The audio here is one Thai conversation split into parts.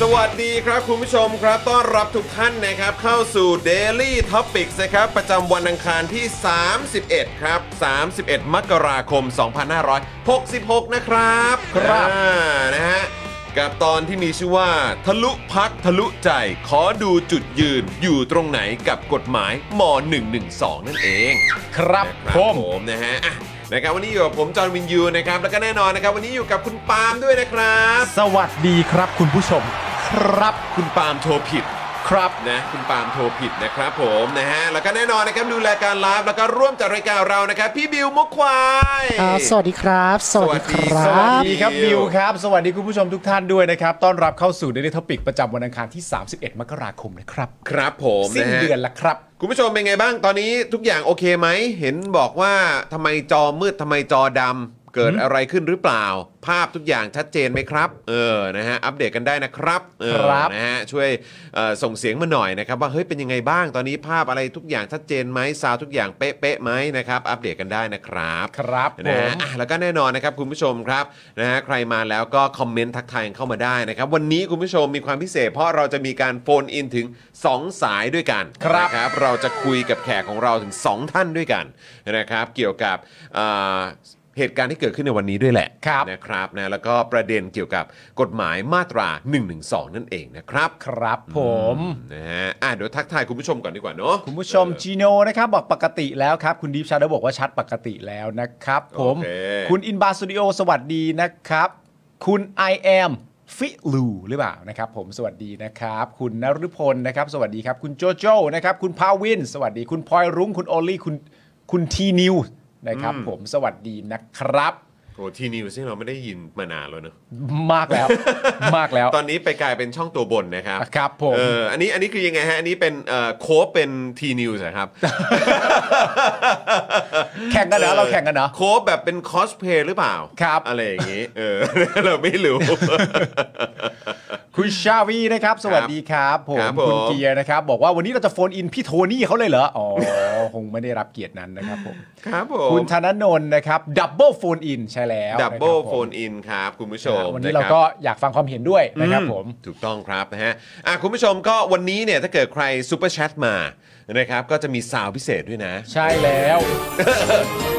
สวัสดีครับคุณผู้ชมครับ ต้อนรับทุกท่านนะครับ เข้าสู่ Daily Topics นะครับ ประจำวันอังคารที่ 31 ครับ 31 มกราคม 2566 นะครับ ครับ อ่านะฮะ กับตอนที่มีชื่อว่า ทะลุพักทะลุใจ ขอดูจุดยืนอยู่ตรงไหนกับกฎหมายม .112 นั่นเอง ครับ นะ ผม ผมนะฮะอ่ะนะครับวันนี้อยู่กับผมจอห์นวินยูนะครับแล้วก็แน่นอนนะครับ วันนี้อยู่กับคุณปาล์มด้วยนะครับ สวัสดีครับคุณผู้ชม ครับ คุณปาล์มโทรผิด ครับ นะคุณปาล์มโทรผิดนะครับผมนะฮะแล้วก็แน่นอนนะครับดูรายการไลฟ์แล้วก็ร่วมจัดรายการเรานะครับ พี่บิวมุกควาย ครับสวัสดีครับ สวัสสดีควัสรับ สวัสดีครับบิวครับ สวัสดีคุณผู้ชมทุกท่านด้วยนะครับ ต้อนรับเข้าสู่ Daily Topic ประจำวันอังคารที่ 31 มกราคมนะครับ ครับผม สิ้น ฮะ เดือนละครับ คุณผู้ชมเป็นไงบ้างตอนนี้ทุกอย่างโอเคไหมเห็นบอกว่าทำไมจอมืดทำไมจอดำเกิดอะไรขึ้นหรือเปล่า ภาพทุกอย่างชัดเจนไหมครับ เออนะฮะอัปเดตกันได้นะครับเออ ครับ นะฮะช่วยเอ่อส่งเสียงมาหน่อยนะครับ ว่าเฮ้ยเป็นยังไงบ้างตอนนี้ภาพอะไรทุกอย่างชัดเจนไหมซาวทุกอย่างเป๊ะๆไหมนะครับ อัปเดตกันได้นะครับ ครับผ นะ ม ฮะอ่ะแล้วก็แน่นอนนะครับคุณผู้ชมครับนะฮะใครมาแล้วก็คอมเมนต์ทักทายเข้ามาได้นะครับ วันนี้คุณผู้ชมมีความพิเศษ เพราะเราจะมีการโฟนอินถึง 2 สายด้วยกัน ครับ นะครับ เราจะคุยกับแขกของเราถึง 2 ท่านด้วยกันนะครับ เกี่ยวกับอ่าเหตุการณ์ที่เกิดขึ้นในวันนี้ด้วยแหละนะครับนะแล้วก็ประเด็นเกี่ยวกับกฎหมายมาตรา 112 นั่นเองนะครับ ครับผม นะฮะอ่ะเดี๋ยวทักทายคุณผู้ชมก่อนดีกว่าเนาะ คุณผู้ชมจีโนนะครับบอกปกติแล้วครับ คุณดีฟชาร์ดบอกว่าชัดปกติแล้วนะครับผม โอเค คุณอินบาสตูดิโอสวัสดีนะครับ คุณ I am ฟิลูหรือเปล่านะครับผมสวัสดีนะครับ คุณนฤพลนะครับ สวัสดีครับ คุณโจโจ้นะครับ คุณพาวิน สวัสดี คุณพลอยรุ้งคุณโอลี่คุณคุณทีนิวนะครับ ผมสวัสดีนะครับ โอ้ทีนิวซึ่งเราไม่ได้ยินมานานแล้วเนาะ มาก แล้ว มากแล้ว ตอนนี้ไปกลายเป็นช่องตัวบนนะครับ ครับผม เอออันนี้อันนี้คือยังไงฮะ อันนี้เป็นเอ่อโคฟเป็นทีนิวส์ครับ แข่งกันนะเราแข่งกันนะ โคฟแบบเป็นคอสเพลย์หรือเปล่า ครับ อะไรอย่างงี้ เอ อ เราไม่รู้ คุณชาวีนะครับ สวัสดีครับผม ครับผม คุณเกียร์นะครับ บอกว่าวันนี้เราจะโฟนอินพี่โทนี่เขาเลยเหรอ อ๋อ คงไม่ได้รับเกียรตินั้นนะครับผม ครับผ คุ ม ณธนนนท์นะครับดับเบิลโฟนอินใช่แล้ว ดับเบิล ะครั โฟนอินครับ คุณผู้ชม ผมวันนี้ ะ เรา คบ ก็อยากฟังความเห็นด้วยนะครับผม ถูกต้องครับนะฮะอ่ะคุณผู้ชมก็วันนี้เนี่ยถ้าเกิดใครซูเปอร์แชทมานะครับก็จะมีซาวพิเศษด้วยนะ ใช่แล้ว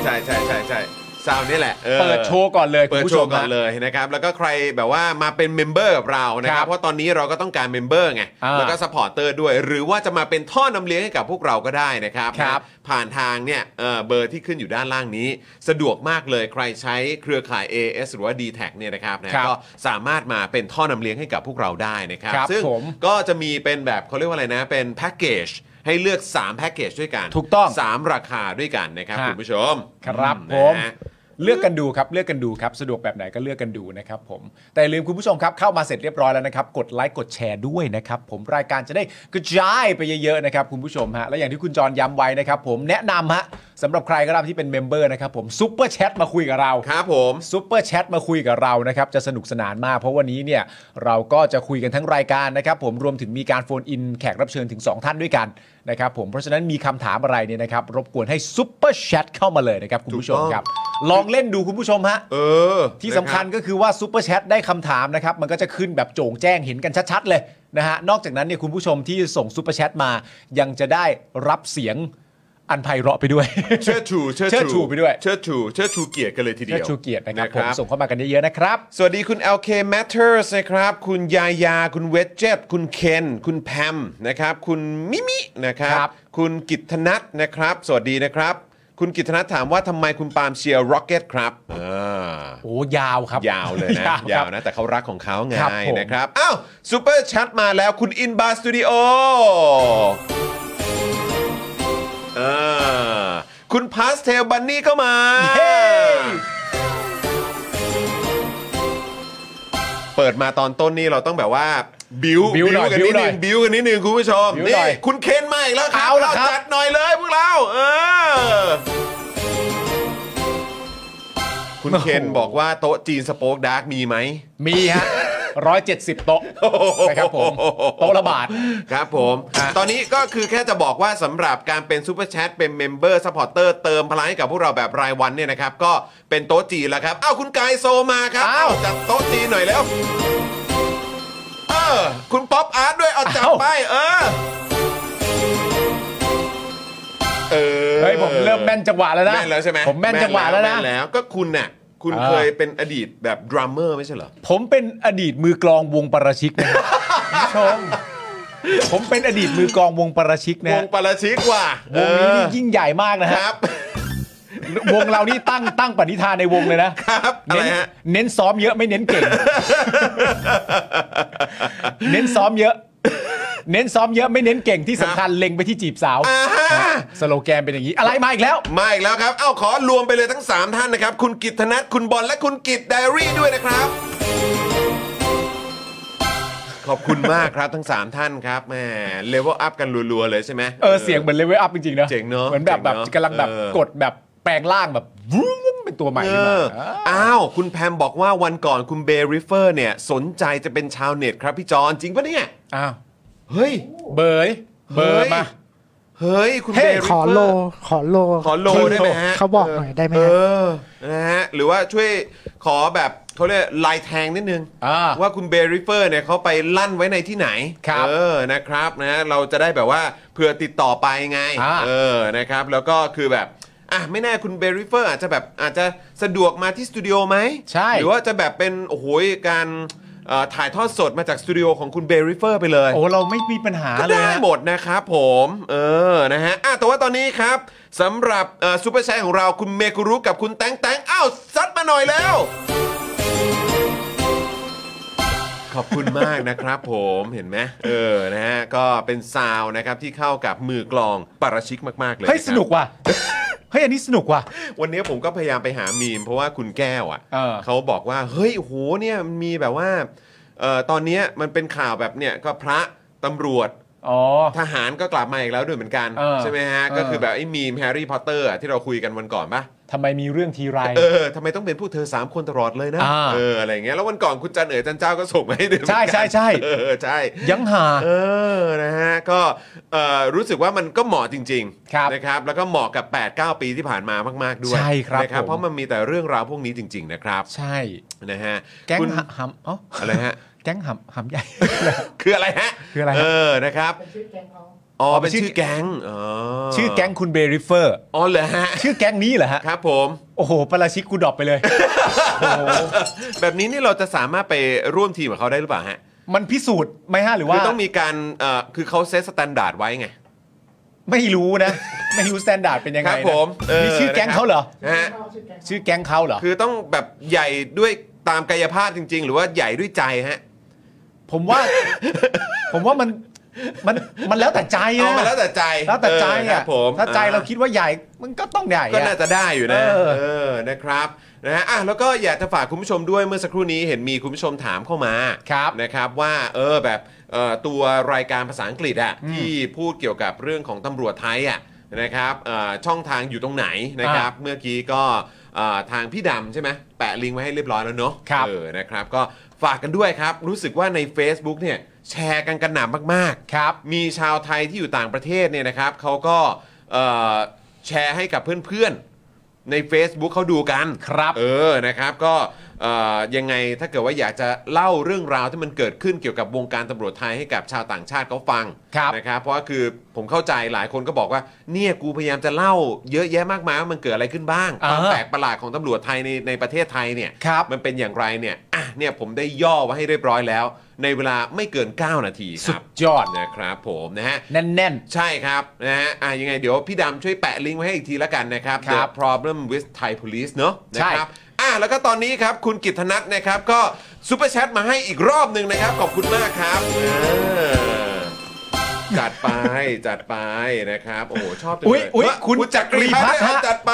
ใช่ใช่ใช่ใช่ซาวนี่แหละออ เปิดโชว์ก่อนเลย เปิด คุณผู้ โช ชม ว์ก่อน ฮะ เลยนะครับ แล้วก็ใครแบบว่ามาเป็นเมมเบอร์กับเรานะค ครั รับบ เพราะตอนนี้เราก็ต้องการเมมเบอร์ไง อ่า แล้วก็สปอร์เตอร์ด้วย หรือว่าจะมาเป็นท่อนำเลี้ยงให้กับพวกเราก็ได้นะครับ ครับ นะผ่านทางเนี่ยเอ่อเบอร์ที่ขึ้นอยู่ด้านล่างนี้ สะดวกมากเลยใครใช้เครือข่าย AS หรือว่า d t แทเนี่ยนะครับนะครับ ก็สามารถมาเป็นท่อนำเลี้ยงให้กับพวกเราได้นะครับ ครับ ซึ่ง ผม ก็จะมีเป็นแบบเขาเรียกว่าอะไรนะเป็นแพ็กเกจให้เลือก3แพ็กเกจด้วยกัน ถูกต้อง สามราคาด้วยกันนะครับ ฮะ คุณผู้ชม ครับ อื ผม นะฮะ เลือกกันดูครับเลือกกันดูครับสะดวกแบบไหนก็เลือกกันดูนะครับผมแต่อย่าลืมคุณผู้ชมครับเข้ามาเสร็จเรียบร้อยแล้วนะครับ กดไลค์กดแชร์ด้วยนะครับผมรายการจะได้กระจายไปเยอะๆนะครับคุณผู้ชมฮะและอย่างที่คุณจรย้ำไว้นะครับผมแนะนำฮะสำหรับใครก็ตามที่เป็นเมมเบอร์นะครับผมซุปเปอร์แชทมาคุยกับเรา ครับผม ซุปเปอร์แชทมาคุยกับเรานะครับ จะสนุกสนานมาก เพราะวันนี้เนี่ยเราก็จะคุยกันทั้งรายการนะครับ ผมรวมถึงมีการโฟนอินแขกรับเชิญถึง 2 ท่านด้วยกันนะครับผมเพราะฉะนั้นมีคำถามอะไรเนี่ยนะครับ รบกวนให้ซุปเปอร์แชทเข้ามาเลยนะครับ คุณผู้ชม ถูกต้อง ครับ ลองเล่นดูคุณผู้ชมฮะ เออ ที่สำคัญ นะรับ ก็คือว่าซุปเปอร์แชทได้คำถามนะครับ มันก็จะขึ้นแบบโจ่งแจ้งเห็นกันชัดๆเลยนะฮะ นอกจากนั้นเนี่ยคุณผู้ชมที่ส่งซุปเปอร์แชทมา ยังจะได้รับเสียงอันไพเราะไปด้วย เชิดชู เชิดชูไปด้วย เชิดชูเชิดชูเกียรติกันเลยทีเดียว เชิดชูเกียรตินะครับผม บ ส่งเข้ามากันเยอะๆนะครับ สวัสดีคุณ LK Matters นะครับ คุณยายา คุณเวจเจตคุณเคน คุณแพมนะครับ คุณมิมินะครับ ครับ คุณกิตนัทนะครับ สวัสดีนะครับ คุณกิตนัทถามว่าทำไมคุณปาล์มเชียร์ Rocket ครับอ่า โอ้ยาวครับ ยาวเลยนะ ค ยา รั ว บ นะ แต่เขารักของเขาไง ครับผม นะครับ อ้าวซูเปอร์ชัดมาแล้วคุณอินบาร์สตูดิโออาคุณพาสเทลบันนี่ก็มา เฮ้ย เปิดมาตอนต้นนี่เราต้องแบบว่า บิว บิ้วหน่อย กันนิดนึงบิวกันนิดนึงคุณผู้ชม บิ้วห นี่ น่อย คุณเคนมาอีกแล้วครับ เอาละครับ จัดหน่อยเลยพวกเราเออคุณเคนบอกว่าโต๊ะจีนสโป๊กดาร์กมีไหม มีฮะร้อยเจ็ดสิบโต๊ะนะครับผมโต๊ะละบาท ครับผมอ่ะตอนนี้ก็คือแค่จะบอกว่าสำหรับการเป็นซูเปอร์แชทเป็นเมมเบอร์สปอร์เตอร์เติมพลังให้กับพวกเราแบบรายวันเนี่ยนะครับ ก็เป็นโต๊ะจีนแล้วครับอ้าวคุณกายโซมาครับ อ้าว จัดโต๊ะจีนหน่อยแล้วเออคุณป๊อปอาร์ตด้วยเอาจับ อ้าว ไป เออเออ เฮ้ยผมเริ่มแม่นจังหวะแล้วนะ แม่นแล้วใช่ไหม ผมแม่นจังหวะแล้วนะ ม่นแล้วก็คุณน่ะคุณ อ่า เคยเป็นอดีตแบบดรัมเมอร์ไม่ใช่เหรอ ผมเป็นอดีตมือกลองวงปาราชิกนะครับคุณผู้ชมผมเป็นอดีตมือกลองวงปาราชิกนะ ว ฮะ งปาราชิกว่ะ วงนี้นี่ เออ ยิ่งใหญ่มากนะ ค ฮะ รับ วงเรานี่ตั้งตั้งปณิธานในวงเลยนะครับ อะไร เน้น ฮะ เน้นซ้อมเยอะไม่เน้นเก่ง เน้นซ้อมเยอะ เน้นซ้อมเยอะไม่เน้นเก่งที่สำคัญเล็งไปที่จีบสาว อ่าฮะ สโลแกนเป็นอย่างนี้ อะไรมาอีกแล้ว มาอีกแล้วครับ เอ้าขอรวมไปเลยทั้ง 3 ท่านนะครับ คุณกิตธนัทคุณบอลและคุณกิตไดอารี่ด้วยนะครับ ขอบคุณมากครับทั้ง 3 ท่านครับแหมเลเวลอัพกันรัว ๆ เลยใช่ไหม เออเสียงเหมือนเลเวลอัพจริงๆนะ เจ๋งเนอะ มือนแบบแบบ เจ๋งเนอะ กำลังแบบ เออ กดแบบแปลงร่างแบบวุ้มเป็นตัวใหม่ เอ ขึ้นมา อ อ่ะ อ้าว คุณแพมบอกว่าวันก่อนคุณเบริเฟอร์เนี่ย สนใจจะเป็นชาวเน็ตครับพี่จอนจริงปะเนี่ย อ้าว เฮ้ย เบยเบยมา เฮ้ย คุณ เฮ้ เบ ย ริเฟอร์ ขอโล ขอโล ขอโลได้ไหมฮะ เขาบอกหน่อยได้ไหม เอ ฮะ อ นะฮะ หรือว่าช่วยขอแบบเขาเรียกลายแทงนิดนึง อ่า ว่าคุณเบริเฟอร์เนี่ยเขาไปลั่นไว้ในที่ไหน ครับ เออ นะครับ นะ เราจะได้แบบว่าเผื่อติดต่อไปไง อ่า เออ นะครับ แล้วก็คือแบบ อ่ะ ไม่แน่คุณเบริเฟอร์อาจจะแบบอาจจะสะดวกมาที่สตูดิโอไหม ใช่ หรือว่าจะแบบเป็น โอ้โหยการเอ่อถ่ายทอดสดมาจากสตูดิโอของคุณเบริเฟอร์ไปเลย โอ้เราไม่มีปัญหา ก็ เลย ได้ ฮะ หมดนะครับผมเออนะฮะอ่ะแต่ว่าตอนนี้ครับสำหรับซูเปอร์แชร์ของเราคุณเมกุรุกับคุณแตงแตงอ้าวซัดมาหน่อยแล้ว ขอบคุณมากนะครับผมเห็นไหมเออนะฮะก็เป็นซาวน์นะครับที่เข้ากับมือกลองปาราชิกมากๆเลเฮ้ยยะค ส รับ นุกว่ะ เฮ้ยอันนี้สนุกว่ะ วันนี้ผมก็พยายามไปหามีม เพราะว่าคุณแก้วอ่ะ เออ เขาบอกว่าเฮ้ยโอ้โหเนี่ยมันมีแบบว่าเอ่อตอนเนี้ยมันเป็นข่าวแบบเนี่ยก็พระตำรวจ อ๋อ ทหารก็กลับมาอีกแล้วด้วยเหมือนกัน เออ ใช่ไหมฮะ เออ ก็คือแบบไอ้มีมแฮร์รี่พอตเตอร์ที่เราคุยกันวันก่อนปะ ทำไมมีเรื่องทีไร เออทำไมต้องเป็นผู้เธอ 3 คนตลอดเลยนะ อ่า เอออะไรอย่างเงี้ยแล้ววันก่อนคุณจันเอ๋ยจันเจ้าก็ส่งมาให้ดู ใช่ใช่ใช่ เออใช่ ยังหา เออ นะฮะ ก็เอ่อรู้สึกว่ามันก็เหมาะจริง ครับ ๆนะครับ แล้วก็เหมาะกับ 8-9 ปีที่ผ่านมามากๆด้วย ใช่ครับ นะครับ ผม เพราะมันมีแต่เรื่องราวพวกนี้จริง ๆ นะครับ ใช่ นะฮะ แก๊ง คุณ หำหำอ๋อ อะไร ฮะ แก๊งหำหำใหญ่ คืออะไรฮะ คืออะไรฮะ เออ นะครับอ๋อ เป็นชื่อแก๊งอ๋อ ชื่อแก๊งคุณเบริเฟอร์ อ๋อเหรอฮะ ชื่อแก๊งนี้เหรอฮะ ครับผม โอ้โหปาราชิกกูดรอปไป เลย โอ้โห แบบนี้นี่เราจะสามารถไปร่วมทีมกับเขาได้หรือเปล่าฮะ มันพิสูจน์ไหมฮะหรือ คือ ว่า ต้องมีการเอ่อคือเขาเซตสแตนดาร์ดไว้ไง ไม่รู้นะ ไม่รู้สแตนดาร์ดเป็นยัง ค ไง รับ นะ ผมเ นี่ชื่อแก๊งเขาเหรอ นะฮะ ชื่อแก๊งเขาเหรอ คือต้องแบบใหญ่ด้วยตามกายภาพจริง ๆ หรือว่าใหญ่ด้วยใจฮะ ผมว่า ผมว่ามัน มันมันแล้วแต่ใจ เอา นะ มาแล้วแต่ใจ แล้วแต่ใจ เออครั อ่ะ บผม ถ้าใจ อ่ เราคิดว่าใหญ่มันก็ต้องใหญ่ ก็ อะ น่าจะได้อยู่นะ เออ เออ นะครับ นะฮะ อ่ะ แล้วก็อยากจะฝากคุณผู้ชมด้วยเมื่อสักครู่นี้เห็นมีคุณผู้ชมถามเข้ามา ครับ นะครับว่า เออ แบบเอ่อตัวรายการภาษาอังกฤษอะที่พูดเกี่ยวกับเรื่องของตำรวจไทยอะนะครับเอ่อช่องทางอยู่ตรงไหนนะครับ เมื่อกี้ก็เอ่อทางพี่ดำใช่ไหมแปะลิงก์ไว้ให้เรียบร้อยแล้วเนอะ ครับ เออ นะครับ ก็ฝากกันด้วยครับ รู้สึกว่าใน Facebook เนี่ยแชร์กันกระหน่ำมากๆ ครับ มีชาวไทยที่อยู่ต่างประเทศเนี่ยนะครับเขาก็เอ่อแชร์ให้กับเพื่อนๆ ใน Facebook เขาดูกัน ครับ เออนะครับก็เอ่อยังไงถ้าเกิดว่าอยากจะเล่าเรื่องราวที่มันเกิดขึ้นเกี่ยวกับวงการตำรวจไทยให้กับชาวต่างชาติเขาฟัง ครับ นะครับ เพราะว่าคือผมเข้าใจหลายคนก็บอกว่าเนี่ยกูพยายามจะเล่าเยอะแยะมากมายว่ามันเกิดอะไรขึ้นบ้างความ อ่า แปลกประหลาดของตำรวจไทยในในประเทศไทยเนี่ย ครับ มันเป็นอย่างไรเนี่ย อ่ะ เนี่ยผมได้ย่อไว้ให้เรียบร้อยแล้ว ในเวลาไม่เกิน 9 นาทีค สุ รั ด บ ยอด นะครับผมนะฮะ แน่น ใช่ครับ นะฮะ อ่ะยังไงเดี๋ยวพี่ดำช่วยแปะลิงก์ไว้ให้อีกทีละกันนะครับ ครั The บ problem with Thai police เนอะ ใช่ นะครับ อ่ะ แล้วก็ตอนนี้ครับ คุณกิตนัทนะครับ ก็ซูเปอร์แชทมาให้อีกรอบหนึ่งนะครับ ขอบคุณมากครับเออจัดไป จัดไปนะครับ โอ้โห ชอบจัง อุ๊ เลย ย อุ๊ย เฮ้ คุณ จักรีพัฒน์ จักรีพัฒน์ฮะ ฮะจัดไป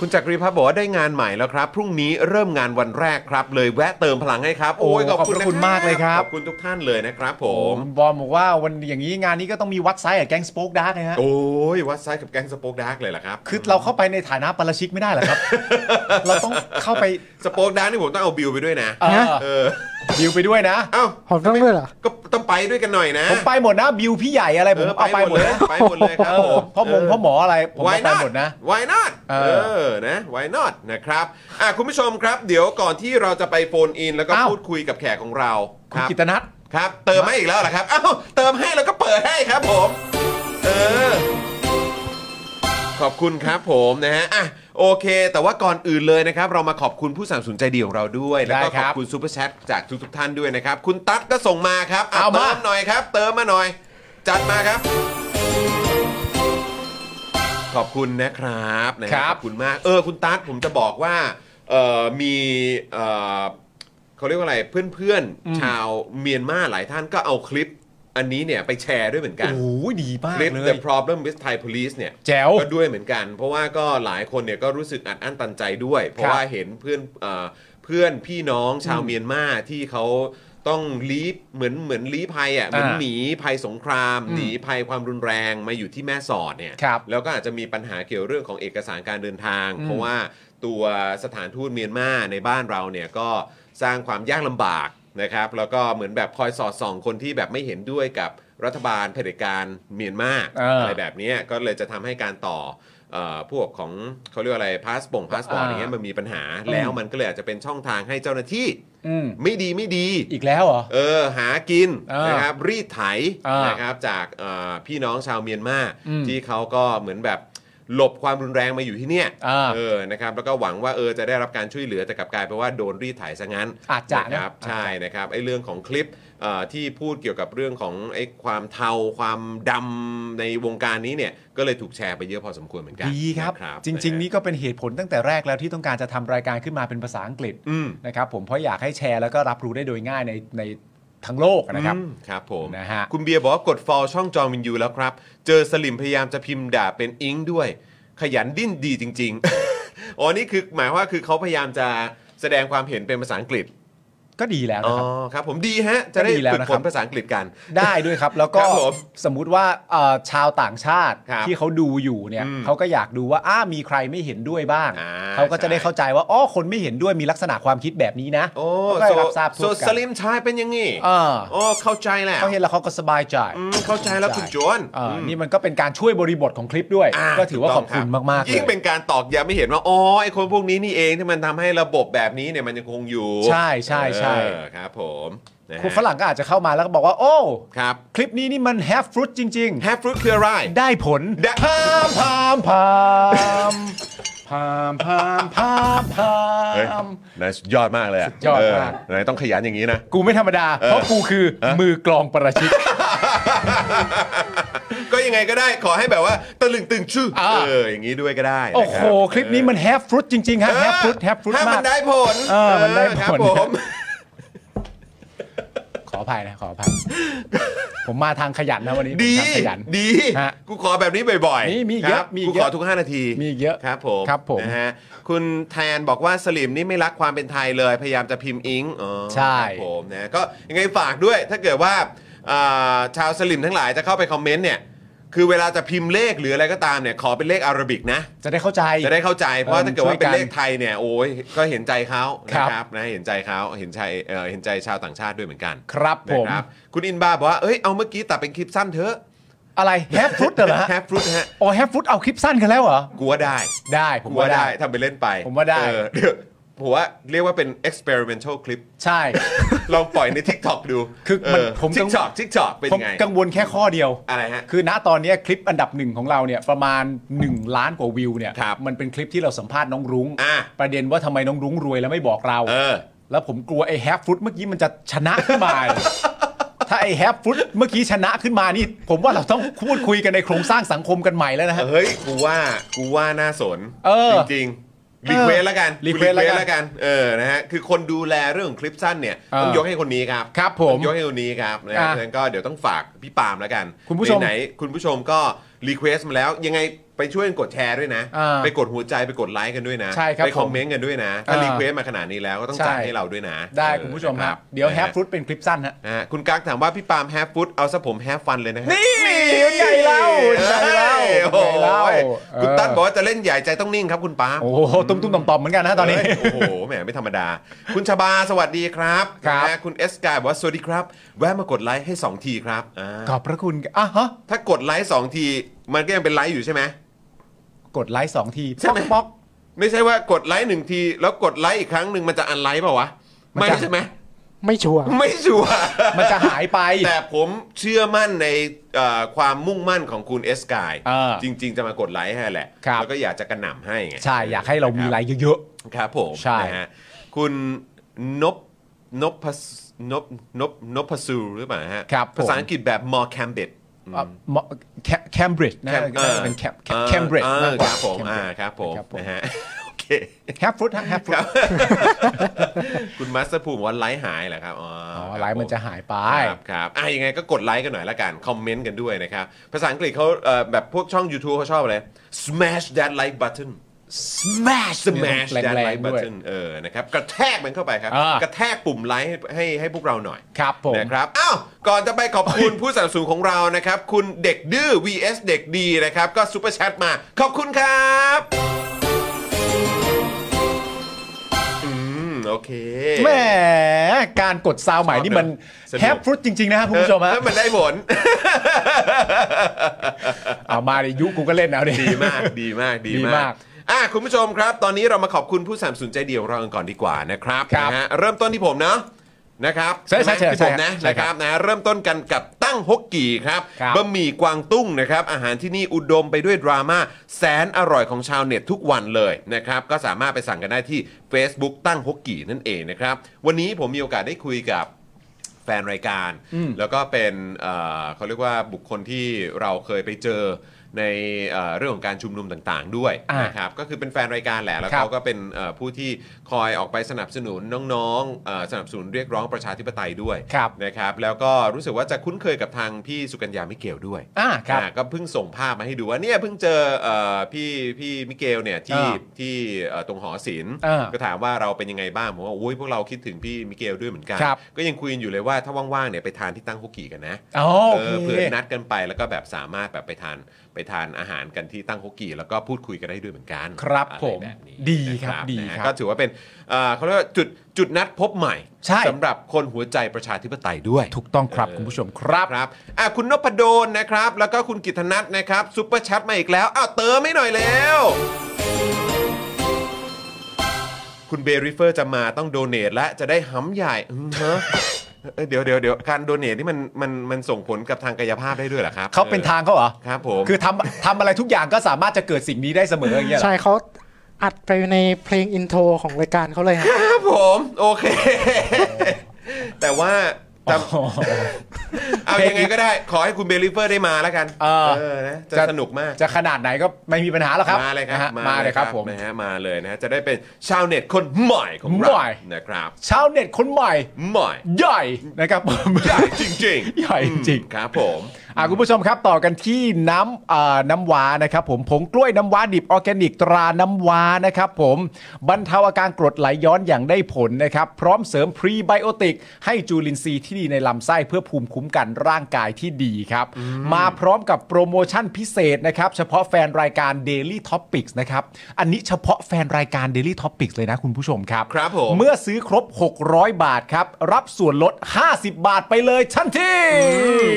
คุณจักรีพัฒน์บอกว่าได้งานใหม่แล้วครับ พรุ่งนี้เริ่มงานวันแรกครับ เลยแวะเติมพลังให้ครับ โอ้ย โอ้ ขอบ ขอบพ คุณ ระ นะ คุณมากเลยครับ ขอบคุณทุกท่านเลยนะครับผ ๆ ม คุณบอมบอกว่าวันอย่างนี้งานนี้ก็ต้องมีวัดไซด์กับแก๊งสโป๊กดาร์กนะฮะ โอ้ยวัดไซด์กับแก๊งสโป๊กดาร์กเลยเหรอครับ คือเราเข้าไปในฐานะปาราชิกไม่ได้เหรอครับ เราต้องเข้าไป สโป๊กดาร์กนี่ผมต้องเอาบิวไปด้วยนะ เออ เออ บิวไปด้วยนะ เอ้า ผมต้องด้วยเหรอ ก็ต้องไปด้วยกันหน่อยนะ ผมไปหมดนะบิวพี่ใหญ่อะไร เอ ผม อ เอาไปหมด เลย นะ ไปหมดเลยครับ เอ ผ อ ม พ่อมงพ่อหมออะไรผม วา เอา ย ไป นา หม ด ดนะ วายนาด เอ เอ อ อนะวายนาดนะครับอ่ะคุณผู้ชมครับ เดี๋ยวก่อนที่เราจะไปโฟนอินแล้วก็ เอ้า พูดคุยกับแขกของเรา คุ ค ณ รับ กิตนัท ครับ เติมให้อีกแล้วเหรอครับ เอ้า เติมให้แล้วก็เปิดให้ครับผม เออ ขอบคุณครับผมนะฮะ อ่ะ โอเค แต่ว่าก่อนอื่นเลยนะครับ เรามาขอบคุณผู้สนับสนุนใจดีของเราด้วย แล้วก็ ได้ค ข รั อ บบ คุณซูเปอร์แชทจากทุกทุกๆท่านด้วยนะครับ คุณตั๊ดก็ส่งมาครับะ เอามา ติหน่อยครับ เติมมาหน่อย จัดมาครับ ขอบคุณนะครับนะฮะ ครับ ขอบคุณมาก เออ คุณตั๊ดผมจะบอกว่า เอ่อ มี เอ่อ เขาเรียกว่าอะไรเพื่อนๆ ชาวเมียนมาหลายท่านก็เอาคลิปอันนี้เนี่ยไปแชร์ด้วยเหมือนกัน โอ้โหดีมาก คลิป เล The ย Problem with Thai Police เนี่ย แจ๋ว ก็ด้วยเหมือนกัน เพราะว่าก็หลายคนเนี่ยก็รู้สึกอัดอั้นตันใจด้วย เพราะว่าเห็นเพื่อนเอ่อเพื่อนพี่น้องชาวเมียนมาที่เขาต้องลี้เหมือนเหมือนลี้ภัยอ่ะเหมือน อ่า หนีภัยสงคราม อืม หนีภัยความรุนแรงมาอยู่ที่แม่สอดเนี่ย ครับ แล้วก็อาจจะมีปัญหาเกี่ยวเรื่องของเอกสารการเดินทาง อืม เพราะว่าตัวสถานทูตเมียนมาในบ้านเราเนี่ยก็สร้างความยากลำบากนะครับแล้วก็เหมือนแบบคอยสอดส่องคนที่แบบไม่เห็นด้วยกับรัฐบาลเผด็จการเมียนมา เอออ อะไรแบบเนี้ยก็เลยจะทำให้การต่อเอ่อพวกของเขาเรียกว่าอะไรพาสปงพาสปอร์ต อ่า อย่างเงี้ยมันมีปัญหา อืม แล้วมันก็เลยอาจจะเป็นช่องทางให้เจ้าหน้าที่ อืม ไม่ดีไม่ดี อีกแล้วเหรอ เออหากิน เออ นะครับรีดไถ เออ นะครับจากเอ่อพี่น้องชาวเมียนมา อืม ที่เขาก็เหมือนแบบหลบความรุนแรงมาอยู่ที่เนี่ย เออ เออนะครับแล้วก็หวังว่าเออจะได้รับการช่วยเหลือแต่กลับกลายเป็นว่าโดนรีดไถซะงั้น อาจจะ นครับ นะ ใช่นะครับไอ้เรื่องของคลิปเอ่อที่พูดเกี่ยวกับเรื่องของไอ้ความเทาความดำในวงการนี้เนี่ยก็เลยถูกแชร์ไปเยอะพอสมควรเหมือนกัน ดีครับ นะ จริง ๆ นี่ก็เป็นเหตุผลตั้งแต่แรกแล้วที่ต้องการจะทำรายการขึ้นมาเป็นภาษาอังกฤษ อืม นะครับผมเพราะอยากให้แชร์แล้วก็รับรู้ได้โดยง่ายในในทั้งโลกนะครับ อืมครับผม นะฮะ คุณเบียร์บอกว่ากด follow ช่องจอมินยูแล้วครับ เจอสลิมพยายามจะพิมพ์ด่าเป็นอิงด้วย ขยันดิ้นดีจริง ๆ อ๋อ นี่คือหมายว่าคือเขาพยายามจะแสดงความเห็นเป็นภาษาอังกฤษ ก็ดีแล้ว อ๋อ นะครับ ครับ ผมดีฮะ จะได้ ก็ดีแล้ว ฝึก นะค ฝ รับ นภาษาอังกฤษกัน ได้ด้วยครับ แล้วก็ ครับผม สมมุติว่าเอ่อชาวต่างชาติ ครับ ที่เขาดูอยู่เนี่ย อืม เขาก็อยากดูว่าอ้ามีใครไม่เห็นด้วยบ้าง อ่า เขาก็จะได้ ใช่ เข้าใจว่าอ๋อคนไม่เห็นด้วยมีลักษณะความคิดแบบนี้นะ โอ้ เขาก็ได้รับทราบทั่ โซ วกัน สลิมชายเป็นอยังงี้ เออ โอ้เข้าใจแล้ว เขาเห็นแล้วเขาก็สบายใจ อืมเข้าใจแล้วคุณโจน เอ่ออ ม นี่มันก็เป็นการช่วยบริบทของคลิปด้วย ก็ถือว่าขอบคุณ ถูต้ง มาก รั ๆ เล ยิ่งเป็ ย นการตอกย้ำไม่เห็นว่าอ๋อไอคนพวกนี้นี่เองที่มันทำให้ระบบแบบนี้เนี่ยมันยังคงอยู่ ใช่ใช่ใช่ เออครับผมนะฮะ คุณฝรั่งก็อาจจะเข้ามาแล้วก็บอกว่า โอ้ ครับ คลิปนี้นี่มันแฮฟฟรุตจริง แฮฟฟรุตคืออะไร ๆ ได้ผล ได้ พามพามพามพามพามพามพาม นายสุดยอดมากเลยะ สุดยอดมาก เออนายต้องขยันอย่างนี้นะ กูไม่ธรรมดา เพราะกูคือมือกลองประชิด ก็ยังไงก็ได้ขอให้แบบว่าตะลึงตึงชื่อ อ่า เอออย่างนี้ด้วยก็ได้ โอ้ นะ โห รับ คลิปนี้มันแฮฟฟรุตจริง ๆ ฮะ แฮฟฟรุตแฮฟฟรุต ถ้ามั มาก นได้ผล เออมันได้ เออครับ ผล ผม ออภัยนะขออภัย ผมมาทางขยันนะวันนี้ผม ดี ทางขยัน ดี ฮะ กูขอแบบนี้บ่อย นี่มีอีก ค เยอะ รับ มีอีก กู เย ข อะ อทุก 5 นาที มีอีกเยอะ ครับผม ครับผม นะฮะคุณแทนบอกว่าสลิมนี่ไม่รักความเป็นไทยเลย พยายามจะพิมพ์อิงอ๋อ ใช่ ครับผมนะก็ยังไงฝากด้วยถ้าเกิดว่าอ่าชาวสลิมทั้งหลายจะเข้าไปคอมเมนต์เนี่ย คือเวลาจะพิมพ์เลขหรืออะไรก็ตามเนี่ยขอเป็นเลขอาราบิกนะ จะได้เข้าใจ จะได้เข้าใจเพราะ เออ ถ้าเกิดว่าเป็น ช่วยกัน เลขไทยเนี่ยโอ้ยก็เห็นใจเขา ครั นะ บ ครับนะเห็นใจเขาเห็นใจเอ่อเห็นใจชาวต่างชาติด้วยเหมือนกัน ครับผ นะ ม ครับคุณอินบาบอกว่าเอ้ยเอาเมื่อกี้ตัดเป็นคลิปสั้นเถอะ อะไรแฮปฟรุตเหรอ ฮะ แฮปฟรุตฮะ โอ้แฮปฟรุตเอาคลิปสั้นกันแล้วเหรอ กูว่าได้ ได้ผมว่าได้ ทำไปเล่นไป ผมว่าได้ เอ อเดี๋ยวผมว่าเรียกว่าเป็น experimental คลิป ใช่ ลองปล่อยใน TikTok ดู คือมันผม ทิก t อกทิก t อกเป็น ผม ไง กังวลแค่ข้อเดียว อะไรฮะ คือณตอนเนี้ยคลิปอันดับหนึ่งของเราเนี่ยประมาณ 1 ล้านกว่าวิวเนี่ย ครับ มันเป็นคลิปที่เราสัมภาษณ์น้องรุง้ง อ่ะ ประเด็นว่าทำไมน้องรุ้งรวยแล้วไม่บอกเรา เออ แล้วผมกลัวไอ้แฮปฟุตเมื่อกี้มันจะชนะขึ้นมา ถ้าไอ้แฮปฟุตเมื่อกี้ชนะขึ้นมานี่ ผมว่าเราต้องพูดคุยกันในโครงสร้างสังคมกันใหม่แล้วนะฮะ เฮ้ยกูว่ากูว่าน่าสน เออ จริงๆรีเควสแล้วกัน request แล้วกัน request เออนะฮะคือคนดูแลเรื่องของคลิปสั้นเนี่ย เออ ต้องยกให้คนนี้ครับ ครับผม ต้องยกให้คนนี้ครับนะฮะ อ่ะ ฉะนั้นก็เดี๋ยวต้องฝากพี่ปาล์มแล้วกัน คุณผู้ชม ไหนๆคุณผู้ชมก็รีเควสมาแล้วยังไงไปช่วยกันกดแชร์ด้วยนะ อ่า ไปกดหัวใจไปกดไลค์กันด้วยนะ ใช่ครับ ไปคอมเมนต์กันด้วยนะ ถ้า อ่า รีเควสมาขนาดนี้แล้วก็ต้อง ใช่ จ่ายให้เราด้วยนะ ได้ เออ คุณผู้ชม นะ ฮะเดี๋ยวแฮป นะฮะ ฟุตเป็นคลิปสั้นฮะ นะฮะคุณกั๊กถามว่าพี่ปาล์มแฮปฟุตเอาซะผมแฮปฟันเลยนะฮะ นี่ใหญ่เล่าใหญ่เล่า โอ้ ใหญ่เล่า โหคุณตั้น เออ บอกว่าจะเล่นใหญ่ใจต้องนิ่งครับคุณป้าล์ม โอ้โหตุ้มตุ้มๆต่อมๆเหมือนกันนะตอนนี้ เยโอ้โห แหมไม่ธรรมดา คุณชบาสวัสดีครับ ครับ นะฮะคุณเอสกายบอกว่า สวัสดีครับ แวะมากดไลค์ให้ 2 ทีครับอ่า ขอบพระคุณอ่ะฮะ ถ้ากดไลค์2ที มันก็ยังเป็นไลค์อยู่ใช่ไหม กดไลค์สองที ใช่ไหม ป๊อก ไม่ใช่ว่ากดไลค์หนึ่งที แล้วกดไลค์อีกครั้งหนึ่งมันจะอันไลค์เปล่าวะ มัน ไม่ จะ ใช่ไหม ไม่ชัวร์ ไม่ชัวร์ ป๊อกมันจะหายไป แต่ผมเชื่อมั่นในเอ่อความมุ่งมั่นของคุณเอสกาย เออ จริง ๆ จะมากดไลค์ให้แหละ ครับ แล้วก็อยากจะกระหน่ำให้ไง ใช่ อยากให้เรามี นะคบ ไลค์เยอะ ครับผม ใช่ นะฮะคุณนบนบพสนบนบนบพสูหรือเปล่าฮะ ครับ ภาษา ผม อังกฤษแบบมอแคมเบด ๆอ่ะเหมาะแคมบริดจ์นะเป็นแคมแคมบริดจ์มากก ค ว่า รับผมอ่า Cambridge ครับผม ครับผม นะฮ ะโอเค แฮปฟรุตฮะแฮปฟรุต คุณมาสเตอร์ภูมิบอกว่าไลค์หายเหรอครับอ๋อ อ๋ อ๋ อ อ ไลค์มันจะหายไป ครับครับอ่ะยังไงก็กดไลค์กันหน่อยละกัน คอมเมนต์กันด้วยนะครับ ภาษาอังกฤษเขาเอ่อแบบพวกช่อง YouTube เขาชอบอะไร smash that like button smash smash that แรง like ๆด้วย button เออนะครับกระแทกมันเข้าไปครับ อ่าก ก ระแทกปุ่มไลค์ให้ให้ให้พวกเราหน่อย ครับผม นะครับ อ้าว ก่อนจะไปขอบ คุณผู้สนับสนุนของเรานะครับ คุณเด็กดื้อ vs เด็กดีนะครับ ก็ซุปเปอร์แชทมา ขอบคุณครับ อืม โอเค แหมการกดซาวใหม่นี่มัน สนุก แฮปฟรุตจริง ๆ นะฮะคุณผู้ชมฮะ เออมันได้ผล เอามาดิยุคกูก็เล่นเอาดิ ดีมาก ดีมาก ดี ดี มาม าก ก อ่ะคุณผู้ชมครับ ตอนนี้เรามาขอบคุณผู้สนับสนุนใจเดียวเรากันก่อนดีกว่านะครับ ครับ นะฮะเริ่มต้นที่ผมเนาะนะครับ ใช่ใช่ใช่ ที่ผมนะ ใช่ นะค ครั รับบ นะเริ่มต้นกันกับตั้งฮกกี่ครับ ครับ บะหมี่กวางตุ้งนะครับ อาหารที่นี่อุดมไปด้วยดราม่าแสนอร่อยของชาวเน็ตทุกวันเลยนะครับ ก็สามารถไปสั่งกันได้ที่ Facebook ตั้งฮกกี่นั่นเองนะครับ วันนี้ผมมีโอกาสได้คุยกับ แฟนรายการ แล้วก็เป็นเอ่อเขาเรียกว่าบุคคลที่เราเคยไปเจอในเอ่อเรื่องของการชุมนุมต่างๆ ด้วย อ่า นะครับก็คือเป็นแฟนรายการแหละแล้ว ครับ เขาก็เป็นเอ่อผู้ที่คอยออกไปสนับสนุนน้องๆเอ่อสนับสนุนเรียกร้องประชาธิปไตยด้วย ครับ นะครับแล้วก็รู้สึกว่าจะคุ้นเคยกับทางพี่สุกัญญามิเกลด้วย อ่าครับ อ่าก็เพิ่งส่งภาพมาให้ดูว่าเนี่ยเพิ่งเจอเอ่อพี่พี่มิเกลเนี่ยที่ อ่า ที่เอ่อตรงหอศิลป์ อ่า ก็ถามว่าเราเป็นยังไงบ้างผมว่าโอ้ยพวกเราคิดถึงพี่มิเกลด้วยเหมือนกัน ครับ ก็ยังคุยกันอยู่เลยว่าถ้าว่างๆเนี่ยไปทานที่ตั้งฮกกี้กันนะ อ๋อโอ เออ เค เผื่อนัดกันไปแล้วก็แบบสามารถแบบไปทานไปทานอาหารกันที่ตั้งฮกกี้แล้วก็พูดคุยกันได้ด้วยเหมือนกัน ครับ อะไร ผม แบบนี้ ดีครับ นะ ดี นะฮะ ครับ ก็ถือว่าเป็นเอ่อเขาเรียกว่าจุดจุดนัดพบใหม่ ใช่ สำหรับคนหัวใจประชาธิปไตยด้วย ถูกต้องครับ เออ คุณผู้ชมครับ ครับอ่ะคุณนพดลนะครับ แล้วก็คุณกิตนัทนะครับซุปเปอร์แชทมาอีกแล้วอ้าวเติมให้หน่อยแล้ว คุณเบริเฟอร์จะมาต้องโดเนทและจะได้หำใหญ่อืมฮะเอ้ยเดี๋ยวเดี๋ยวเดี๋ยวการโดเนทนี่มันมันมันส่งผลกับทางกายภาพได้ด้วยเหรอครับ เขาเป็นทางเขาเหรอ ครับผม คือทำทำอะไรทุกอย่างก็สามารถจะเกิดสิ่งนี้ได้เสมออย่างเงี้ยเหรอ ใช่เขาอัดไปในเพลงอินโทรของรายการเขาเลยฮะ ครับผม โอเค แต่ว่า จำเอายังไงก็ได้ ขอให้คุณเบลลิเฟอร์ได้มาแล้วกัน เออ อนะจะสนุกมาก จะขนาดไหนก็ไม่มีปัญหาแล้วครับ มาเลยครับนะฮะมาเลยครับผม นะฮะมาเลยนะฮะจะได้เป็นชาวเน็ตคนใหม่ของเรา ใหม่ นะครับ ชาวเน็ตคนใหม่ ใหม่ ใหญ่นะครับผม ใหญ่จริงๆ ใหญ่จริง อืมครับผม อ่ะคุณผู้ชมครับต่อกันที่น้ำเอ่อน้ำว้านะครับผมผงกล้วยน้ำว้าดิบออร์แกนิกตราน้ำว้านะครับผมบรรเทาอาการกรดไหลย้อนอย่างได้ผลนะครับพร้อมเสริมพรีไบโอติก ให้จุลินทรีย์ที่ดีในลำไส้เพื่อภูมิคุ้มกันร่างกายที่ดีครับ มาพร้อมกับโปรโมชั่นพิเศษนะครับเฉพาะแฟนรายการ Daily Topics นะครับอันนี้เฉพาะแฟนรายการ Daily Topics เลยนะคุณผู้ชมครับ ครับผม เมื่อซื้อครบ 600 บาทครับรับส่วนลด 50 บาทไปเลยทันที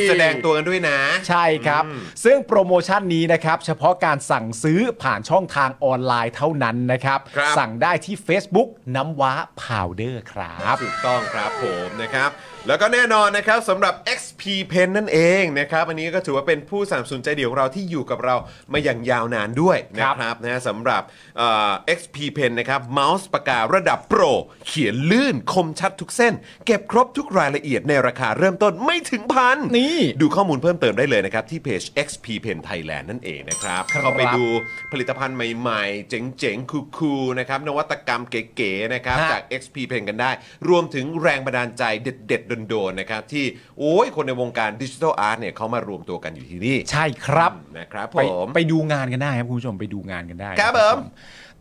แสดงตัวกันด้วยนะ ใช่ครับ ซึ่งโปรโมชั่นนี้นะครับ เฉพาะการสั่งซื้อผ่านช่องทางออนไลน์เท่านั้นนะครับ ครับ สั่งได้ที่ Facebook น้ำว้าพาวเดอร์ครับ ถูกต้องครับผมนะครับ แล้วก็แน่นอนนะครับสำหรับ XP Pen นั่นเองนะครับ อันนี้ก็ถือว่าเป็นผู้สามสนุนใจเดียวของเราที่อยู่กับเรามาอย่างยาวนานด้วยนะค ครั รับบ นะสำหรับเอ่อ XP Pen นะครับเมาส์ปากการะดับโปร เขียนลื่นคมชัดทุกเส้น เก็บครบทุกรายละเอียดในราคาเริ่มต้นไม่ถึงพัน นี่ ดูข้อมูลเพิ่มเติมได้เลยนะครับ ที่เพจ XP Pen Thailand นั่นเองนะครับ ครับ เข้าไปดูผลิตภัณฑ์ใหม่ๆ เจ๋งๆ คูลๆนะครับนวัตกรรมเก๋ๆนะครับ จาก XP Pen กันได้ รวมถึงแรงบันดาลใจเด็ดๆโดนๆนะครับ ที่โอ้ยคนในวงการดิจิทัลอาร์ตเนี่ยเขามารวมตัวกันอยู่ที่นี่ ใช่ครับ นะครับผ ไป ม ไปดูงานกันได้ครับคุณผู้ชมไปดูงานกันได้ ครับผม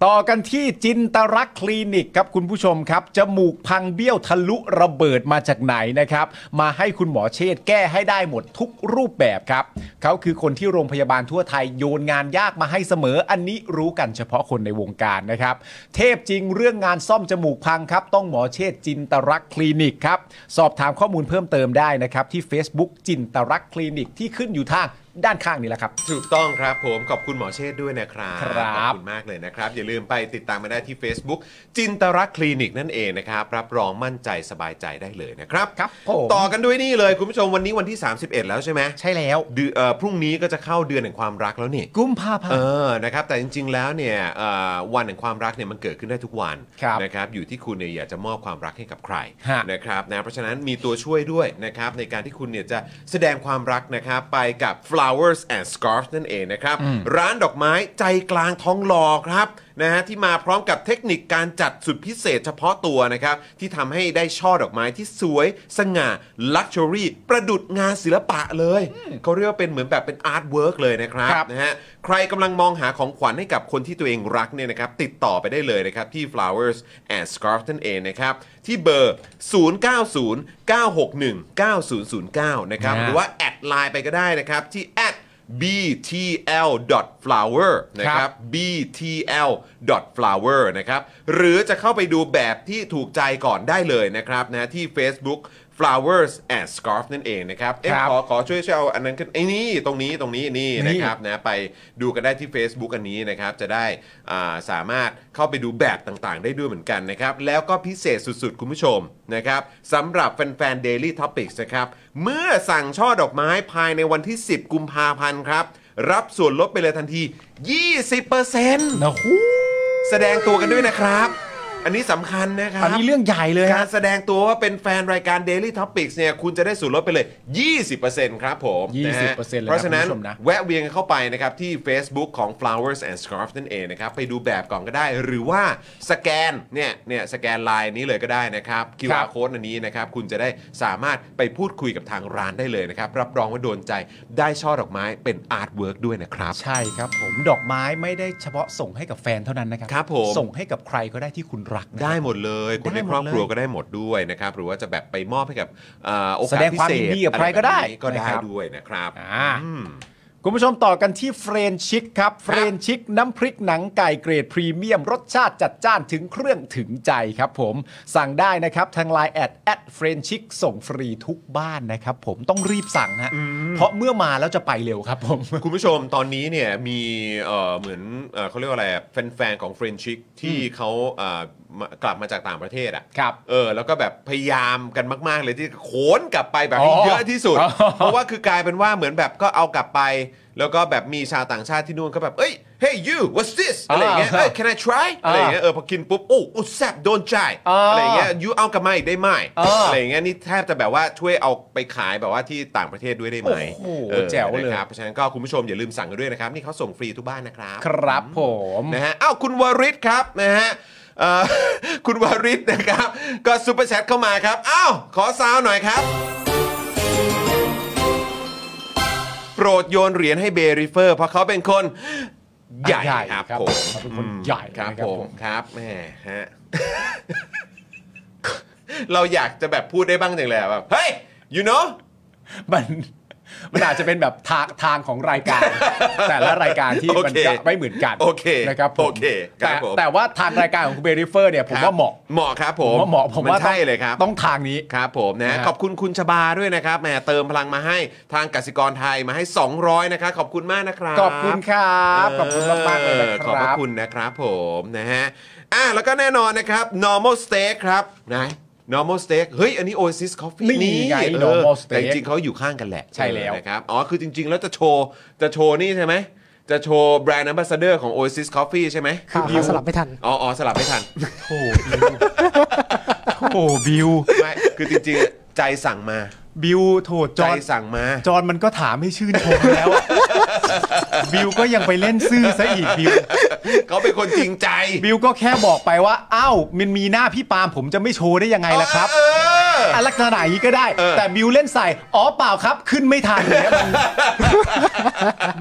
ต่อกันที่จินตรักษณ์คลินิกครับคุณผู้ชมครับ จมูกพังเบี้ยวทะลุระเบิดมาจากไหนนะครับ มาให้คุณหมอเชษฐ์แก้ให้ได้หมดทุกรูปแบบครับ เขาคือคนที่โรงพยาบาลทั่วไทยโยนงานยากมาให้เสมอ อันนี้รู้กันเฉพาะคนในวงการนะครับ เทพจริงเรื่องงานซ่อมจมูกพังครับ ต้องหมอเชษฐ์จินตรักษณ์คลินิกครับ สอบถามข้อมูลเพิ่มเติมได้นะครับที่ Facebook จินตรักษณ์คลินิกที่ขึ้นอยู่ทางด้านข้างนี้แหละครับ ถูกต้องครับผมขอบคุณหมอเชษฐ์ด้วยนะครับ ครับ ขอบคุณมากเลยนะครับ อย่าลืมไปติดตามมาได้ที่ Facebook จินตรักษณ์คลินิกนั่นเองนะครับ รับรองมั่นใจสบายใจได้เลยนะครับ ครับผม ต่อกันด้วยนี่เลยคุณผู้ชมวันนี้วันที่ 31 แล้วใช่ไหม ใช่แล้ว เดือนเอ่อพรุ่งนี้ก็จะเข้าเดือนแห่งความรักแล้วนี่ กุมภาพัน เอ ธ์ อนะครับแต่จริง ๆ แล้วเนี่ยเอ่อวันแห่งความรักเนี่ยมันเกิดขึ้นได้ทุกวัน ครับ นะครับอยู่ที่คุณเนี่ยอยากจะมอบความรักให้กับใคร ฮะ นะครับนะเพราะฉะนั้นมีตัวช่วยด้วยนะครับในการที่คุณเนี่ยจะแสดงความรักนะครับไปกับ flowers and scarves นั่นเองนะครับร้านดอกไม้ใจกลางท้องหลอครับนะฮะที่มาพร้อมกับเทคนิคการจัดสุดพิเศษเฉพาะตัวนะครับที่ทำให้ได้ช่อดอกไม้ที่สวย สง่า ลักชัวรี่ประดุดงานศิลปะเลยเขาเรียกว่าเป็นเหมือนแบบเป็นอาร์ตเวิร์กเลยนะครับ ครับ นะฮะใครกำลังมองหาของขวัญให้กับคนที่ตัวเองรักเนี่ยนะครับติดต่อไปได้เลยนะครับที่ flowers and scarf นั่นเองนะครับ ที่เบอร์ 0909619009 นะครับหนะรือว่า แอดไลน์ไปก็ได้นะครับ ที่ at btl.flower นะค ครั รับ บ btl.flower นะครับ หรือจะเข้าไปดูแบบที่ถูกใจก่อนได้เลยนะครับนะที่ Facebook flowers and scarf นั่นเองนะครับเอ๊ะ ครับ ขอขอช่วยช่วยเอาอันนั้นขึ้นไอ้นี่ตรงนี้ตรงนี้นี่นะนี่ครับ นะไปดูกันได้ที่ Facebook อันนี้นะครับ จะได้อ่าสามารถเข้าไปดูแบบต่างๆ ได้ด้วยเหมือนกันนะครับ แล้วก็พิเศษสุดๆ คุณผู้ชมนะครับสำหรับแฟนๆ Daily Topics นะครับ เมื่อสั่งช่อดอกไม้ภายในวันที่ 10 กุมภาพันธ์ครับ รับส่วนลดไปเลยทันที 20% นะฮู้ แสดงตัวกันด้วยนะครับ อันนี้สำคัญนะครับ อันนี้เรื่องใหญ่เลย กา ฮะ รแสดงตัวว่าเป็นแฟนรายการ Daily Topics เนี่ยคุณจะได้ส่วนลดไปเลย 20%ครับผมนะฮะ 20%เลยนะ เพราะฉะนั้น คุณผู้ชมนะ แวะเวียนกันเข้าไปนะครับ ที่ Facebook ของ Flowers and Scarf นั่นเองนะครับ ไปดูแบบก่อนก็ได้ หรือว่าสแกนเนี่ยเนี่ยสแกนไลน์นี้เลยก็ได้นะครับ QR code อันนี้นะครับ คุณจะได้สามารถไปพูดคุยกับทางร้านได้เลยนะครับ รับรองว่าโดนใจได้ช่อดอกไม้เป็นอาร์ตเวิร์กด้วยนะครับ ใช่ครับผมดอกไม้ไม่ได้เฉพาะส่งให้กับแฟนเท่านั้นนะครับ ครับผม ส่งให้กับใครก็ได้ที่คุณรักนะครับ ได้หมดเลย คนใน ได้หมด ครอบครัว เลย ก็ได้หมดด้วยนะครับ หรือว่าจะแบบไปมอบให้กับเอ่อโอกาส แสดงความ พิ ยิ เศ น ษ ดีกับใครก็ได้ อะแบบนี้ก็ได้ นะครับ ด้วยนะครับ อ่าคุณผู้ชมต่อกันที่เฟรนชิกครับเฟรนชิกน้ำพริกหนังไก่เกรดพรีเมียม รสชาติจัดจ้านถึงเครื่องถึงใจครับผม สั่งได้นะครับ ทางไลน์แอดแอดเฟรนชิกส่งฟรีทุกบ้านนะครับผมต้องรีบสั่งฮะเพราะเมื่อมาแล้วจะไปเร็วครับผม คุณผู้ชมตอนนี้เนี่ยมีเอ่อเหมือนเอ่อเขาเรียกว่าอะไรอะแฟนๆของเฟรนชิกที่เขาเอ่อมากลับมาจากต่างประเทศอ่ะ ครับ เออแล้วก็แบบพยายามกันมากๆเลยที่โขนกลับไปแบบ อ๋อ เยอะที่สุด อ๋อ เพราะว่าคือกลายเป็นว่าเหมือนแบบก็เอากลับไป แล้วก็แบบมีชาวต่างชาติที่นู่นก็แบบเอ้ย hey you what's this อะไรอย่างเงี้ยเอ้ย can I try อะไรอย่างเงี้ยเออพอกินปุ๊บโอ้โอ้แซ่บโดนใจ อ่า อะไรอย่างเงี้ยยูเอากลับมาอีกได้ไหม อ่า อะไรอย่างเงี้ยนี่แทบจะแบบว่าช่วยเอาไปขายแบบว่าที่ต่างประเทศด้วยได้ไหม โอ้โห ออ แจ๋วเลย นะครับเพราะฉะนั้นก็คุณผู้ชมอย่าลืมสั่งกันด้วยนะครับนี่เขาส่งฟรีทุกบ้านนะครับ ครับผม นะฮะอ้าวคุณวริศครับนะฮะเอ่อ คุณวริศนะครับ ก็ซูเปอร์แชทเข้ามาครับอ้าวขอซาวหน่อยครับ โปรดโยนเหรียญให้เบริเฟอร์ เพราะเขาเป็นคนใหญ่ครับผม เขาเป็นคนใหญ่ ครับ นะ ผมครับแหมฮะ เราอยากจะแบบพูดได้บ้างจังเลยอะแบบเฮ้ย you know มัน มันอาจจะเป็นแบบทางทางของราย การ แต่ละรายการที่มัน โอเค จะไม่เหมือนกัน โอเค นะครับผม โอเคครับ แต่ ผม แต่ว่าทางรายการของคุณเบริเฟอร์เนี่ยผมว่าเหมาะ เหมาะครับผ ผม มว่าเหมาะผมว่า ใช่เลยครับ ต้องทางนี้ ครับผมนะ นะฮะ ขอบคุณคุณชบาด้วยนะครับแหมเติมพลังมาให้ทางกสิกรไทยมาให้ 200 นะครับขอบคุณมากนะครับ ขอบคุณครับขอบคุณมากๆเลยนะ ออ คขรับอบพระคุณนะครับผมนะฮะอ่ะแล้วก็แน่นอนนะครับ normal steak ครับนะ normal steak เฮ้ย อันนี้ oasis coffee นี่ไง เออ normal steak แต่จริงๆเขาอยู่ข้างกันแหละ ใช่แล้ว เออนะครับอ๋อคือจริง ๆ แล้วจะโชว์จะโชว์นี่ใช่ไหมจะโชว์แบรนด์ ambassador ของ oasis coffee ใช่ไหม ข่าวเขาสลับไม่ทัน อ๋ออ๋อสลับไม่ทัน โอ้โหบิวโอ้โหบิว ไม่คือจริงๆใจสั่งมา บิวโถจ ใจ อน สั่งมา จอนมันก็ถามให้ชื่นชมแล้ว อะบิวก็ยังไปเล่นซื่อซะอีกบิว เขาเป็นคนจริงใจ บิวก็แค่บอกไปว่าอ้าวมันมีหน้าพี่ปาล์มผมจะไม่โชว์ได้ยังไงล่ะครับ เออ อะลักษณะอย่างนี้ก็ได้ เออ แต่บิวเล่นใส่ อ๋อเปล่าครับ ขึ้นไม่ทันเนี่ยมัน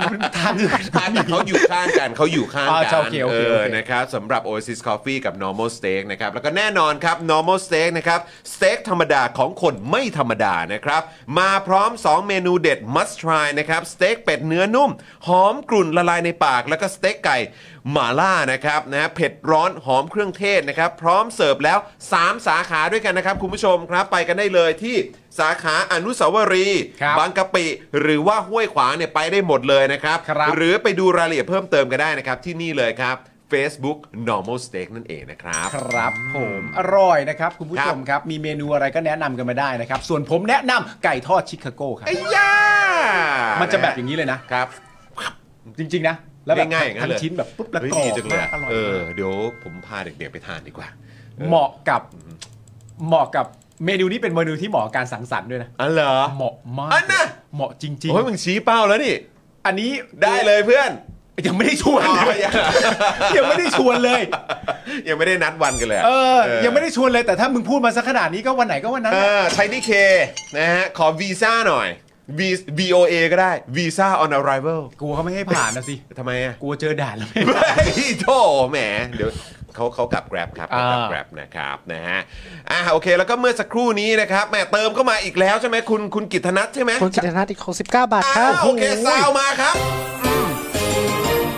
มันทางอื่น ทานแต่เขาอยู่ข้างกันเขาอยู่ข้าง อ่า กั โอเคโอ เอ เคโอ อ เค นะครับสำหรับ Oasis Coffee กับ Normal Steak นะครับ แล้วก็แน่นอนครับ Normal Steak นะครับสเต็กธรรมดาของคนไม่ธรรมดานะครับ มาพร้อม 2 เมนูเด็ด must try นะครับสเต็กเป็ดเนื้อนุ่ม หอมกลุ่นละลายในปาก แล้วก็สเต็กไก่หม่าล่านะครับนะเผ็ดร้อนหอมเครื่องเทศนะครับ พร้อมเสิร์ฟแล้ว 3 สาขาด้วยกันนะครับ คุณผู้ชมครับไปกันได้เลยที่สาขาอนุสาวรีย์ ครับ บางกะปิหรือว่าห้วยขวางเนี่ยไปได้หมดเลยนะครับ ครับ หรือไปดูรายละเอียดเพิ่มเติมกันได้นะครับ ที่นี่เลยครับ Facebook normal steak นั่นเอง นะครับ ครับผมอร่อยนะครับ คุณผู้ ครั ช บ มครับ มีเมนูอะไรก็แนะนำกันมาได้นะครับ ส่วนผมแนะนำไก่ทอดชิคาโก้ครับ ไอ้ย่ามั มันจะแบบอย่างนี้เลยนะ ครับ จริง ๆ นะ แล้วแบบ ง่ายๆอย่างนั้นเลทั้งย ชิ้นแบบปุ๊บแล้ว เฮ้ย ต่อ ดีจังเลยอะ อร่อย เออ มาก เดี๋ยวผมพาเด็กๆไปทานดีกว่า เหมาะกับเหมาะกับเมนูนี้เป็นเมนูที่เหมาะกับการสังสรรค์ด้วยนะ อ๋อเหรอ เหมาะมาก อันน่ะ เหมาะจริง โอ้ยมึงชี้เป้าแล้วนี่ ๆ อันนี้ ได้เลยเพื่อน ยังไม่ได้ชวน อ๋ เล อย ยัง ยังไม่ได้ชวนเลย ยังไม่ได้นัดวันกันเลยะ เออ ยังไม่ได้ชวนเลยแต่ถ้ามึงพูดมาสักขนาดนี้ก็วันไหนก็วันนั้น เอ แหละ อใช้ดีเคนะฮะ ขอวีซ่าหน่อย V VOA ก็ได้ Visa on arrival กลัวเขาไม่ให้ผ่านนะสิ ทำไมอะ กลัวเจอด่านแล้วไม่ ไม่โถแหมเดี๋ยวเขาเขากลับแกร็บครับเขากลับ อ่า แกร็บนะครับนะฮะอ่าโอเคแล้วก็เมื่อสักครู่นี้นะครับแหมเติมเข้ามาอีกแล้วใช่ไหมคุณคุณกิตธนัทใช่ไหม คนกิตนาอีก69 บาทค อ้า รั ว บ โอเคซาวมาครับอืม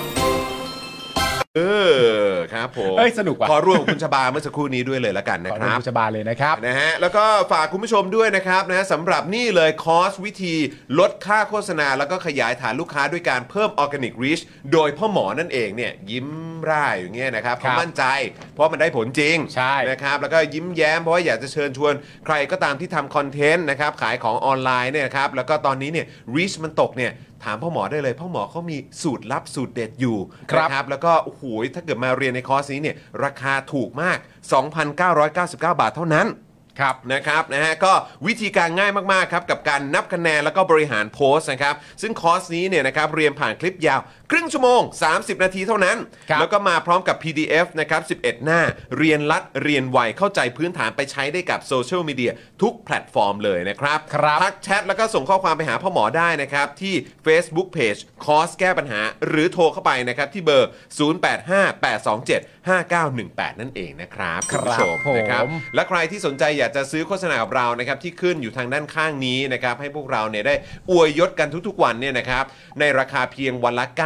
เออครับผม เอ้ยสนุกว่ะ ขอร่วมกับคุณชบาเมื่อสักครู่นี้ด้วยเลยละกันนะ ขอ ค รั รั บบ ชบาเลยนะครับ นะฮะแล้วก็ฝากคุณผู้ชมด้วยนะครับนะฮะสำหรับนี่เลยคอร์สวิธีลดค่าโฆษณา แล้วก็ขยายฐานลูกค้าด้วยการเพิ่มออร์แกนิกรีชโดยพ่อหมอนั่นเองเนี่ยยิ้มร่ายอย่างเงี้ยนะครับ ครั เขา บ มั่นใจ เพราะมันได้ผลจริง ใช่ นะครับแล้วก็ยิ้มแย้มเพราะว่าอยากจะเชิญชวนใครก็ตามที่ทำคอนเทนต์นะครับขายของออนไลน์เนี่ยนะครับแล้วก็ตอนนี้เนี่ยรีชมันตกเนี่ยถามพ่อหมอได้เลยพ่อหมอเขามีสูตรลับสูตรเด็ดอยู่นะ ครับแล้วก็โอ้โหถ้าเกิดมาเรียนในคอร์สนี้เนี่ยราคาถูกมาก 2,999 บาทเท่านั้น ครับ นะครับนะฮะก็วิธีการง่ายมาก ๆ ครับ กับการนับคะแนนแล้วก็บริหารโพสต์นะครับ ซึ่งคอร์สนี้เนี่ยนะครับเรียนผ่านคลิปยาว ครึ่งชั่วโมง 30 นาทีเท่านั้น ครับ แล้วก็มาพร้อมกับ PDF นะครับ 11 หน้า เรียนรัดเรียนไวเข้าใจพื้นฐานไปใช้ได้กับโซเชียลมีเดียทุกแพลตฟอร์มเลยนะครับ ครับ ทักแชทแล้วก็ส่งข้อความไปหาพ่อหมอได้นะครับ ที่ Facebook Page คอร์สแก้ปัญหา หรือโทรเข้าไปนะครับ ที่เบอร์ 0858275918 นั่นเองนะครับณผู้ชม ครับผม นะครับ และใครที่สนใจอยากจะซื้อโฆษณากับเรานะครับ ที่ขึ้นอยู่ทางด้านข้างนี้นะครับ ให้พวกเราเนี่ยได้อวยยศกันทุกๆวันเนี่ยนะครับ ในราคาเพียงวันละ 999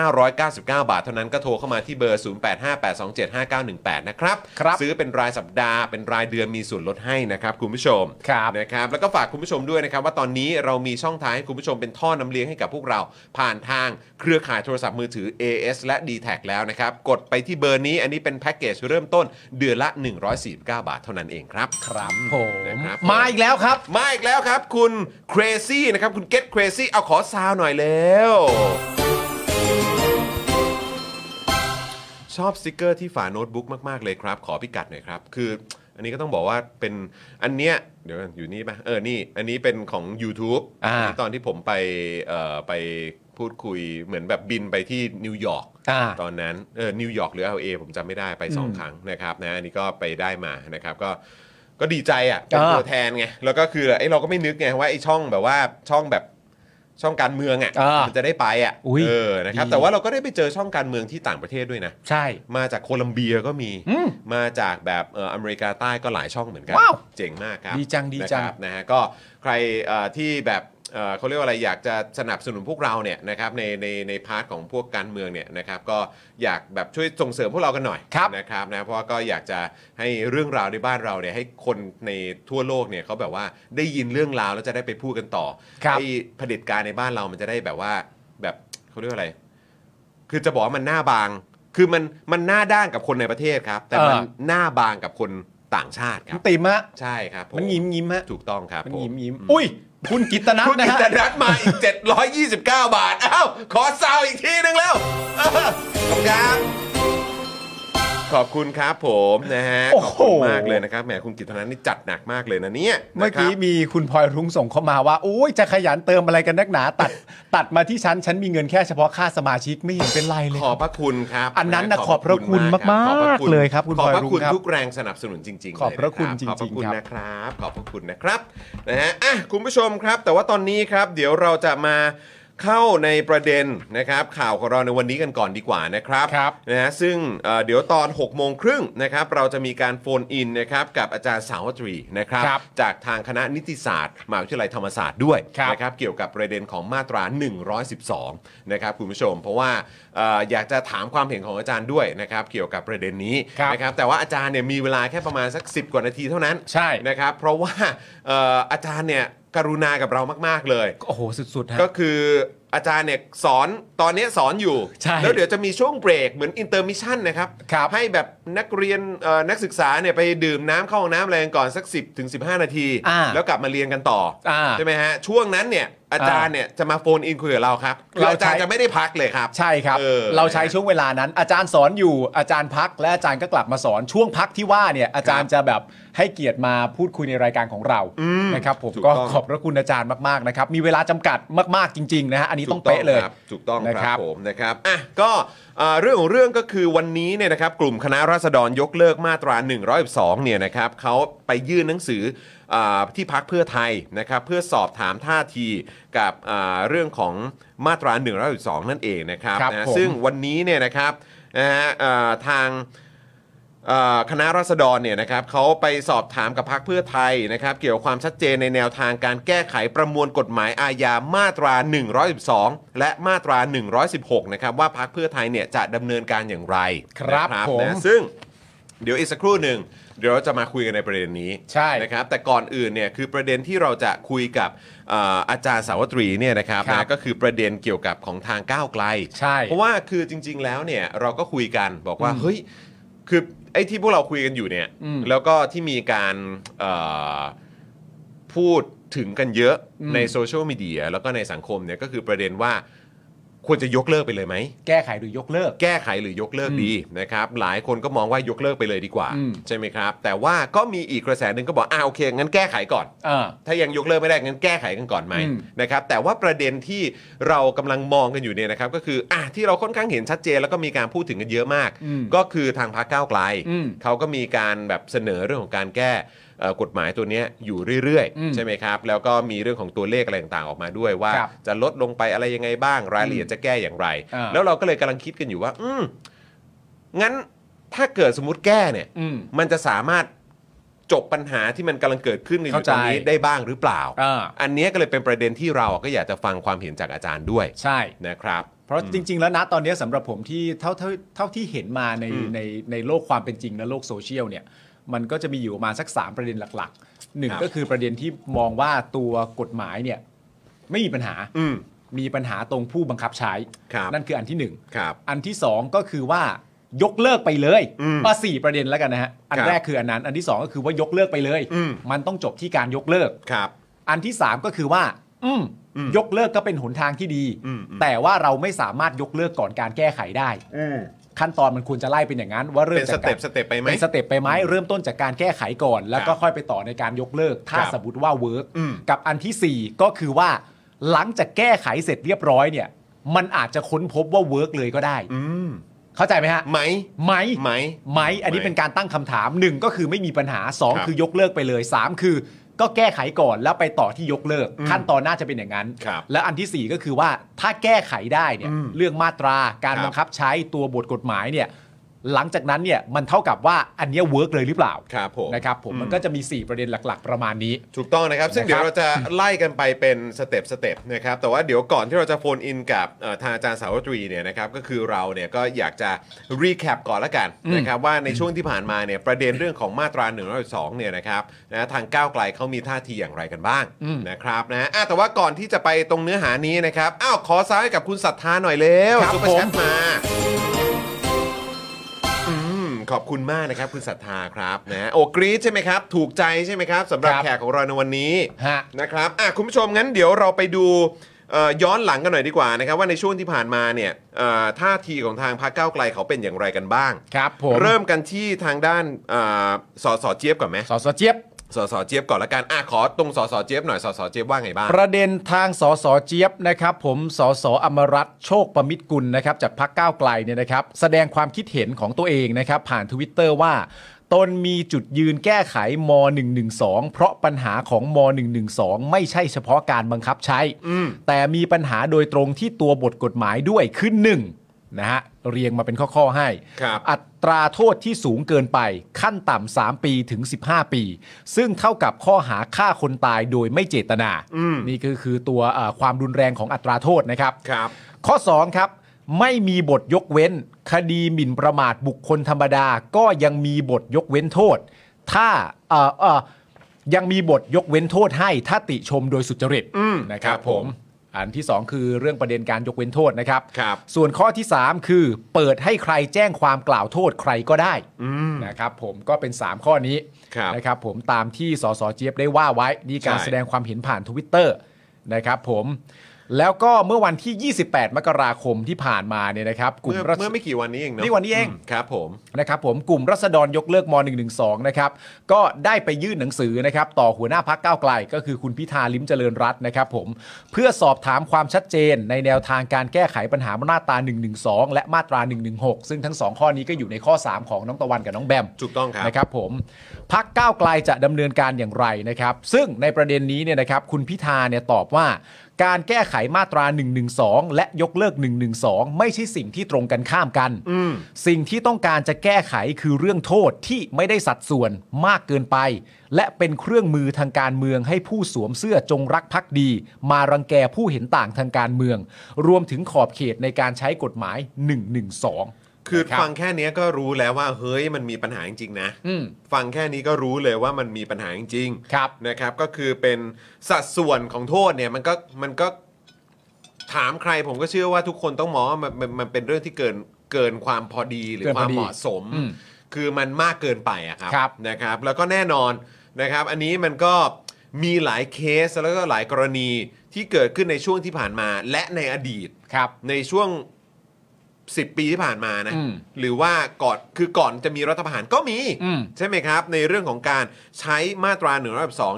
บาท เท่านั้นก็โทรเข้ามาที่เบอร์ 0858275918 นะครับ ครับ ซื้อเป็นรายสัปดาห์เป็นรายเดือนมีส่วนลดให้นะครับคุณผู้ชม ครับ นะครับแล้วก็ฝากคุณผู้ชมด้วยนะครับ ว่าตอนนี้เรามีช่องทางให้คุณผู้ชมเป็นท่อน้ำเลี้ยงให้กับพวกเรา ผ่านทางเครือข่ายโทรศัพท์มือถือ AS และ d t แทแล้วนะครับ กดไปที่เบอร์นี้อันนี้เป็นแพ็กเกจเริ่มต้นเดือนละ 149 บาทเท่านั้นเองครับ ครับผม นะครับ มาอีกแล้วครับ มาอีกแล้วครับ คุณ Crazy นะครับ คุณ Get Crazy เอาขอซาวหน่อยแล้ว ชอบสติกเกอร์ที่ฝาโน้ตบุ๊กมาก ๆ เลยครับ ขอพิกัดหน่อยครับ คือ อันนี้ก็ต้องบอกว่าเป็นอันเนี้ยเดี๋ยวก่อนอยู่นี่ป่ะเออนี่ อันนี้เป็นของ YouTube อ่า นนี้ตอนที่ผมไปเอ่อไปพูดคุยเหมือนแบบบินไปที่นิวยอร์ก อ่า ตอนนั้นเออนิวยอร์กหรือ LA ผมจำไม่ได้ไป อืม 2 ครั้งนะครับนะอันนี้ก็ไปได้มานะครับก็ก็ดีใจอ่ะเป็น อ่า ตัวแทนไงแล้วก็คือไอ้เราก็ไม่นึกไงว่าไอ้ช่องแบบว่าช่องแบบช่องการเมืองอ่ะ อ่ามั มันจะได้ไปอ่ะ อุ๊ย เออนะครับ ดี แต่ว่าเราก็ได้ไปเจอช่องการเมืองที่ต่างประเทศด้วยนะ ใช่ มาจากโคลัมเบียก็มี อืม มาจากแบบเอ่ออเมริกาใต้ก็หลายช่องเหมือนกัน ว้าว เจ๋งมากครับ ดีจังดีจัง นะครับนะฮะก็ใครเอ่อที่แบบเอ่อเขาเรียกว่าอะไรอยากจะสนับสนุนพวกเราเนี่ยนะครับในในในพาร์ทของพวกการเมืองเนี่ยนะครับก็อยากแบบช่วยส่งเสริมพวกเรากันหน่อย ครับ นะครับนะเพราะว่าก็อยากจะให้เรื่องราวในบ้านเราเนี่ยให้คนในทั่วโลกเนี่ยเขาแบบว่าได้ยินเรื่องราวแล้วจะได้ไปพูดกันต่อ ครับ ไอ้เผด็จการในบ้านเรามันจะได้แบบว่าแบบเขาเรียกว่าอะไร คือจะบอกว่ามันหน้าบาง คือมันมันหน้าด้านกับคนในประเทศครับ แต่มัน เออ หน้าบางกับคนต่างชาติค มั รั น บ ติมฮะ ใช่ครับผ มันยิ้มยิ้มฮะ ถูกต้องครับ มัน ผ ยิ้มยิ้ม อื อุ้ย คุณกิตนัท คุณ นะ กิ ฮะ ตนัทมาอีก 729 บาท อ้าว ขอซาวอีกทีหนึงแล้วเออขอบคุณครับ ขอบคุณครับผมนะฮะ โอ้ ขอบ โห คุณมากเลยนะครับ แหมคุณกิตนัทนี่จัดหนักมากเลยนะเนี่ย เมื่อ นะ กี้ ครับ มีคุณพลอยรุ้งส่งเข้ามาว่าโอ้ยจะขยันเติมอะไรกันนักหนา ตัด ตัดมาที่ฉัน ฉันมีเงินแค่เฉพาะค่าสมาชิกไม่เห็นเป็นไรเลย ขอบพระคุณครับ อันนั้นน่ะ พ ขอบพระคุณมากๆ ขอบพระคุณ เลยครับคุณ ขอบพระ พลอยรุ้ คุณ งครับ ทุกแรงสนับสนุนจริงๆ ขอบพระคุณ เลยนขอบพระ จริงๆ คุณ ครับ นะ ครับขอบพระคุณนะครับนะฮะอ่ะคุณผู้ชมครับ แต่ว่าตอนนี้ครับ เดี๋ยวเราจะมาเข้าในประเด็นนะครับ ข่าวของเราในวันนี้กันก่อนดีกว่านะครับ ครับ นะฮะซึ่งเอ่อเดี๋ยวตอน6โมงครึ่งนะครับเราจะมีการโฟนอินนะครับกับอาจารย์สาวตรีนะครับ ครับ จากทางคณะนิติศาสตร์มหาวิทยาลัยธรรมศาสตร์ด้วย ครับ นะครับเกี่ยวกับประเด็นของมาตรา 112 นะครับคุณผู้ชม เพราะว่าเอ่ออยากจะถามความเห็นของอาจารย์ด้วยนะครับเกี่ยวกับประเด็นนี้ ครับ นะครับแต่ว่าอาจารย์เนี่ยมีเวลาแค่ประมาณสัก 10 กว่านาทีเท่านั้น ใช่ นะครับเพราะว่าเอ่ออาจารย์เนี่ยกรุณากับเรามาก ๆ เลย โอ้โห สุดๆฮะ ก็คืออาจารย์เนี่ยสอนตอนนี้สอนอยู่ ใช่ แล้วเดี๋ยวจะมีช่วงเบรกเหมือนอินเตอร์มิชันนะครับ ครับ ให้แบบนักเรียนเอ่อนักศึกษาเนี่ยไปดื่มน้ำเข้าห้องน้ำอะไรกันก่อนสัก 10ถึง15 นาที อ่า แล้วกลับมาเรียนกันต่ออา ใช่ไหมฮะ ช่วงนั้นเนี่ยอาจารย์เนี่ยจะมาโฟนอินคุยกับเราครับ เรา อาจารย์ ใช้ จะไม่ได้พักเลยครับ ใช่ครับ เออ เราใช้ช่วงเวลานั้น อาจารย์สอนอยู่อาจารย์พัก และอาจารย์ก็กลับมาสอนช่วงพักที่ว่าเนี่ยอาจารย์จะแบบให้เกียรติมาพูดคุยในรายการของเรา อืม นะครับผม ถูกต้ ก็ อง ขอบพระคุณอาจารย์มากๆนะครับมีเวลาจำกัดมากๆจริงๆนะฮะอันนี้ต้องเป๊ะเลย ครับถูกต้อง นะ ค ครั รับบ ผมนะครับอ่ะก็เอ่อเรื่องของเรื่องก็คือวันนี้เนี่ยนะครับกลุ่มคณะราษฎรยกเลิกมาตรา112เนี่ยนะครับเขาไปยื่นหนังสืออ่าที่พักเพื่อไทยนะครับเพื่อสอบถามท่าทีกับอ่าเรื่องของมาตรา112นั่นเองนะครับ ครับ นะ ผม ซึ่งวันนี้เนี่ยนะครับนะฮะเอ่อทาง เอ่อคณะราษฎรเนี่ยนะครับเขาไปสอบถามกับพรรคเพื่อไทยนะครับเกี่ยวกับความชัดเจนในแนวทางการแก้ไขประมวลกฎหมายอาญามาตรา 112 และมาตรา 116 นะครับว่าพรรคเพื่อไทยเนี่ยจะดำเนินการอย่างไร ครับ นะ ผม นะซึ่งเดี๋ยวอีกสักครู่หนึ่งเดี๋ยวเราจะมาคุยกันในประเด็นนี้ ใช่ นะครับแต่ก่อนอื่นเนี่ยคือประเด็นที่เราจะคุยกับเอ่ออาจารย์สาวัตรีเนี่ยนะครับนะก็คือประเด็นเกี่ยวกับของทางก้าวไกล ใช่ เพราะว่าคือจริง ๆ แล้วเนี่ยเราก็คุยกันบอกว่าเฮ้ยคือไอ้ที่พวกเราคุยกันอยู่เนี่ย อืม แล้วก็ที่มีการเอ่อพูดถึงกันเยอะ อืม ในโซเชียลมีเดียแล้วก็ในสังคมเนี่ยก็คือประเด็นว่าควรจะยกเลิกไปเลยไหม แก้ไขหรือยกเลิก แก้ไขหรือยกเลิก อืม ดีนะครับหลายคนก็มองว่ายกเลิกไปเลยดีกว่า อืม ใช่ไหมครับ แต่ว่าก็มีอีกกระแสหนึ่งก็บอกอ่าโอเคงั้นแก้ไขก่อน เออ ถ้ายังยกเลิกไม่ได้งั้นแก้ไขกันก่อนไหม อืม นะครับแต่ว่าประเด็นที่เรากำลังมองกันอยู่เนี่ยนะครับก็คืออ่ะที่เราค่อนข้างเห็นชัดเจนแล้วก็มีการพูดถึงกันเยอะมาก อืม ก็คือทางพรรคก้าวไกล อืม เขาก็มีการแบบเสนอเรื่องของการแก้เอ่อกฎหมายตัวเนี้ยอยู่เรื่อย อืม ๆ ใช่ไหมครับ แล้วก็มีเรื่องของตัวเลขอะไรต่างๆออกมาด้วยว่า ครับ จะลดลงไปอะไรยังไงบ้างรายละเอียดจะแก้อย่างไร อ่า แล้วเราก็เลยกำลังคิดกันอยู่ว่า อืมงั้นถ้าเกิดสมมติแก้เนี่ย อืม มันจะสามารถจบปัญหาที่มันกำลังเกิดขึ้นในอยู่ เข้าใจ ตอนนี้ได้บ้างหรือเปล่า เออ อันเนี้ยก็เลยเป็นประเด็นที่เราก็อยากจะฟังความเห็นจากอาจารย์ด้วย ใช่ นะครับ เพราะจริง ๆ แล้วนะตอนนี้สำหรับผมที่เท่าเท่าเท่าที่เห็นมาในในในโลกความเป็นจริงและโลกโซเชียลเนี่ยมันก็จะมีอยู่ประมาณสัก 3 ประเด็นหลักๆหนึ่ง ครับ ก็คือประเด็นที่มองว่าตัวกฎหมายเนี่ยไม่มีปัญหา อืม มีปัญหาตรงผู้บังคับใช้ ครับ นั่นคืออันที่หนึ่ง ครับ อันที่สองก็คือว่ายกเลิกไปเลย อืม มาสี่ประเด็นแล้วกันนะฮะ อัน ครับ แรกคืออันนั้น อันที่สองก็คือว่ายกเลิกไปเลย อืม มันต้องจบที่การยกเลิก ครับ อันที่ 3 ก็คือว่า อืม อืม ยกเลิกก็เป็นหนทางที่ดี อืมอืม แต่ว่าเราไม่สามารถยกเลิกก่อนการแก้ไขได้ อืม ขั้นตอนมันควรจะไล่เป็นอย่างนั้น ว่าเริ่ม เป็น จาสกเต็ป การ สเต็ปไปไหม เป็นสเต็ปไปไหมเริ่มต้นจากการแก้ไขก่อน แล้วก็ค่อยไปต่อในการยกเลิกคถ้ารับ สมมติว่าเวิร์ก อืม กับอันทีสี่ 4 ก็คือว่า หลังจากแก้ไขเสร็จเรียบร้อยเนี่ย มันอาจจะค้นพบว่าเวิร์กเลยก็ได้ อืม เข้าใจไหมฮะ ไหม ไหม ไหม ไหมอันนี้ ไหม เป็นการตั้งคำถาม 1 ก็คือไม่มีปัญหา ครับ 2 คือยกเลิกไปเลย 3 คือ ก็แก้ไขก่อนแล้วไปต่อที่ยกเลิก อืม ขั้นตอนน่าจะเป็นอย่างนั้น ครับ และอันทีสี่4 ก็คือว่าถ้าแก้ไขได้เนี่ย อืม เรื่องมาตราการ ครับ บังคับใช้ตัวบทกฎหมายเนี่ยหลังจากนั้นเนี่ยมันเท่ากับว่าอันเนี้เวิร์กเลยหรือเปล่า ครับผม นะครับผมมันก็จะมี 4 ประเด็นหลัก ๆ ประมาณนี้ ถูกต้องนะครับ ซึ่งเดี๋ยว นะครับ เราจะไล่กันไปเป็นสเต็ปสเต็ปนะครับแต่ว่าเดี๋ยวก่อนที่เราจะโฟนอินกับเอ่อทางอาจารย์สาวตรีเนี่ยนะครับก็คือเราเนี่ยก็อยากจะรีแคปก่อนละกัน อืม นะครับว่าในช่วงที่ผ่านมาเนี่ยประเด็นเรื่องของมาตรา1นึเนี่ยนะครับนะทางก้าวไกลเขามีท่าทีอย่างไรกันบ้าง อืม นะครับนะอ่ะแต่ว่าก่อนที่จะไปตรงเนื้อหานี้นะครับอ้าวขอซ้ายกับคุณศรัทธาหน่อยเร็ว ครับ ซุปเปอร์แชท ผม มา อืมขอบคุณมากนะครับ คุณศรัทธาครับนะโอกรีดใช่ไหมครับ ถูกใจใช่ไหมครับสำหรับ ครับ แขกของเราในวันนี้ ฮะ นะครับอ่ะคุณผู้ชมงั้นเดี๋ยวเราไปดูเอ่อย้อนหลังกันหน่อยดีกว่านะครับว่าในช่วงที่ผ่านมาเนี่ยเอ่อท่าทีของทางพรรคก้าวไกลเขาเป็นอย่างไรกันบ้าง ครับผม เริ่มกันที่ทางด้านเอ่อสสเจี๊ยบก่อนไหม สสเจี๊ยบ สสเจี๊ยบก่อนละกันอ่ะขอตรงสสเจี๊ยบหน่อยสสเจี๊ยบว่าไงบ้าง ประเด็นทางสสเจี๊ยบนะครับผมสสอมรัตน์โชคประมิตรกุลนะครับจากพักก้าวไกลเนี่ยนะครับ แสดงความคิดเห็นของตัวเองนะครับ ผ่านทวิตเตอร์ว่า ตนมีจุดยืนแก้ไขม .112 เพราะปัญหาของม .112 ไม่ใช่เฉพาะการบังคับใช้ แต่มีปัญหาโดยตรงที่ตัวบทกฎหมายด้วยขึ้นหนึ่งนะฮะเรียงมาเป็นข้อ ๆ ให้ ครับ อัตราโทษที่สูงเกินไป ขั้นต่ำ 3 ปีถึง 15 ปี ซึ่งเท่ากับข้อหาฆ่าคนตายโดยไม่เจตนา นี่คือคือตัวเอ่อความรุนแรงของอัตราโทษนะครับ ครับ ข้อ 2 ครับ ไม่มีบทยกเว้น คดีหมิ่นประมาทบุคคลธรรมดา ก็ยังมีบทยกเว้นโทษ ถ้าเอ่อเอ่อยังมีบทยกเว้นโทษให้ ถ้าติชมโดยสุจริต อืม นะค ครั รับบ ผ ผม ม อันที่ 2 คือเรื่องประเด็นการยกเว้นโทษนะครับ ครับ ส่วนข้อที่ 3 คือ เปิดให้ใครแจ้งความกล่าวโทษใครก็ได้ อืม นะครับผมก็เป็น 3 ข้อนี้ ครับ นะครับผมตามที่สสเจี๊ยบได้ว่าไว้นี่การ ใช่ แสดงความเห็นผ่านทวิตเตอร์นะครับผมแล้วก็เมื่อวันที่ 28 มกราคมที่ผ่านมาเนี่ยนะครับกลุ่ม เมื่อ รัฐ เมื่อไม่กี่วันนี้เองเนาะ นี่วันนี้เอง มครับผม นะครับผมกลุ่มรัษฎรยกเลิกม .112 นะครับก็ได้ไปยื่นหนังสือนะครับต่อหัวหน้าพักก้าวไกล ก็คือคุณพิธาลิ้มเจริญรัตน์นะครับผมเพื่อสอบถามความชัดเจนในแนวทางการแก้ไขปัญหามาตรา 112 และมาตรา 116 ซึ่งทั้งสองข้อนี้ก็อยู่ในข้อ 3 ของน้องตะวันกับน้องแบม ถูกต้องครับ นะครับผมพักก้าวไกลจะดำเนินการอย่างไรนะครับ ซึ่งในประเด็นนี้เนี่ยนะครับคุณพิธาเนี่ยตอบว่า การแก้ไขมาตรา 112 และยกเลิก 112 ไม่ใช่สิ่งที่ตรงกันข้ามกัน สิ่งที่ต้องการจะแก้ไขคือเรื่องโทษที่ไม่ได้สัดส่วนมากเกินไป และเป็นเครื่องมือทางการเมืองให้ผู้สวมเสื้อจงรักภักดี มารังแกผู้เห็นต่างทางการเมือง รวมถึงขอบเขตในการใช้กฎหมาย 112 คือ ครับ ฟังแค่เนี้ยก็รู้แล้วว่าเฮ้ยมันมีปัญหาจริงๆนะ อืม ฟังแค่นี้ก็รู้เลยว่ามันมีปัญหาจริงๆ ครับ นะครับ ก็คือเป็นสัดส่วนของโทษเนี่ยมันก็มันก็ถามใครผมก็เชื่อว่าทุกคนต้องมองว่ามันมันมันเป็นเรื่องที่เกินเกินความพอดีหรือความเหมาะสม อืม คือมันมากเกินไปอะครับ ครับ นะครับ แล้วก็แน่นอนนะครับ อันนี้มันก็มีหลายเคสแล้วก็หลายกรณีที่เกิดขึ้นในช่วงที่ผ่านมา และในอดีต ครับ ในช่วง 10 ปีที่ผ่านมานะ อืม หรือว่าก่อนคือก่อนจะมีรัฐประหารก็มี อืม ใช่ไหมครับ ในเรื่องของการใช้มาตรา1นึ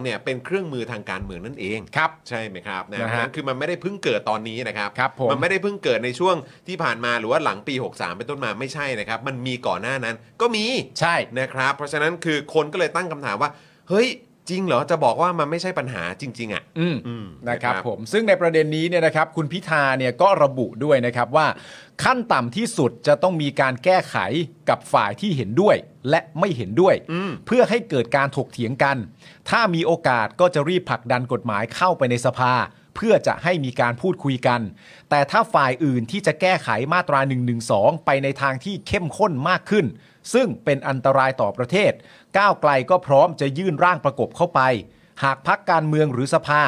เนี่ยเป็นเครื่องมือทางการเมืองนั่นเอง ครับ ใช่ไหมครับนะเพราะนะฮะฉะนั้นคือมันไม่ได้เพิ่งเกิดตอนนี้นะครับ ครับผม มันไม่ได้เพิ่งเกิดในช่วงที่ผ่านมาหรือว่าหลังปี 63 เป็นต้นมาไม่ใช่นะครับ มันมีก่อนหน้านั้นก็มี ใช่ นะครับ เพราะฉะนั้นคือคนก็เลยตั้งคำถามว่า เฮ้ย จริงเหรอจะบอกว่ามันไม่ใช่ปัญหาจริง ๆอ่ะ อืม อืม นะครับ นะครับ ผมซึ่งในประเด็นนี้เนี่ยนะครับคุณพิธาเนี่ยก็ระบุด้วยนะครับว่า ขั้นต่ำที่สุดจะต้องมีการแก้ไขกับฝ่ายที่เห็นด้วย และไม่เห็นด้วย อืม เพื่อให้เกิดการถกเถียงกัน ถ้ามีโอกาสก็จะรีบผลักดันกฎหมายเข้าไปในสภา เพื่อจะให้มีการพูดคุยกัน แต่ถ้าฝ่ายอื่นที่จะแก้ไขมาตรา 112 ไปในทางที่เข้มข้นมากขึ้น ซึ่งเป็นอันตรายต่อประเทศ ก้าวไกลก็พร้อมจะยื่นร่างประกบเข้าไป หากพักการเมืองหรือสภา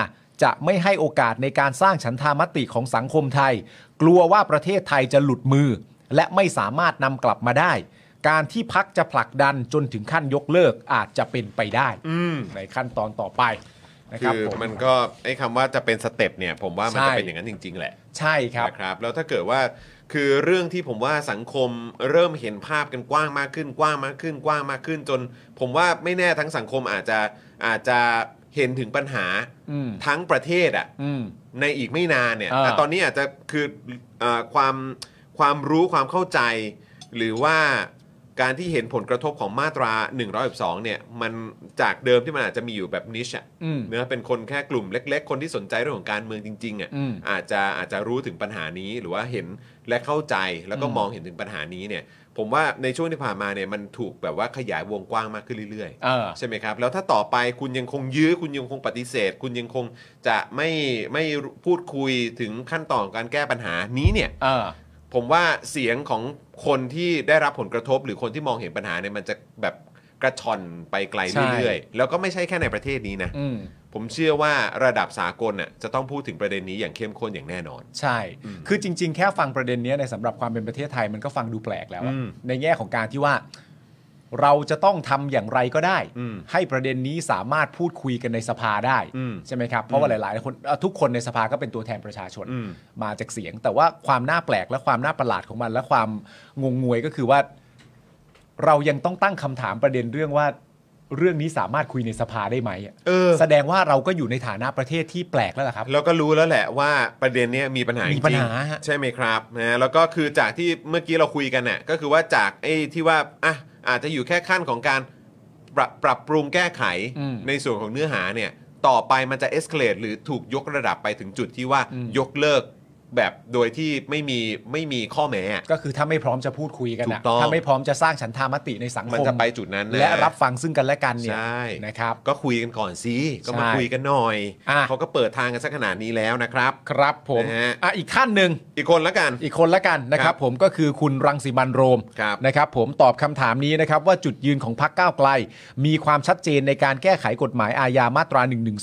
จะไม่ให้โอกาสในการสร้างฉันทามติของสังคมไทย กลัวว่าประเทศไทยจะหลุดมือ และไม่สามารถนำกลับมาได้ การที่พักจะผลักดันจนถึงขั้นยกเลิกอาจจะเป็นไปได้ในขั้นตอนต่อไปนะค คื รับ อ ผม มันก็ไอ้คำว่าจะเป็นสเต็ปเนี่ย ผมว่ามัน ใช่ จะเป็นอย่างนั้นจริง ๆ แหละ ใช่ครับ นะครับ แล้วถ้าเกิดว่า คือเรื่องที่ผมว่าสังคมเริ่มเห็นภาพกันกว้างมากขึ้นกว้างมากขึ้นกว้างมากขึ้น จน ผมว่าไม่แน่ทั้งสังคมอาจจะอาจจะเห็นถึงปัญหา อืม ทั้งประเทศอ่ะ อืม ในอีกไม่นานเนี่ย อ่า แต่ตอนนี้อาจจะคือเออความความรู้ความเข้าใจ หรือว่าการที่เห็นผลกระทบของมาตรา 112เนี่ยมันจากเดิมที่มันอาจจะมีอยู่แบบนิชอะ อืม เนื้อเป็นคนแค่กลุ่มเล็ก ๆ คนที่สนใจเรื่องของการเมืองจริงๆอะ อืม อาจจะอาจจะรู้ถึงปัญหานี้หรือว่าเห็นและเข้าใจแล้วก็ อืม มองเห็นถึงปัญหานี้เนี่ยผมว่าในช่วงที่ผ่านมาเนี่ยมันถูกแบบว่าขยายวงกว้างมากขึ้นเรื่อยๆ เออ ใช่ไหมครับ แล้วถ้าต่อไปคุณยังคงยื้อ คุณยังคงปฏิเสธ คุณยังคงจะไม่ไม่พูดคุยถึงขั้นตอนของการแก้ปัญหานี้เนี่ย เออ ผมว่าเสียงของคนที่ได้รับผลกระทบ หรือคนที่มองเห็นปัญหาเนี่ยมันจะแบบกระชอนไปไกลเรื่อยๆ แล้วก็ไม่ใช่แค่ในประเทศนี้นะ อืม ผมเชื่อว่าระดับสากลน่ะจะต้องพูดถึงประเด็นนี้อย่างเข้มข้นอย่างแน่นอน ใช่ คือจริง ๆ แค่ฟังประเด็นเนี้ยในสำหรับความเป็นประเทศไทยมันก็ฟังดูแปลกแล้วอะ อืม ในแง่ของการที่ว่า เราจะต้องทำอย่างไรก็ได้ อืม ให้ประเด็นนี้สามารถพูดคุยกันในสภาได้ อืม ใช่ไหมครับ เพราะว่าหลาย ๆ คนเอ่อทุกคนในสภาก็เป็นตัวแทนประชาชน อืม มาจากเสียง แต่ว่าความน่าแปลกและความน่าประหลาดของมัน และความงงงวยก็คือว่า เรายังต้องตั้งคำถามประเด็นเรื่องว่า เรื่องนี้สามารถคุยในสภาได้ไหมอะ เออ แสดงว่าเราก็อยู่ในฐานะประเทศที่แปลกแล้วล่ะครับ แล้วก็รู้แล้วแหละว่าประเด็นเนี้ยมีปัญหาจริ มี ง ปัญหาฮะ ๆใช่ไหมครับนะแล้วก็คือจากที่เมื่อกี้เราคุยกันน่ะก็คือว่าจากไอ้ที่ว่าอ่ะอาจจะอยู่แค่ขั้นของการปรับปรับปรุงแก้ไข อืม ในส่วนของเนื้อหาเนี่ยต่อไปมันจะเอ็กซ์เคลหรือถูกยกระดับไปถึงจุดที่ว่า อืม ยกเลิกแบบโดยที่ไม่มีไม่มีข้อแม้อะ ก็คือถ้าไม่พร้อมจะพูดคุยกัน ถู นะ กต้อง ถ้าไม่พร้อมจะสร้างฉันทามติในสังคม มันจะไปจุดนั้นน และรับฟังซึ่งกันและกันเนี่ย ใช่ นะครับ ก็คุยกันก่อนสิก็มา ใช่ คุยกันหน่อย อ่ะ เขาก็เปิดทางกันสักขนาดนี้แล้วนะครับ ครับผม นะฮะ อ่ะอีกท่านหนึ่ง อีกคนละกัน อีกคนละกันนะค ครั รั บบ ผมก็คือคุณรังสิมันต์โรม ครับ นะครับผมตอบคำถามนี้นะครับ ว่าจุดยืนของพรรคก้าวไกล มีความชัดเจนในการแก้ไขกฎหมายอาญามาตรา1นึ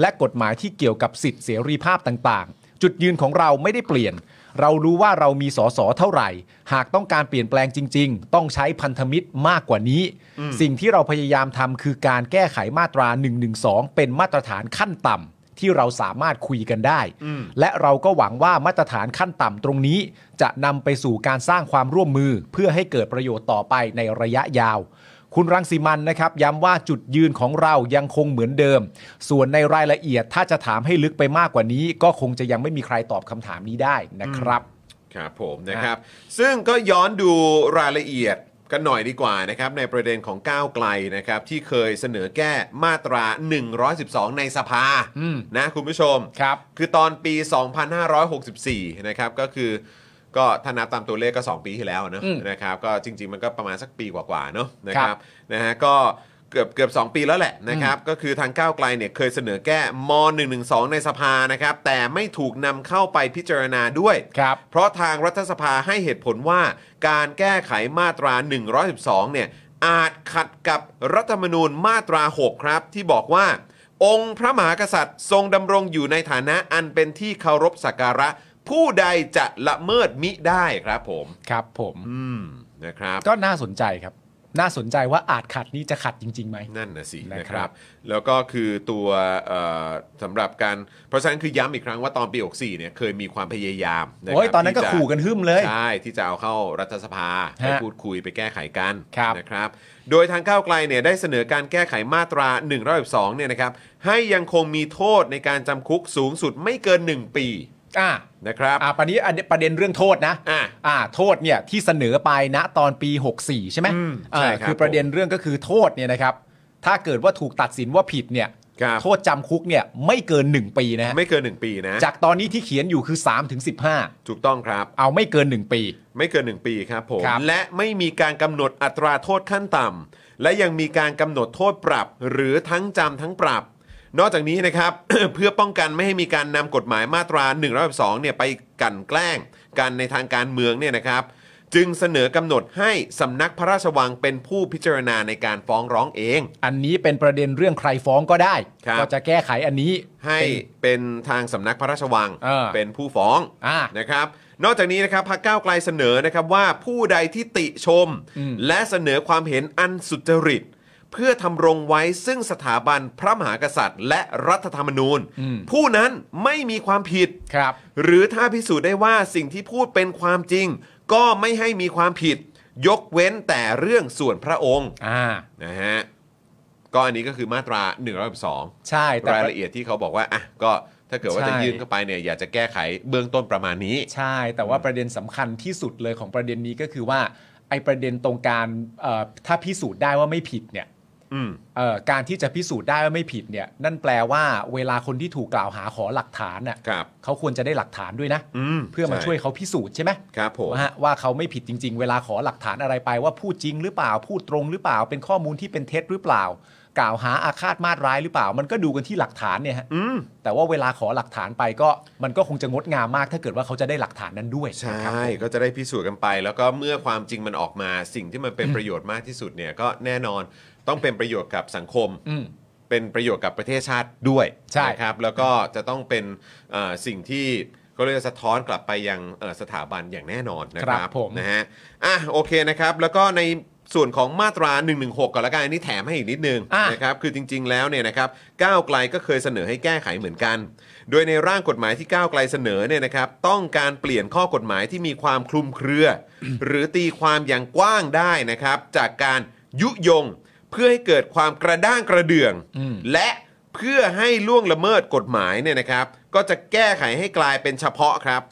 และกฎหมายที่เกี่ยวกับสิทธิเสรีภาพต่างๆ จุดยืนของเราไม่ได้เปลี่ยน เรารู้ว่าเรามีสอสอเท่าไหร่ หากต้องการเปลี่ยนแปลงจริง ๆ ต้องใช้พันธมิตรมากกว่านี้ สิ่งที่เราพยายามทำคือการแก้ไขมาตรา1นึเป็นมาตรฐานขั้นต่ำ ที่เราสามารถคุยกันได้ อืม และเราก็หวังว่ามาตรฐานขั้นต่ำตรงนี้ จะนำไปสู่การสร้างความร่วมมือ เพื่อให้เกิดประโยชน์ต่อไปในระยะยาว คุณรังสีมันนะครับ ย้ำว่าจุดยืนของเรายังคงเหมือนเดิม ส่วนในรายละเอียดถ้าจะถามให้ลึกไปมากกว่านี้ ก็คงจะยังไม่มีใครตอบคำถามนี้ได้นะครับ ครับผมนะครับ ซึ่งก็ย้อนดูรายละเอียดกันหน่อยดีกว่านะครับ ในประเด็นของก้าวไกลนะครับ ที่เคยเสนอแก้มาตรา 112 ในสภา อืม นะคุณผู้ชม ครับ คือตอนปี 2564 นะครับ ก็คือก็ถ้านับตามตัวเลขก็ 2 ปีที่แล้วเนอะ อืม นะครับ ก็จริง ๆ มันก็ประมาณสักปีกว่าๆเนอะนะค ครั รับบ นะฮะก็เกือบเกือบ 2 ปีแล้วแหละนะครับ ก็คือทางก้าวไกลเนี่ยเคยเสนอแก้ม .112 ในสภานะครับ แต่ไม่ถูกนำเข้าไปพิจารณาด้วย ครับ เพราะทางรัฐสภาให้เหตุผลว่าการแก้ไขมาตรา 112 เนี่ยอาจขัดกับรัฐธรรมนูญมาตรา 6 ครับ ที่บอกว่า องค์พระมหากษัตริย์ทรงดำรงอยู่ในฐานะอันเป็นที่เคารพสักการะ ผู้ใดจะละเมิดมิได้ครับผม ครับผม อืมนะครับ ก็น่าสนใจครับ น่าสนใจว่าอาจขัดนี้จะขัดจริงๆไหม นั่นนะสิ นะนะครับครับ แล้วก็คือตัวเอ่อสำหรับการเพราะฉะนั้นคือย้ำอีกครั้งว่าตอนปี 64 เนี่ยเคยมีความพยายามะครับ โอ้ยตอนนั้นก็ ที่จะ ขู่กันหึ่มเลย ใช่ ที่จะเอาเข้ารัฐสภาให้พูดคุยไปแก้ไขกัน ครับ นะครับ โดยทางก้าวไกลเนี่ยได้เสนอการแก้ไขมาตรา1นึเนี่ยนะครับให้ยังคงมีโทษในการจำคุกสูงสุดไม่เกิน 1 ปี อ่ะ นะครับ อ่าประเด็นอันนี้ประเด็นเรื่องโทษนะ อ่ะ อ่าโทษเนี่ยที่เสนอไปณตอนปี 64 ใช่ไหม อืม อ่า ใช่ครับ คือประเด็นเรื่องก็คือโทษเนี่ยนะครับ ถ้าเกิดว่าถูกตัดสินว่าผิดเนี่ย ครับ โทษจำคุกเนี่ยไม่เกิน 1 ปีนะฮะ ไม่เกิน 1 ปีนะ จากตอนนี้ที่เขียนอยู่คือ3ถึง15 ถูกต้องครับ เอาไม่เกิน 1 ปี ไม่เกิน 1 ปีครับผม ครับ และไม่มีการกำหนดอัตราโทษขั้นต่ำและยังมีการกำหนดโทษปรับ หรือทั้งจำทั้งปรับ นอกจากนี้นะครับ เพื่อป้องกันไม่ให้มีการนำกฎหมายมาตรา1นึเนี่ยไปกลันแกล้งกันในทางการเมืองเนี่ยนะครับ จึงเสนอกำหนดให้สำนักพระราชวังเป็นผู้พิจารณาในการฟ้องร้องเอง อันนี้เป็นประเด็นเรื่องใครฟ้องก็ได้ ครับ ก็จะแก้ไขอันนี้ ให้ เป็น เป็นทางสำนักพระราชวัง เออ เป็นผู้ฟ้อง อ่า นะครับ นอกจากนี้นะครับพรรคก้าวไกลเสนอนะครับว่าผู้ใดที่ติชม อืม และเสนอความเห็นอันสุจริต เพื่อทำรงไว้ซึ่งสถาบันพระมหากษัตริย์ และรัฐธรรมนูญ ผู้นั้นไม่มีความผิด ครับ หรือถ้าพิสูจน์ได้ว่าสิ่งที่พูดเป็นความจริง ก็ไม่ให้มีความผิด ยกเว้นแต่เรื่องส่วนพระองค์ อ่า นะฮะก็อันนี้ก็คือมาตรา1นึ ใช่แต่ รายละเอียดที่เขาบอกว่าอ่ะก็ถ้าเกิดว่า ใช่ จะยื่นเข้าไปเนี่ยอยากจะแก้ไขเบื้องต้นประมาณนี้ ใช่ แต่ว่าประเด็นสำคัญที่สุดเลยของประเด็นนี้ก็คือว่าไอ้ประเด็นตรงการเอ่อถ้าพิสูจน์ได้ว่าไม่ผิดเนี่ย อืม เอ่อการที่จะพิสูจน์ได้ว่าไม่ผิดเนี่ย นั่นแปลว่าเวลาคนที่ถูกกล่าวหาขอหลักฐานน่ะ ครับ เขาควรจะได้หลักฐานด้วยนะ อืม เพื่อมาช่วยเขาพิสูจน์ใช่ไหม ครับผม ว่าฮะว่าเขาไม่ผิดจริง ๆ เวลาขอหลักฐานอะไรไปว่าพูดจริงหรือเปล่าพูดตรงหรือเปล่า เป็นข้อมูลที่เป็นเท็จหรือเปล่า กล่าวหาอาฆาตมาตร้ายหรือเปล่า มันก็ดูกันที่หลักฐานเนี่ยฮะ อืม แต่ว่าเวลาขอหลักฐานไปก็มันก็คงจะงดงามมาก ถ้าเกิดว่าเขาจะได้หลักฐานนั้นด้วย ใช่ นะครับผม ก็จะได้พิสูจน์กันไป แล้วก็เมื่อความจริงมันออกมาสิ่งที่มันเป็นประโยชน์มากที่สุดเนี่ยก็แน่นอนต้องเป็นประโยชน์กับสังคม อืม เป็นประโยชน์กับประเทศชาติด้วย ใช่ นะครับแล้วก็จะต้องเป็นเอ่อสิ่งที่เขาเรียกว่าสะท้อนกลับไปยังเอ่อสถาบันอย่างแน่นอนนะครับ ครับผม นะฮะอ่ะโอเคนะครับ แล้วก็ในส่วนของมาตรา 116 ก่อนละกันอันนี้แถมให้อีกนิดนึง อ่ะ นะครับคือจริงๆ แล้วเนี่ยนะครับก้าวไกลก็เคยเสนอให้แก้ไขเหมือนกัน โดยในร่างกฎหมายที่ก้าวไกลเสนอเนี่ยนะครับต้องการเปลี่ยนข้อกฎหมายที่มีความคลุมเครือ หรือตีความอย่างกว้างได้นะครับจากการยุยงเพื่อให้เกิดความกระด้างกระเดื่อง และเพื่อให้ล่วงละเมิดกฎหมายเนี่ยนะครับก็จะแก้ไขให้กลายเป็นเฉพาะครับ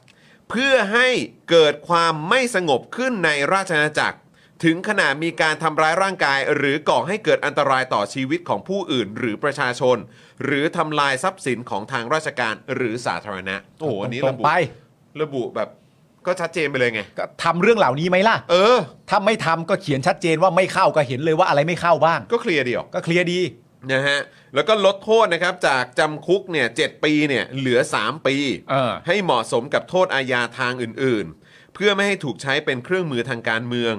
เพื่อให้เกิดความไม่สงบขึ้นในราชอาณาจักร ถึงขนาดมีการทำร้ายร่างกาย หรือก่อให้เกิดอันตรายต่อชีวิตของผู้อื่น หรือประชาชน หรือทำลายทรัพย์สินของทางราชการหรือสาธารณะ โอ้โหอันนี้ ตร ระ ง บุ ๆไประ บุแบบก็ชัดเจนไปเลยไง ก็ทำเรื่องเหล่านี้ไหมล่ะ เออ ถ้าไม่ทำก็เขียนชัดเจนว่าไม่เข้าก็เห็นเลยว่าอะไรไม่เข้าบ้าง ก็เคลียร์เดียว ก็เคลียร์ดี นะฮะแล้วก็ลดโทษนะครับจากจำคุกเนี่ยเจ็ดปีเนี่ยเหลือ 3 ปี เออ ให้เหมาะสมกับโทษอาญาทางอื่นๆ เพื่อไม่ให้ถูกใช้เป็นเครื่องมือทางการเมือง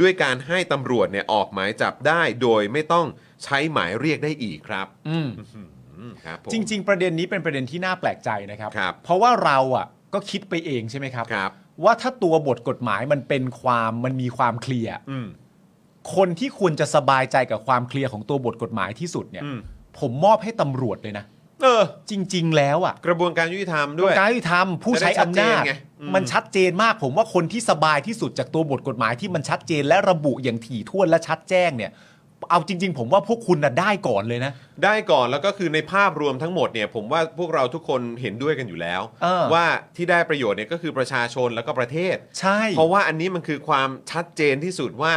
ด้วยการให้ตำรวจเนี่ยออกหมายจับได้โดยไม่ต้องใช้หมายเรียกได้อีกครับ อืม อืมครับผม จริง ๆ ประเด็นนี้เป็นประเด็นที่น่าแปลกใจนะครับ ครับ เพราะว่าเราอ่ะก็คิดไปเองใช่ไหมครับ ครับ ว่าถ้าตัวบทกฎหมายมันเป็นความมันมีความเคลียร์ อืม คนที่ควรจะสบายใจกับความเคลียร์ของตัวบทกฎหมายที่สุดเนี่ย อืม ผมมอบให้ตำรวจเลยนะ เออ จริง ๆ แล้วอ่ะ กระบวนการยุติธรรมด้วย การยุติธรรมผู้ใช้อำจะนาจได้ชัดเจนไงอืม มันชัดเจนมากผมว่าคนที่สบายที่สุดจากตัวบทกฎหมายที่มันชัดเจนและระบุอย่างถี่ถ้วนและชัดแจ้งเนี่ย เอาจริง ๆ ผมว่าพวกคุณน่ะได้ก่อนเลยนะ ได้ก่อนแล้วก็คือในภาพรวมทั้งหมดเนี่ย ผมว่าพวกเราทุกคนเห็นด้วยกันอยู่แล้ว เออ ว่าที่ได้ประโยชน์เนี่ยก็คือประชาชนแล้วก็ประเทศ ใช่ เพราะว่าอันนี้มันคือความชัดเจนที่สุดว่า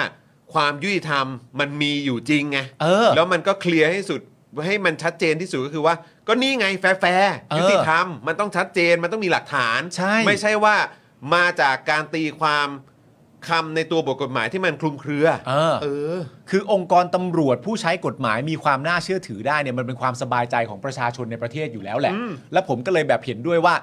ความยุติธรรมมันมีอยู่จริงไง เออ แล้วมันก็เคลียร์ให้สุดให้มันชัดเจนที่สุดก็คือว่า ก็นี่ไงแฟแฟ เออ ยุติธรรมมันต้องชัดเจนมันต้องมีหลักฐาน ใช่ ไม่ใช่ว่ามาจากการตีความคำในตัวบทกฎหมายที่มันคลุมเครือ เออ เออ คือองค์กรตำรวจผู้ใช้กฎหมายมีความน่าเชื่อถือได้เนี่ยมันเป็นความสบายใจของประชาชนในประเทศอยู่แล้วแหละ และผมก็เลยแบบเห็นด้วยว่า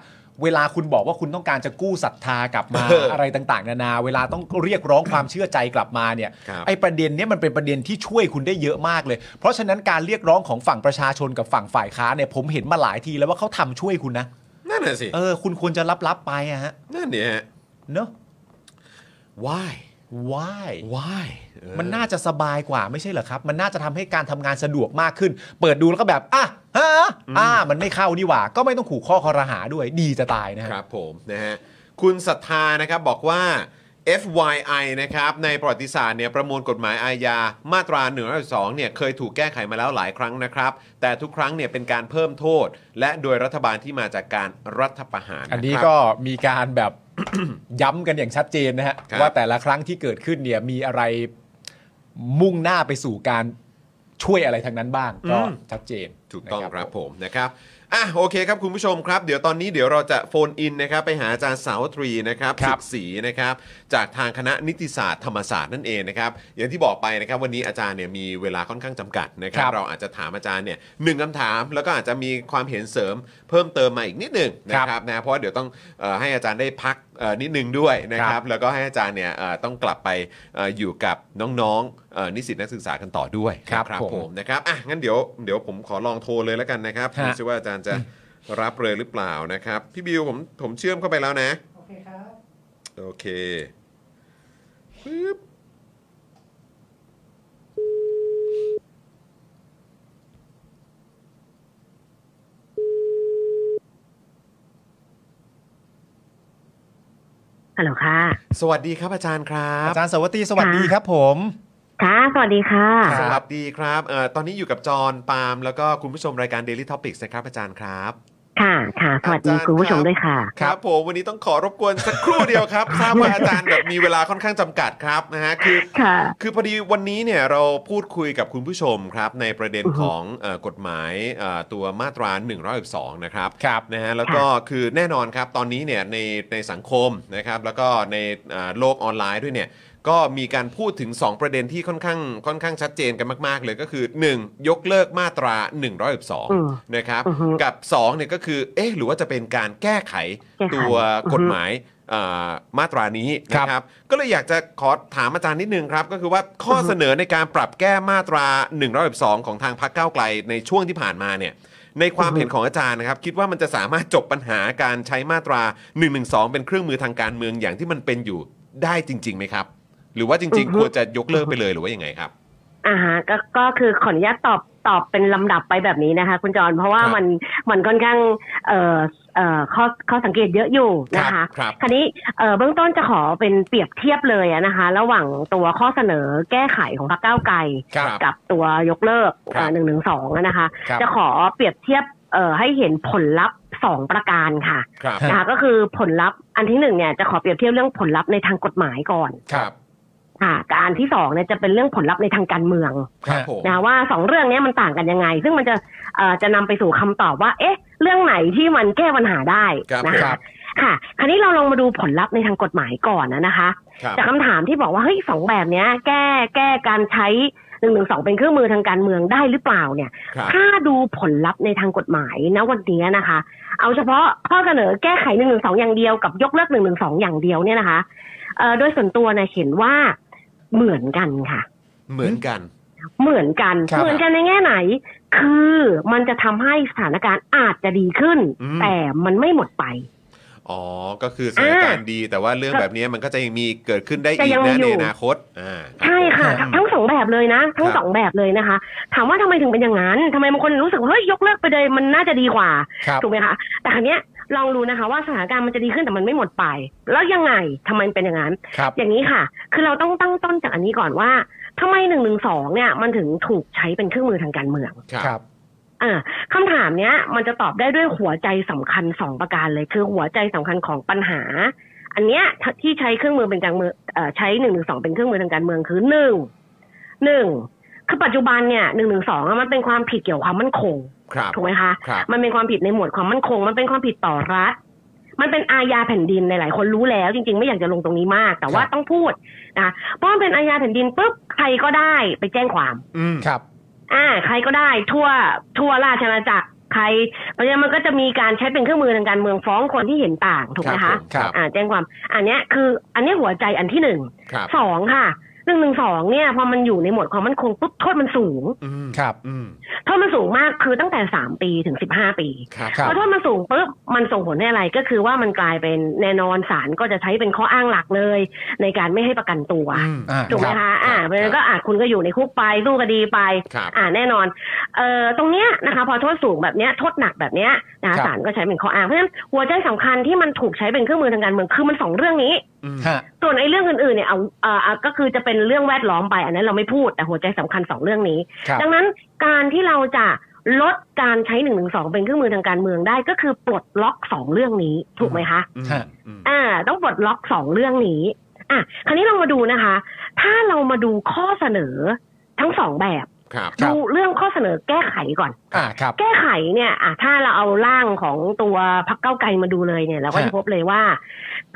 เวลาคุณบอกว่าคุณต้องการจะกู้ศรัทธากลับมา เอออ อะไรต่างๆ นานา เวลาต้องเรียกร้องความเชื่อใจกลับมาเนี่ย ครับ ไอ้ประเด็นเนี้ยมันเป็นประเด็นที่ช่วยคุณได้เยอะมากเลย เพราะฉะนั้นการเรียกร้องของฝั่งประชาชนกับฝั่งฝ่ายค้านเนี่ยผมเห็นมาหลายทีแล้วว่าเขาทำช่วยคุณนะ นั่นน่ะสิ เออคุณควรจะรับๆไปอะฮะ นั่นเนี่ยฮะ เนอะ why why why เออ มันน่าจะสบายกว่าไม่ใช่เหรอครับ มันน่าจะทำให้การทำงานสะดวกมากขึ้น เปิดดูแล้วก็แบบ อ่ะฮะอ่า มันไม่เข้านี่หว่า ก็ไม่ต้องขู่ข้อคอรหาด้วย ดีจะตายนะฮะ ครับผมนะฮะ คุณศรัทธานะครับบอกว่า FYI นะครับในประวัติศาสตร์เนี่ยประมวลกฎหมายอาญามาตรา1นึเนี่ยเคยถูกแก้ไขมาแล้วหลายครั้งนะครับ แต่ทุกครั้งเนี่ยเป็นการเพิ่มโทษ และโดยรัฐบาลที่มาจากการรัฐประหาระครับ อันนี้ก็มีการแบบ ย้ำกันอย่างชัดเจนนะฮะ ครับ ว่าแต่ละครั้งที่เกิดขึ้นเนี่ยมีอะไรมุ่งหน้าไปสู่การช่วยอะไรทางนั้นบ้าง ก็ชัดเจน ถูกต้อง นะครับ ผมนะครับอ่ะโอเคครับคุณผู้ชมครับ เดี๋ยวตอนนี้เดี๋ยวเราจะโฟนอินนะครับไปหาอาจารย์สาวตรีนะครับศึกศรีนะครับจากทางคณะนิติศาสตร์ธรรมศาสตร์นั่นเองนะครับอย่างที่บอกไปนะครับวันนี้อาจารย์เนี่ยมีเวลาค่อนข้างจำกัดนะครับเราอาจจะถามอาจารย์เนี่ยหนึ่งคำถาม แล้วก็อาจจะมีความเห็นเสริมเพิ่มเติมมาอีกนิดหนึ่งนะครับนะเพราะว่าเดี๋ยวต้องเอ่อให้อาจารย์ได้พักเอ่อนิดหนึงด้วยนะครับแล้วก็ให้อาจารย์เนี่ยเอ่อต้องกลับไปเอ่ออยู่กับน้องๆเอ่อนิสิตนักศึกษากันต่อด้วยนะครับผม ผมนะครับ อ่ะ งั้นเดี๋ยว เดี๋ยวผมขอลองโทรเลยแล้วกันนะครับ ฮะ ดูซิว่าอาจารย์จะรับเลยหรือเปล่านะครับ พี่บิวผม ผมเชื่อมเข้าไปแล้วนะ โอเคครับ โอเค ปึ๊บ ฮัลโหลค่ะ สวัสดีครับอาจารย์ครับ อาจารย์สวัสดีสวัสดีครับผม ค่ะ สวัสดีค่ะ สวัสดีครับเอ่อตอนนี้อยู่กับจอห์นปาล์มแล้วก็คุณผู้ชมรายการ Daily Topics นะครับอาจารย์ครับ ค่ะ ค่ะ สวัสดี อาจารย์ คุณผู้ชครัมบ ด้วยค่ะ ครับผมวันนี้ต้องขอรบกวนสักครู่เดียวครับ ทราบว่าอาจารย์แบบมีเวลาค่อนข้างจำกัดครับนะฮะคือ ค่ะ คือพอดีวันนี้เนี่ยเราพูดคุยกับคุณผู้ชมครับในประเด็น อือฮึ ของเออกฎหมายเอ่อตัวมาตรา112นะครับ ครับ นะฮะแล้วก็คือแน่นอนครับตอนนี้เนี่ยในในสังคมนะครับแล้วก็ในเอ่อโลกออนไลน์ด้วยเนี่ยก็มีการพูดถึง 2 ประเด็นที่ค่อนข้างค่อนข้างชัดเจนกันมากๆ เลยก็คือ 1. ยกเลิกมาตรา อืม 112นะครับ อือฮึ กับ2เนี่ยก็คือเอ๊ะหรือว่าจะเป็นการแก้ไข แก้ไข ตัวกฎหมาย เอ่อมาตรานี้นะครับก็เลยอยากจะขอถามอาจารย์นิดนึงครับ ก็คือว่าข้อเสนอในการปรับแก้มาตรา1นึของทางพรรคก้าวไกลในช่วงที่ผ่านมาเนี่ยในความเห็นของอาจารย์นะครับ คิดว่ามันจะสามารถจบปัญหาการใช้มาตรา1นึเป็นเครื่องมือทางการเมืองอย่างที่มันเป็นอยู่ได้จริงๆไหมครับ หรือว่าจริง อือ ๆ ฮึ ควรจะยกเลิกไปเลยหรือว่ายังไงครับ อ่าฮะก็ก็คือขออนุญาตตอบตอบเป็นลำดับไปแบบนี้นะคะ คุณจรเพราะว่า ครับ มันมันค่อนข้างเอ่อเอ่อข้อข้อสังเกตเยอะอยู่นะ ครั คะ บครับ คราวนี้เอ่อเบื้องต้นจะขอเป็นเปรียบเทียบเลยอะนะคะ ระหว่างตัวข้อเสนอแก้ไขของพรรคก้าวไกล ครับ กับตัวยกเลิก ครับ หนึ่งหนึ่งสองนะคะ ครับ จะขอเปรียบเทียบเอ่อให้เห็นผลลัพธ์สองประการค่ะ ครับ นะคะก็คือผลลัพธ์อันที่หนึ่งเนี่ยจะขอเปรียบเทียบเรื่องผลลัพธ์ในทางกฎหมายก่อน ครับ ค่ะกับอันที่สองเนี่ยจะเป็นเรื่องผลลัพธ์ในทางการเมือง ครับผม นะว่าสองเรื่องเนี้ยมันต่างกันยังไง ซึ่งมันจะเอ่อจะนำไปสู่คำตอบว่า เอ๊ะ เรื่องไหนที่มันแก้ปัญหาได้ ครับ นะ ค คะ รับ ค่ะ คราวนี้เราลองมาดูผลลัพธ์ในทางกฎหมายก่อนนะนะคะ ครับ จากคำถามที่บอกว่าเฮ้ยสองแบบเนี้ย แก้แก้การใช้หนึ่งหนึ่งสองเป็นเครื่องมือทางการเมืองได้หรือเปล่าเนี่ย ครับ ถ้าดูผลลัพธ์ในทางกฎหมายนะวันนี้นะคะ เอาเฉพาะข้อเสนอแก้ไขหนึ่งหนึ่งสองอย่างเดียวกับยกเลิกหนึ่งหนึ่งสองอย่างเดียวเนี่ยนะคะเอ่อโดยส่วนตัวเนี่ยเห็นว่าเหมือนกันค่ะ เหมือนกัน เหมือนกัน ครับ เหมือนกันในแง่ไหน คือมันจะทำให้สถานการณ์อาจจะดีขึ้น อืม แต่มันไม่หมดไป อ๋อก็คือสถานการณ์ดีแต่ว่าเรื่องแบบนี้มันก็จะยังมีเกิดขึ้นได้ จะ อีก ยังมี นะใน อยู่ อนาคตอ่ารับ ใช่ค่ะ ผม ทั้งสองแบบเลยนะ ทั้ ค ง รับ สองแบบเลยนะคะ ถามว่าทำไมถึงเป็นอย่างนั้นทำไมบางคนรู้สึกว่าเฮ้ยยกเลิกไปเลยมันน่าจะดีกว่า ครับ ถูกไหมคะ แต่ครั้งนี้ยลองดูนะคะว่าสถานการณ์มันจะดีขึ้นแต่มันไม่หมดไป แล้วยังไงทำไมเป็นอย่างนั้น ครับ อย่างนี้ค่ะ คือเราต้องตั้งต้นจากอันนี้ก่อนว่าทำไมหนึ่งหนึ่งสองเนี่ยมันถึงถูกใช้เป็นเครื่องมือทางการเมือง ครับ ครับ อ่าคำถามเนี้ยมันจะตอบได้ด้วยหัวใจสำคัญสองประการเลยคือหัวใจสำคัญของปัญหา อันเนี้ยที่ใช้เครื่องมือเป็นการเมืองเอ่อใช้หนึ่งหนึ่งสองเป็นเครื่องมือทางการเมืองคือหนึ่งหนึ่งคือปัจจุบันเนี่ยหนึ่งหนึ่งสองมันเป็นความผิดเกี่ยวกับความมั่นคง ครับ ถูกไหมคะ ครับ มันเป็นความผิดในหมวดความมั่นคง มันเป็นความผิดต่อรัฐ มันเป็นอาญาแผ่นดินหลายๆคนรู้แล้ว จริง ๆ ไม่อยากจะลงตรงนี้มาก แต่ว่า ครับ ต้องพูดนะคะเพราะมันเป็นอาญาแผ่นดินปุ๊บใครก็ได้ไปแจ้งความ อืม ครับ อ่าใครก็ได้ทั่วทั่วราชอาณาจักรใครเพราะฉะนั้นมันก็จะมีการใช้เป็นเครื่องมือทางการเมืองฟ้องคนที่เห็นต่างถูกไหม รั คะ บผครับ อ่าแจ้งความอันเนี้ยคืออันเนี้ยหัวใจอันที่หนึ่ง ครับ สองค่ะหนึ่งหนึ่งสองเนี่ยพอมันอยู่ในหมวดความมั่นคงปุ๊บโทษมันสูง อืม ครับ อืม โทษมันสูงมากคือตั้งแต่สามปีถึงสิบห้าปี ครับ ครั พ บ อโทษมันสูงปุ๊บมันส่งผลให้อะไรก็คือว่ามันกลายเป็นแน่นอนศาลก็จะใช้เป็นข้ออ้างหลักเลย ในการไม่ให้ประกันตัว อืม อ่า ถูกไหม รับ คะอ่าเพราะฉะนั้นก็อาจคุณก็อยู่ในคุกไปสู้คดีไป ครับ อ่าแน่นอน เอ่อตรงเนี้ยนะคะพอโทษสูงแบบเนี้ยโทษหนักแบบเนี้ยนะ ครั คะ บ ศาลก็ใช้เป็นข้ออ้างเพราะฉะนั้นหัวใจสำคัญที่มันถูกใช้เป็นเครื่องมือทางการเมืองคือมันสองเรื่องนี้ อืม ฮะ ส่วนไอ้เรื่องอื่นๆเนี่ยเอาเอ่อเอาก็คือจะเป็นเรื่องแวดล้อมไปอันนั้นเราไม่พูดแต่หัวใจสำคัญสองเรื่องนี้ ครับ ดังนั้นการที่เราจะลดการใช้หนึ่งหนึ่งสองเป็นเครื่องมือทางการเมืองได้ก็คือปลดล็อกสองเรื่องนี้ถูกไหมคะ อืม ฮะ อืม อ่าต้องปลดล็อกสองเรื่องนี้อ่ะคราวนี้เรามาดูนะคะ ถ้าเรามาดูข้อเสนอทั้งสองแบบ ครับ ครับ ดูเรื่องข้อเสนอแก้ไขก่อน อ่าครับ แก้ไขเนี่ยอ่ะถ้าเราเอาร่างของตัวพักเก้าวไกลมาดูเลยเนี่ยเราก็ ฮะ จะพบเลยว่า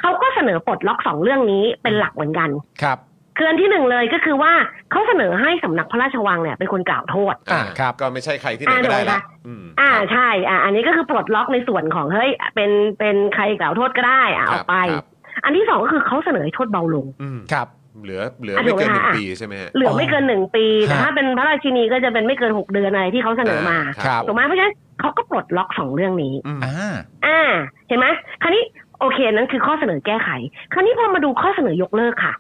เขาก็เสนอปลดล็อกสองเรื่องนี้เป็นหลักเหมือนกัน ครับ คืออันที่หนึ่งเลยก็คือว่าเขาเสนอให้สำนักพระราชวังเนี่ยเป็นคนกล่าวโทษ อ่าครับ ก็ไม่ใช่ใครที่ไหนก็ได้ละ อ่า อืม อ่าใช่อ่าอันนี้ก็คือปลดล็อกในส่วนของเฮ้ยเป็นเป็นใครกล่าวโทษก็ได้อ่ะ ครับ เอาไป ครับ อันที่สองก็คือเขาเสนอให้โทษเบาลง อืม ครับ เหลือเหลือ อ่ะ ไม่เกินห เดี๋ นึ่งยวนะ ปีใช่ไหมฮะ เหลือไม่เกินหนึ่งปีแต่ ฮะ ถ้าเป็นพระราชินีก็จะเป็นไม่เกินหกเดือนอะไรที่เขาเสนอมา ครับ ถูกไหมเพราะฉะนั้นเขาก็ปลดล็อกสองเรื่องนี้ อืม อ่า อ่าเห็นไหมคราวนี้โอเคนั่นคือข้อเสนอแก้ไข คราวนี้พอมาดูข้อเสนอยกเลิกค่ะ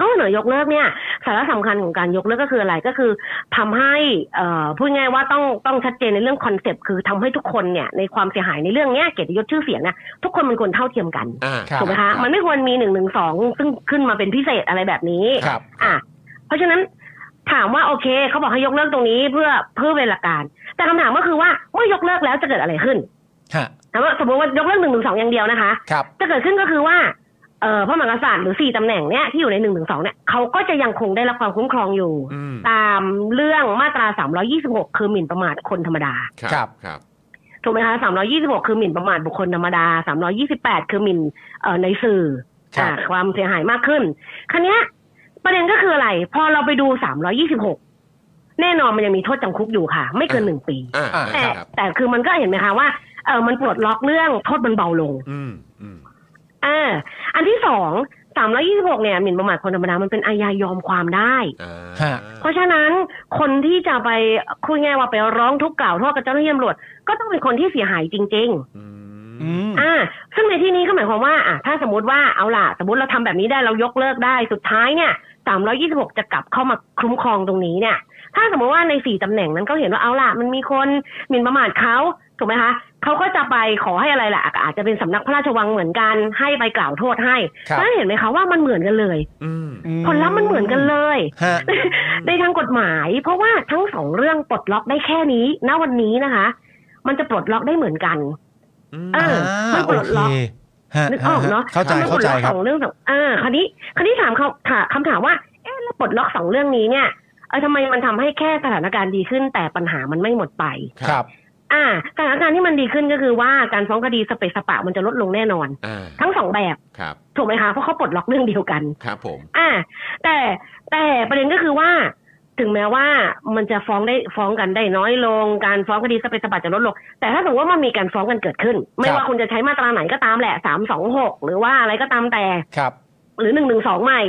ก็เหนือยกเลิกเนี่ยสาระสำคัญของการยกเลิกก็คืออะไรก็คือทำให้เอ่อพูดง่ายๆว่าต้องต้องชัดเจนในเรื่องคอนเซปต์คือทำให้ทุกคนเนี่ยในความเสียหายในเรื่องเนี้ยเกียรติยศชื่อเสียงเนี่ยทุกคนมันควรเท่าเทียมกัน อ่า รับ ถูกไหมคะ รับ มันไม่ควรมีหนึ่งหนึ่งสองซึ่งขึ้นมาเป็นพิเศษอะไรแบบนี้ ครับ อ่ะเพราะฉะนั้นถามว่าโอเคเขาบอกให้ยกเลิกตรงนี้เพื่อเพื่อเป็นหลักการ แต่คำถามก็คือว่าเมื่อยกเลิกแล้วจะเกิดอะไรขึ้น ฮะ ถามว่าสมมติว่ายกเลิกหนึ่งหนึ่งสองอย่างเดียวนะคะ ครับ จะเกิดขึ้นก็คือว่าเอ่อพระมหากษัตริย์หรือสี่ตำแหน่งเนี้ยที่อยู่ในหนึ่งถึงสองเนี่ยเขาก็จะยังคงได้รับความคุ้มครองอยู่ อืม ตามเรื่องมาตรา 326 คือหมิ่นประมาทคนธรรมดา ครับ ครับ ครับ ถูกไหมคะ326 คือหมิ่นประมาทบุคคลธรรมดา 328 คือหมิ่นเอ่อในสื่อ ครับ อ่าความเสียหายมากขึ้น คันนี้ยประเด็นก็คืออะไร พอเราไปดู 326 แน่นอนมันยังมีโทษจำคุกอยู่ค่ะ ไม่เกินหนึ่งปี อ่า อ่า แต่ ครับ แต่คือมันก็เห็นไหมคะว่าเออมันปลดล็อกเรื่องโทษมันเบาลง อืมอืม อ่าอันที่สองสามร้อยี่สิบหกเนี่ยหมิ่นประมาทคนธรรมดามันเป็นอาญายอมความได้ อ่า ฮะ เพราะฉะนั้นคนที่จะไปคุยง่ายว่าไปร้องทุกข์กล่าวโทษกับเจ้าหน้าที่ตำรวจก็ต้องเป็นคนที่เสียหายจริง อืม อืม ๆ อ่า ซึ่งในที่นี้ก็หมายความว่าอ่ะถ้าสมมติว่าเอาล่ะ สมมติเราทำแบบนี้ได้เรายกเลิกได้สุดท้ายเนี่ยสามร้อยี่สิบหกจะกลับเข้ามาคุ้มครองตรงนี้เนี่ย ถ้าสมมติว่าในสี่ตำแหน่งนั้นเขาเห็นว่าเอาล่ะ มันมีคนหมิ่นประมาทเขาถูกไหมคะเขาก็จะไปขอให้อะไรล่ะอาจจะเป็นสำนักพระราชวังเหมือนกันให้ไปกล่าวโทษให้ ครับ เพราะฉะนั้นเห็นไหมคะว่ามันเหมือนกันเลย อืม ผลลัพธ์มันเหมือนกันเลย ฮะ ในทางกฎหมาย เพราะว่าทั้งสองเรื่องปลดล็อกได้แค่นี้ณวันนี้นะคะ มันจะปลดล็อกได้เหมือนกันเออมันปลดล็อก ฮะ นึกออกเนาะ เข้าใจ แล้วมัน เข้าใจ ปลดล็อก ครับ สองเรื่องสองอ่าคราวนี้คราวนี้ถามเขาถามคำถามว่า เอ๊ะแล้วปลดล็อกสองเรื่องนี้เนี่ยเออทำไมมันทำให้แค่สถานการณ์ดีขึ้น แต่ปัญหามันไม่หมดไป ครับ อ่าสถานการณ์ที่มันดีขึ้นก็คือว่าการฟ้องคดีสเปซสปะมันจะลดลงแน่นอน อ่า ทั้งสองแบบ ครับ ถูกไหมคะเพราะเขาปลดล็อกเรื่องเดียวกัน ครับผม อ่าแต่แต่ประเด็นก็คือว่า ถึงแม้ว่ามันจะฟ้องได้ฟ้องกันได้น้อยลง การฟ้องคดีสเปซสปะจะลดลง แต่ถ้าสมมติว่ามันมีการฟ้องกันเกิดขึ้น ไม่ว่าคุณจะใช้มาตราไหนก็ตามแหละสามสองหกหรือว่าอะไรก็ตามแต่ ครับ หรือหนึ่งหนึ่งสองใหม่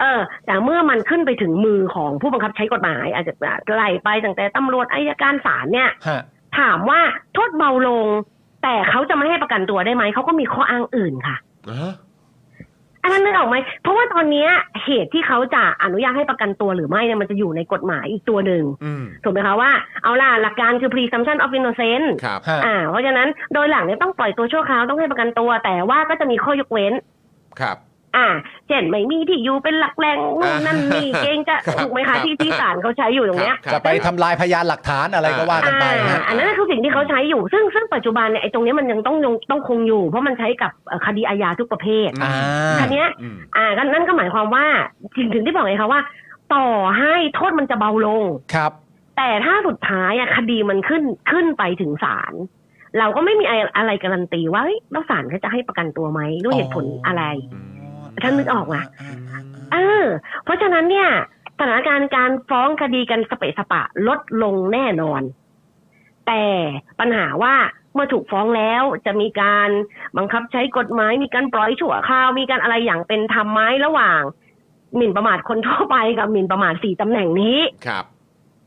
เออ แต่เมื่อมันขึ้นไปถึงมือของผู้บังคับใช้กฎหมาย อาจจะไล่ไปตั้งแต่ตำรวจอายการศาลเนี่ย ฮะ ถามว่าโทษเบาลง แต่เขาจะไม่ให้ประกันตัวได้ไหมเขาก็มีข้ออ้างอื่นค่ะ อันนั้นนึกออกไหม เพราะว่าตอนเนี้ยเหตุที่เขาจะอนุญาตให้ประกันตัวหรือไม่เนี่ยมันจะอยู่ในกฎหมายอีกตัวหนึ่ง อืม ถูกไหมคะว่าเอาล่ะหลักการคือ presumption of innocence ครับ ฮะ อ่าเพราะฉะนั้นโดยหลังเนี่ยต้องปล่อยตัวชั่วคราวต้องให้ประกันตัว แต่ว่าก็จะมีข้อยกเว้น ครับ อ่าเช่นไม่มีที่อยู่เป็นหลักแหล่งนู่นนั่นนี่ อ่า เกรงจะ ครับ ถูกไหม ครั คะ บ ที่ที่ศาลเขาใช้อยู่ตรงเนี้ย ครับ จะไปทำลายพยานหลักฐานอะไรก็ว่ากันไป อ่า ฮะ อันนั้นคือสิ่งที่เขาใช้อยู่ซึ่งซึ่งปัจจุบันเนี่ยไอ้ตรงเนี้ยมันยังต้องยังต้องคงอยู่ เพราะมันใช้กับเอ่อคดีอาญาทุกประเภท อ่า คันเนี้ย อืม อ่าก็นั่นก็หมายความว่าถึงถึงที่บอกไงคะว่า ต่อให้โทษมันจะเบาลง ครับ แต่ถ้าสุดท้ายอะคดีมันขึ้นขึ้นไปถึงศาลเราก็ไม่มีอะไรอะไรการันตีว่าเฮ้ยแล้วศาลเขาจะให้ประกันตัวไหมด้วยเหตุผลอะไร อืม ท่านนึกออกไหม เออ เพราะฉะนั้นเนี่ยสถานการณ์การฟ้องคดีกันสเปะสปะลดลงแน่นอน แต่ปัญหาว่าเมื่อถูกฟ้องแล้วจะมีการบังคับใช้กฎหมาย มีการปล่อยชั่วคราว มีการอะไรอย่างเป็นธรรมไหมระหว่าง หมิ่นประมาทคนทั่วไปกับหมิ่นประมาทสี่ตำแหน่งนี้ ครับ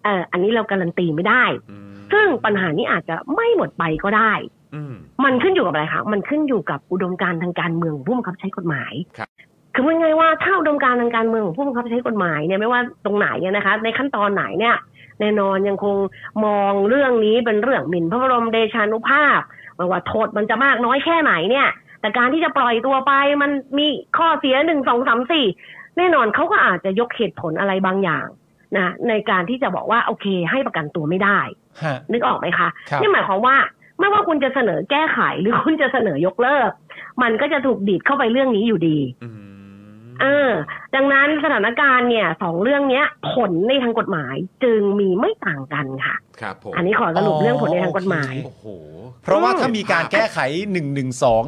เอออันนี้เราการันตีไม่ได้ อืม ซึ่งปัญหานี้อาจจะไม่หมดไปก็ได้ อืม มันขึ้นอยู่กับอะไรคะ มันขึ้นอยู่กับอุดมการณ์ทางการเมืองของผู้บังคับใช้กฎหมาย ครับ คือว่าไงายๆว่าถ้าอุดมการณ์ทางการเมืองของผู้บังคับใช้กฎหมายเนี่ยไม่ว่าตรงไหนเนี่ยนะคะ ในขั้นตอนไหนเนี่ยแน่นอนยังคงมองเรื่องนี้เป็นเรื่องหมิ่นพระบรมเดชานุภาพไม่ว่าโทษมันจะมากน้อยแค่ไหนเนี่ย แต่การที่จะปล่อยตัวไปมันมีข้อเสียหนึ่งสองสามสี่แน่นอนเขาก็อาจจะยกเหตุผลอะไรบางอย่างนะในการที่จะบอกว่าโอเคให้ประกันตัวไม่ได้ ฮะ นึกออกไหมคะ ครับ นี่หมายความว่าไม่ว่าคุณจะเสนอแก้ไขหรือคุณจะเสนอยกเลิก มันก็จะถูกดีดเข้าไปเรื่องนี้อยู่ดี อืม เออดังนั้นสถานการณ์เนี่ยสองเรื่องเนี้ย ผลในทางกฎหมายจึงมีไม่ต่างกันค่ะ ครับผม อันนี้ขอสรุปเรื่องผลในทางกฎหมาย โอ้โห เพราะว่าถ้ามีการแก้ไข1นึ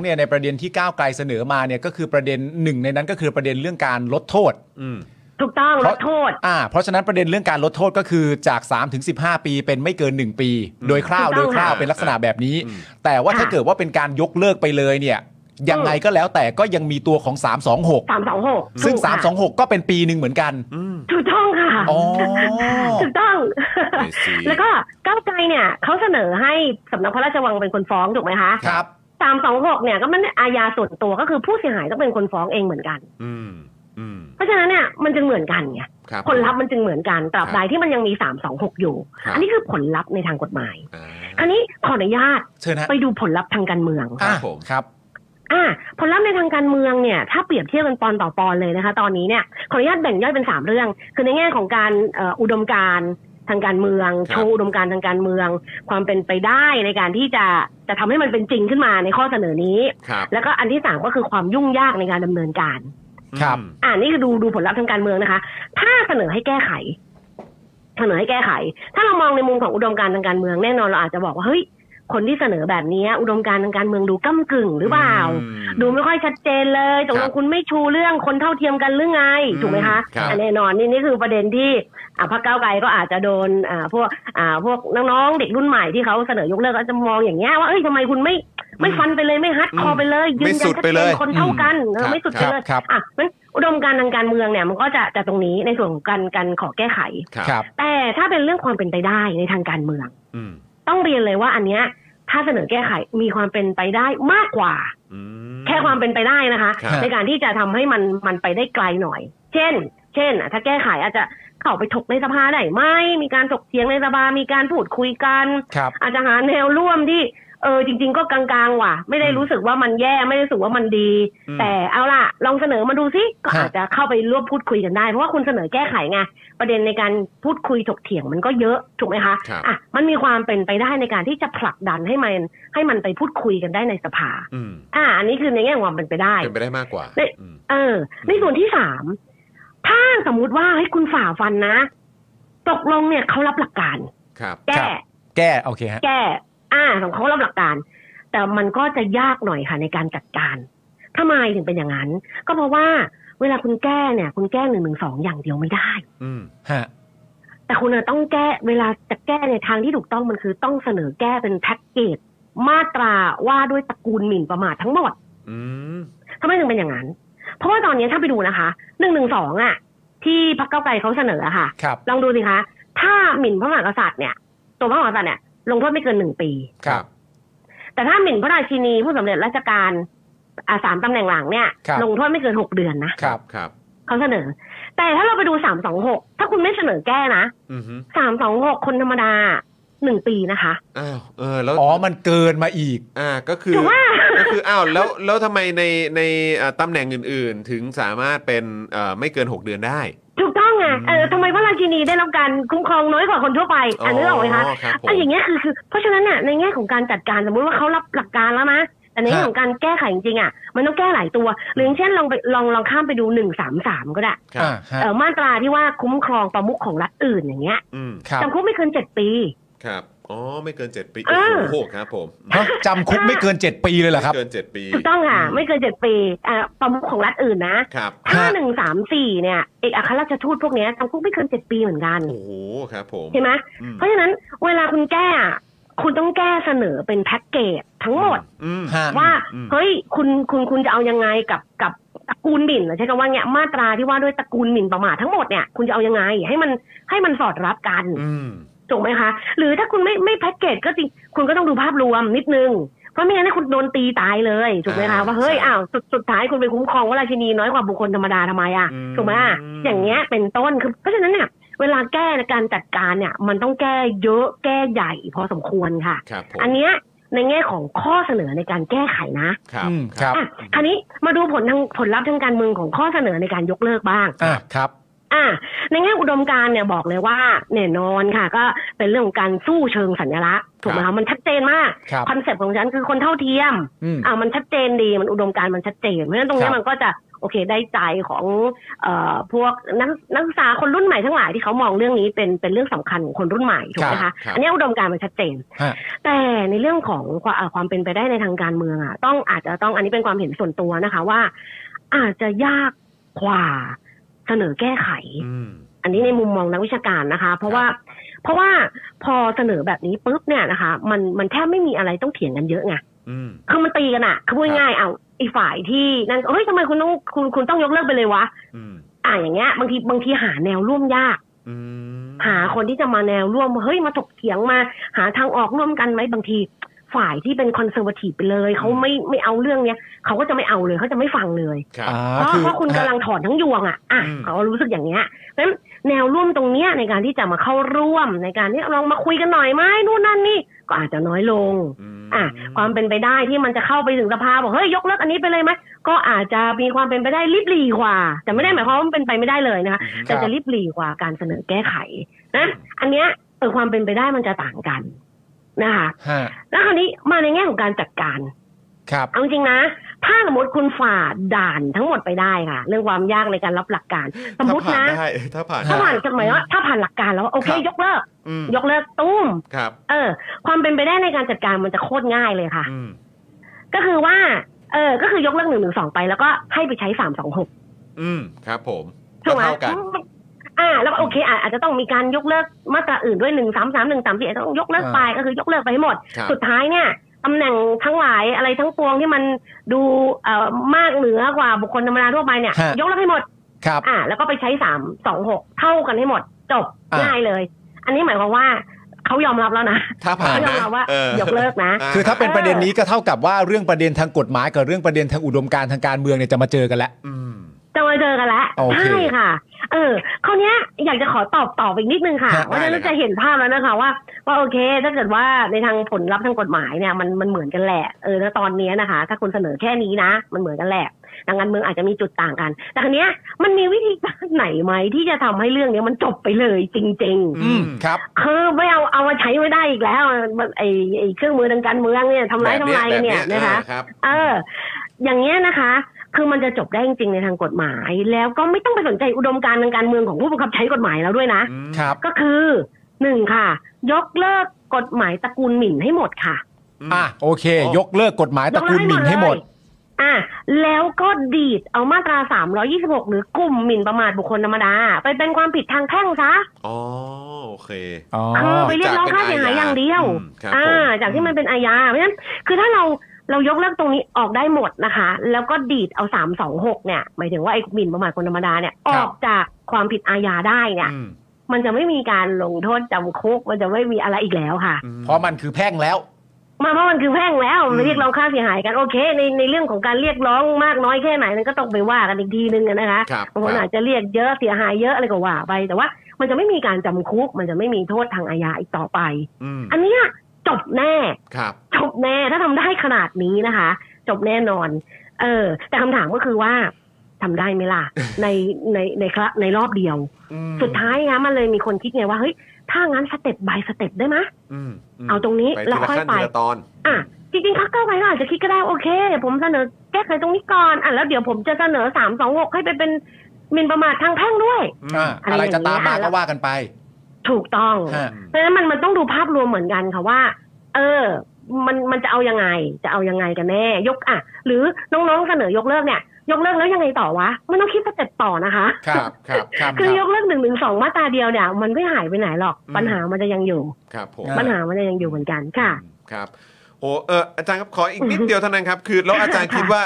เนี่ยในประเด็นที่ก้าวไกลเสนอมาเนี่ยก็คือประเด็นหนึ่งในนั้นก็คือประเด็นเรื่องการลดโทษ อืม ถูกต้องลดโทษ อ่า เพราะฉะนั้นประเด็นเรื่องการลดโทษก็คือจาก3ถึง15 ปีเป็นไม่เกิน 1 ปี โดยคร่าว ถูกต้โดองยคร่าว ค่ะ เป็นลักษณะแบบนี้ อืม แต่ว่าถ้า ค่ะ เกิดว่าเป็นการยกเลิกไปเลยเนี่ยยังไงก็แล้วแต่ก็ยังมีตัวของ สามสองหก 326 ซึ่ง 326 ก็เป็นปีหนึ่งเหมือนกัน อืม ถูกต้องค่ะ อ๋อ ถูกต้อง ไอซี แล้วก็ก้าวไกลเนี่ยเขาเสนอให้สำนักพระราชวังเป็นคนฟ้องถูกไหมคะ ครับ สามสองหกเนี่ยก็มันอาญาส่วนตัวก็คือผู้เสียหายต้องเป็นคนฟ้องเองเหมือนกัน อืมอืม เพราะฉะนั้นเนี่ยมันจึงเหมือนกันไง ครับ ผลลัพธ์มันจึงเหมือนกันตราบใดที่มันยังมีสามสองหกอยู่ ครับ อันนี้คือผลลัพธ์ในทางกฎหมาย อ่า คราวนี้ขออนุญาต เชิญฮะ ไปดูผลลัพธ์ทางการเมือง ครับ อ่ะ ผม ครับ อ่าผลลัพธ์ในทางการเมืองเนี่ยถ้าเปรียบเทียบกันปอนต่อปอนเลยนะคะ ตอนนี้เนี่ยขออนุญาตแบ่งย่อยเป็นสามเรื่อง คือในแง่ของการเอ่ออุดมการณ์ทางการเมือง ครับ โชว์อุดมการณ์ทางการเมือง ความเป็นไปได้ในการที่จะจะทำให้มันเป็นจริงขึ้นมาในข้อเสนอนี้ ครับ แล้วก็อันที่สามก็คือความยุ่งยากในการดำเนินการ ครับ อืม อ่านี่คือดูดูผลลัพธ์ทางการเมืองนะคะ ถ้าเสนอให้แก้ไข เสนอให้แก้ไข ถ้าเรามองในมุมของอุดมการณ์ทางการเมืองแน่นอนเราอาจจะบอกว่าเฮ้ยคนที่เสนอแบบนี้อุดมการณ์ทางการเมืองดูก้ากึ่งหรือเปล่า ม ดูไม่ค่อยชัดเจนเลยตก ค ล รับ งคุณไม่ชูเรื่องคนเท่าเทียมกันหรือไง ถูกไหมคะ ครับ อันแน่นอนนี่นี่คือประเด็นที่อ่ะพรรคก้าวไกลก็อาจจะโดนอ่าพวกอ่าพวกน้องๆเด็กรุ่นใหม่ที่เขาเสนอยกเลิกก็จะมองอย่างเงี้ยว่าเอ้ยทำไมคุณไม่ไม่ฟันไปเลยไม่ฮัดคอไปเลยยืนยันชัด ไม่สุดไปเล เจ ย นคนเท่ากันเอ ครั อบ ไม่สุดไปเลย ครับ อ่ะมันอุดมการณ์ทางการเมืองเนี่ยมันก็จะจะตรงนี้ในส่วนของการการขอแก้ไข ครับ ครับ แต่ถ้าเป็นเรื่องความเป็นไปได้ในทางการเมือง อืม ต้องเรียนเลยว่าอันเนี้ยถ้าเสนอแก้ไขมีความเป็นไปได้มากกว่า อืม แค่ความเป็นไปได้นะคะ ครับ ในการที่จะทำให้มันมันไปได้ไกลหน่อย เช่น เช่นอ่ะถ้าแก้ไขอาจจะเข้าไปถกในสภาได้ไหมมีการถกเถียงในสภามีการพูดคุยกัน ครับ อาจจะหาแนวร่วมที่เออจริง ๆ ก็กลางๆว่ะ ไม่ได้รู้สึกว่ามันแย่ไม่ได้รู้สึกว่ามันดี อืม แต่เอาล่ะ ลองเสนอมาดูซิก็ ครับ อาจจะเข้าไปร่วมพูดคุยกันได้เพราะว่าคุณเสนอแก้ไขไงประเด็นในการพูดคุยถกเถียงมันก็เยอะถูกไหมคะ ครับ อ่ะมันมีความเป็นไปได้ในการที่จะผลักดันให้มันให้มันไปพูดคุยกันได้ในสภา อืม อ่าอันนี้คือในแง่ของความเป็นไปได้ เป็นไปได้มากกว่า ได้ อืม เออ ในส่วนที่สามถ้าสมมุติว่าให้ยคุณฝ่าฟันนะ ตกลงเนี่ยเขารับหลักการ ครับ แก้ ครับ แก้โอเคฮะ แก้ อ่าของเขารับหลักการ แต่มันก็จะยากหน่อยค่ะในการจัดการทำไมถึงเป็นอย่างนั้น ก็เพราะว่าเวลาคุณแก้เนี่ย คุณแก้หนึ่งหนึ่งสองอย่างเดียวไม่ได้ อืม ฮะ แต่คุณน่ะต้องแก้เวลาจะแก้ในทางที่ถูกต้องมันคือต้องเสนอแก้เป็นแพ็กเกจมาตราว่าด้วยตระกูลหมิ่นประมาททั้งหมด อืม ทำไมถึงเป็นอย่างนั้น เพราะว่าตอนนี้ถ้าไปดูนะคะหนึ่งหนึ่งสองอะที่พรรคเก้าวไกลเขาเสนออะค่ะ ครับ ลองดูสิคะ ถ้าหมิ่นพระมหากษัตริย์เนี่ย ตัวพระมหากษัตริย์เนี่ยลงโทษไม่เกินหนึ่งปี ครับ แต่ถ้าหมิ่นพระราชินีผู้สำเร็จราชการอ่าสามตำแหน่งหลังเนี่ย ครับ ลงโทษไม่เกินหกเดือนนะครับ ครับ เขาเสนอ แต่ถ้าเราไปดูสามสองหกถ้าคุณไม่เสนอแก้นะ อือฮึ สามสองหกคนธรรมดาหนึ่งปีนะคะ อ้าว เออ แล้ว อ๋อ มันเกินมาอีก อ่า ก็คือ ถูกว่า ก็คือ อ้าว แล้ว แล้วทำไมใน ในอ่าตำแหน่งอื่น ๆ ถึงสามารถเป็นเอ่อไม่เกิน 6 เดือนได้ ถูกต้องไงเออทำไมพระราชินีได้รับการคุ้มครองน้อยกว่าคนทั่วไปอันนี้ออกไหมคะ อ๋อครับผม อะอย่างเงี้ยคือคือเพราะฉะนั้นเนี่ยในแง่ของการจัดการสมมุติว่าเขารับหลักการแล้วนะแต่ในแง่ ฮะ ของการแก้ไขจริงๆอ่ะมันต้องแก้หลายตัวหรืออย่างเช่นลองไปลองลองข้ามไปดูหนึ่งสามสามก็ได้ ครับ อ่าฮะ เอ่อมาตราที่ว่าคุ้มครองประมุขของรัฐอื่นอย่างเงี้ย อืม ครับ จำคุกไม่เกินเจ็ดปี ครับ อ๋อ ไม่เกิน 7 ปี เอ โอ้ อ โหครับผม ฮะจำคุกไม่เกิน 7 ปีเลยเหรอครับ ไม่เกิน 7 ปี ถูกต้องค่ะ ไม่เกินเจ็ดปีอ่าประมุขของรัฐอื่นนะ ครับ ถ้า ฮะ หนึ่งสามสี่เนี่ยเอกอัครราชทูตพวกเนี้ยจำคุกไม่เกินเจ็ดปีเหมือนกัน โอ้โห ครับผม เห็นไหม อืม เพราะฉะนั้นเวลาคุณแก้อะคุณต้องแก้เสนอเป็นแพ็กเกจทั้งหมด อืม ฮะ ว่า อืม เฮ้ยคุณคุณคุณจะเอายังไงกับกับตระกูลหมิ่นใช้คำว่าเนี่ยมาตราที่ว่าด้วยตระกูลหมิ่นประมาททั้งหมดเนี่ยคุณจะเอายังไงให้มันให้มันสอดรับกัน อืม ถูกไหมคะ หรือถ้าคุณไม่ไม่แพ็กเกจก็จริงคุณก็ต้องดูภาพรวมนิดนึงเพราะไม่งั้นเนยคุณโดนตีตายเลยถูกไหมคะ อ่า ว่าเฮ้ย ใช่ อ้าวสุดสุดท้ายคุณไปคุ้มครองว่าราชินีน้อยกว่าบุคคลธรรมดาทำไมอ่ะ อืม ถูกไหมอ่ะอย่างเงี้ยเป็นต้นคือเพราะฉะนั้นเนี่ยเวลาแก้ในการจัดการเนี่ย มันต้องแก้เยอะแก้ใหญ่พอสมควรค่ะ ครับผม อันเนี้ยในแง่ของข้อเสนอในการแก้ไขนะ ครับ อืมครับ อ่ะคราวนี้มาดูผลทางผลลัพธ์ทางการเมืองของข้อเสนอในการยกเลิกบ้าง อ่าครับ อ่ะในแง่อุดมการณ์เนี่ยบอกเลยว่าแน่นอนค่ะ ก็เป็นเรื่องของการสู้เชิงสัญลักษณ์ถูกไหม ครั คะ บ มันชัดเจนมาก ครับ คอนเซปต์ของฉันคือคนเท่าเทียม อืม อ่ะมันชัดเจนดีมันอุดมการณ์มันชัดเจนเพราะฉะนั้นตรงเนี้ ค ย รับ มันก็จะโอเคได้ใจของเอ่อพวกนักนักศึกษาคนรุ่นใหม่ทั้งหลายที่เขามองเรื่องนี้เป็นเป็นเรื่องสำคัญของคนรุ่นใหม่ถูกไหม ครั คะ บครับ อันเนี้ยอุดมการณ์มันชัดเจน ฮะ แต่ในเรื่องของความเอ่อความเป็นไปได้ในทางการเมืองอ่ะต้องอาจจะต้องอันนี้เป็นความเห็นส่วนตัวนะคะว่า อาจจะยากกว่าเสนอแก้ไข อืม อันนี้ในมุมมองนักวิชาการนะคะ เพราะว่าเพราะว่าพอเสนอแบบนี้ปุ๊บเนี่ยนะคะ มันมันแทบไม่มีอะไรต้องเถียงกันเยอะไง อืม คือมันตีกันอะคือพูดง่ายๆเอาอีกฝ่ายที่นั่นเฮ้ยทำไมคุณต้องคุณคุณต้องยกเลิกไปเลยวะ อืม อ่าอย่างเงี้ยบางทีบางทีหาแนวร่วมยาก อืม หาคนที่จะมาแนวร่วมเฮ้ยมาถกเถียงมา หาทางออกร่วมกันไหมบางที ไฟ ฝ่ายที่เป็นคอนเซอร์วทีฟไปเลยเขาไม่ไม่เอาเรื่องเนี้ยเขาก็จะไม่เอาเลยเขาจะไม่ฟังเลย ครับ อ่า เพราะ คือ เพราะคุณกำลังถอดทั้งยวงอ่ะอ่ะ อืม เขารู้สึกอย่างเงี้ยเพราะฉะนั้นแนวร่วมตรงเนี้ยในการที่จะมาเข้าร่วมในการที่ลองมาคุยกันหน่อยไหมนู่นนั่นนี่ก็อาจจะน้อยลง ม อ่ะความเป็นไปได้ที่มันจะเข้าไปถึงสภาบอกเฮ้ยยกเลิกอันนี้ไปเลยไหมก็อาจจะมีความเป็นไปได้ริบหรี่กว่า แต่ไม่ได้หมายความว่ามันเป็นไปไม่ได้เลยนะคะแต่จะริบหรี่กว่าการเสนอแก้ไขนะอันเนี้ยเออความเป็นไปได้มันจะต่างกันนะคะ ฮะ แล้วคราวนี้มาในแง่ของการจัดการ ครับ เอาจริงนะ ถ้าสมมติคุณฝ่าด่านทั้งหมดไปได้ค่ะ เรื่องความยากในการรับหลักการ สมมติ ถ้าผ่านนะได้ถ้าผ่าน ถ้า ได้ ผ่านกฎหมายว่าถ้าผ่านหลักการแล้ว โอเค ครับ ยกเลิก อืม ยกเลิกตุ้ม ครับ เออ ความเป็นไปได้ในการจัดการมันจะโคตรง่ายเลยค่ะ อืม ก็คือว่า เออ ก็คือยกเลิกหนึ่งหนึ่งสองไปแล้วก็ให้ไปใช้สามสองหก อืมครับผม ถูกไหม เท่ากัน อ่า แล้วก็โอเคอ่ะอาจจะต้องมีการยกเลิกมาตราอื่นด้วยหนึ่งสามสามหนึ่งสามสี่ต้องยกเลิกไปก็คือยกเลิกไปให้หมด ครับ สุดท้ายเนี่ยตำแหน่งทั้งหลายอะไรทั้งปวงที่มันดูเอ่อมากเหนือกว่าบุคคลธรรมดาทั่วไปเนี่ย ฮะ ยกเลิกให้หมด ครับ อ่า แล้วก็ไปใช้สามสองหกเท่ากันให้หมด จบ อ่า ง่ายเลย อันนี้หมายความว่าเขายอมรับแล้วนะ ถ้าผ่าน เขานะยอมรับว่า ออย กเลิกนะ า คือถ้าเป็นประเด็นนี้ก็เท่ากับว่าเรื่องประเด็นทางกฎหมายกับเรื่องประเด็นทางอุดมการณ์ทางการเมืองเนี่ยจะมาเจอกันแล้ว อืม จะมาเจอกันแล้ว โอเค ใช่ค่ะ เออข้อเนี้ยอยากจะขอตอบต่ออีกนิดนึงค่ะ ฮะ เพราะฉะ ได้เล นั้ ย น ครับ จะเห็นภาพแล้วนะคะว่าว่าโอเค ถ้าเกิดว่าในทางผลลัพธ์ทางกฎหมายเนี่ยมันมันเหมือนกันแหละเออแล้วตอนเนี้ยนะคะ ถ้าคุณเสนอแค่นี้นะ มันเหมือนกันแหละดังนั้นเมืองอาจจะมีจุดต่างกัน แต่ครั้เนี้ยมันมีวิธีการไหนไหมที่จะทำให้เรื่องเนี้ยมันจบไปเลยจริง อืมครับ ๆ คือไม่เอาเอามาใช้ไม่ได้อีกแล้วมันไอไอเครื่องมือทางการเมืองเนี่ยทำร้ายทำลายกันเนี่ย แบบ นะออคะรับ เออ อย่างเงี้ยนะคะ คือมันจะจบได้จริงๆในทางกฎหมาย แล้วก็ไม่ต้องไปสนใจอุดมการณ์ทางการเมืองของผู้บังคับใช้กฎหมายแล้วด้วยนะ ครับ ก็คือหนึ่งค่ะ ยกเลิกกฎหมายตระกูลหมิ่นให้หมดค่ะ อ่ะโอเค โอ้ ยกเลิกกฎหมายตระกูลหมิ่นให้หมด ยกเลิกเลยอ่ะแล้วก็ดีดเอามาตรา 326 หรือกลุ่มหมิ่นประมาทบุคคลธรรมดา ไปเป็นความผิดทางแพ่งซะ อ๋อโอเค อ๋อ เออไปเรียกร้องค่าเสียหายอย่างเดียว อืมครับ อ่า ผม จากที่มันเป็นอาญา เพราะฉะนั้น คือถ้าเราเรายกเลิกตรงนี้ออกได้หมดนะคะ แล้วก็ดีดเอาสามสองหกเนี่ย หมายถึงว่าไอ้หมิ่นประมาทคนธรรมดาเนี่ย อ ครับ อกจากความผิดอาญาได้เนี่ย อืม มันจะไม่มีการลงโทษจำคุก มันจะไม่มีอะไรอีกแล้วค่ะ อืม เพราะมันคือแพ่งแล้ว มาเพราะมันคือแพ่งแล้ว อืม เรียกร้องค่าเสียหายกัน โอเค ในในเรื่องของการเรียกร้องมากน้อยแค่ไหนนั้นก็ต้องไปว่ากันอีกทีนึงอะนะคะ ครับ บางคคนรับ อาจจะเรียกเยอะเสียหายเยอะอะไรก็ว่าไป แต่ว่ามันจะไม่มีการจำคุก มันจะไม่มีโทษทางอาญาอีกต่อไป อืม อันเนี้ยจบแน่ ครับ จบแน่ถ้าทำได้ขนาดนี้นะคะ จบแน่นอน เออ แต่คำถามก็คือว่าทำได้ไหม ล่ะ ในในในครับในรอบเดียว อืม สุดท้ายนะมันเลยมีคนคิดไงว่าเฮ้ยถ้างั้นสเต็ปบายสเต็ปได้ไหม อืมม เอาตรงนี้ ไป แล้ว ทีละ ค่อย ขั้น ไป ทีละตอน อ่ะจริงๆพักเก้าวไกลก็อาจจะคิดก็ได้โอเคเดี๋ยวผมเสนอแก้ไขตรงนี้ก่อนอ่ะแล้วเดี๋ยวผมจะเสนอสามสองหกให้ไปเป็นหมินประมาททางแพ่งด้วย อืม อ่ะ อะ อะไร ไร อย่างเงี้ย จะตามมาก็ว่ากันไป ถูกต้อง ฮะ เพราะฉะนั้นมันมันต้องดูภาพรวมเหมือนกันค่ะว่า เออ มันมันจะเอายังไง จะเอายังไงกันแน่ ยกอ่ะ หรือน้องๆเสนอยกเลิกเนี่ย ยกเลิกแล้วยังไงต่อวะ มันต้องคิดสเต็ปต่อนะคะ ครับครับครับ คือยกเลิกหนึ่งหนึ่งสองมาตราเดียวเนี่ย มันไม่หายไปไหนหรอก อืม ปัญหามันจะยังอยู่ ครับผม อ่า ปัญหามันจะยังอยู่เหมือนกันค่ะ ครับโอ้เอออาจารย์ครับขออีกนิดเดียวเท่านั้นครับ คือแล้วอาจารย์คิดว่า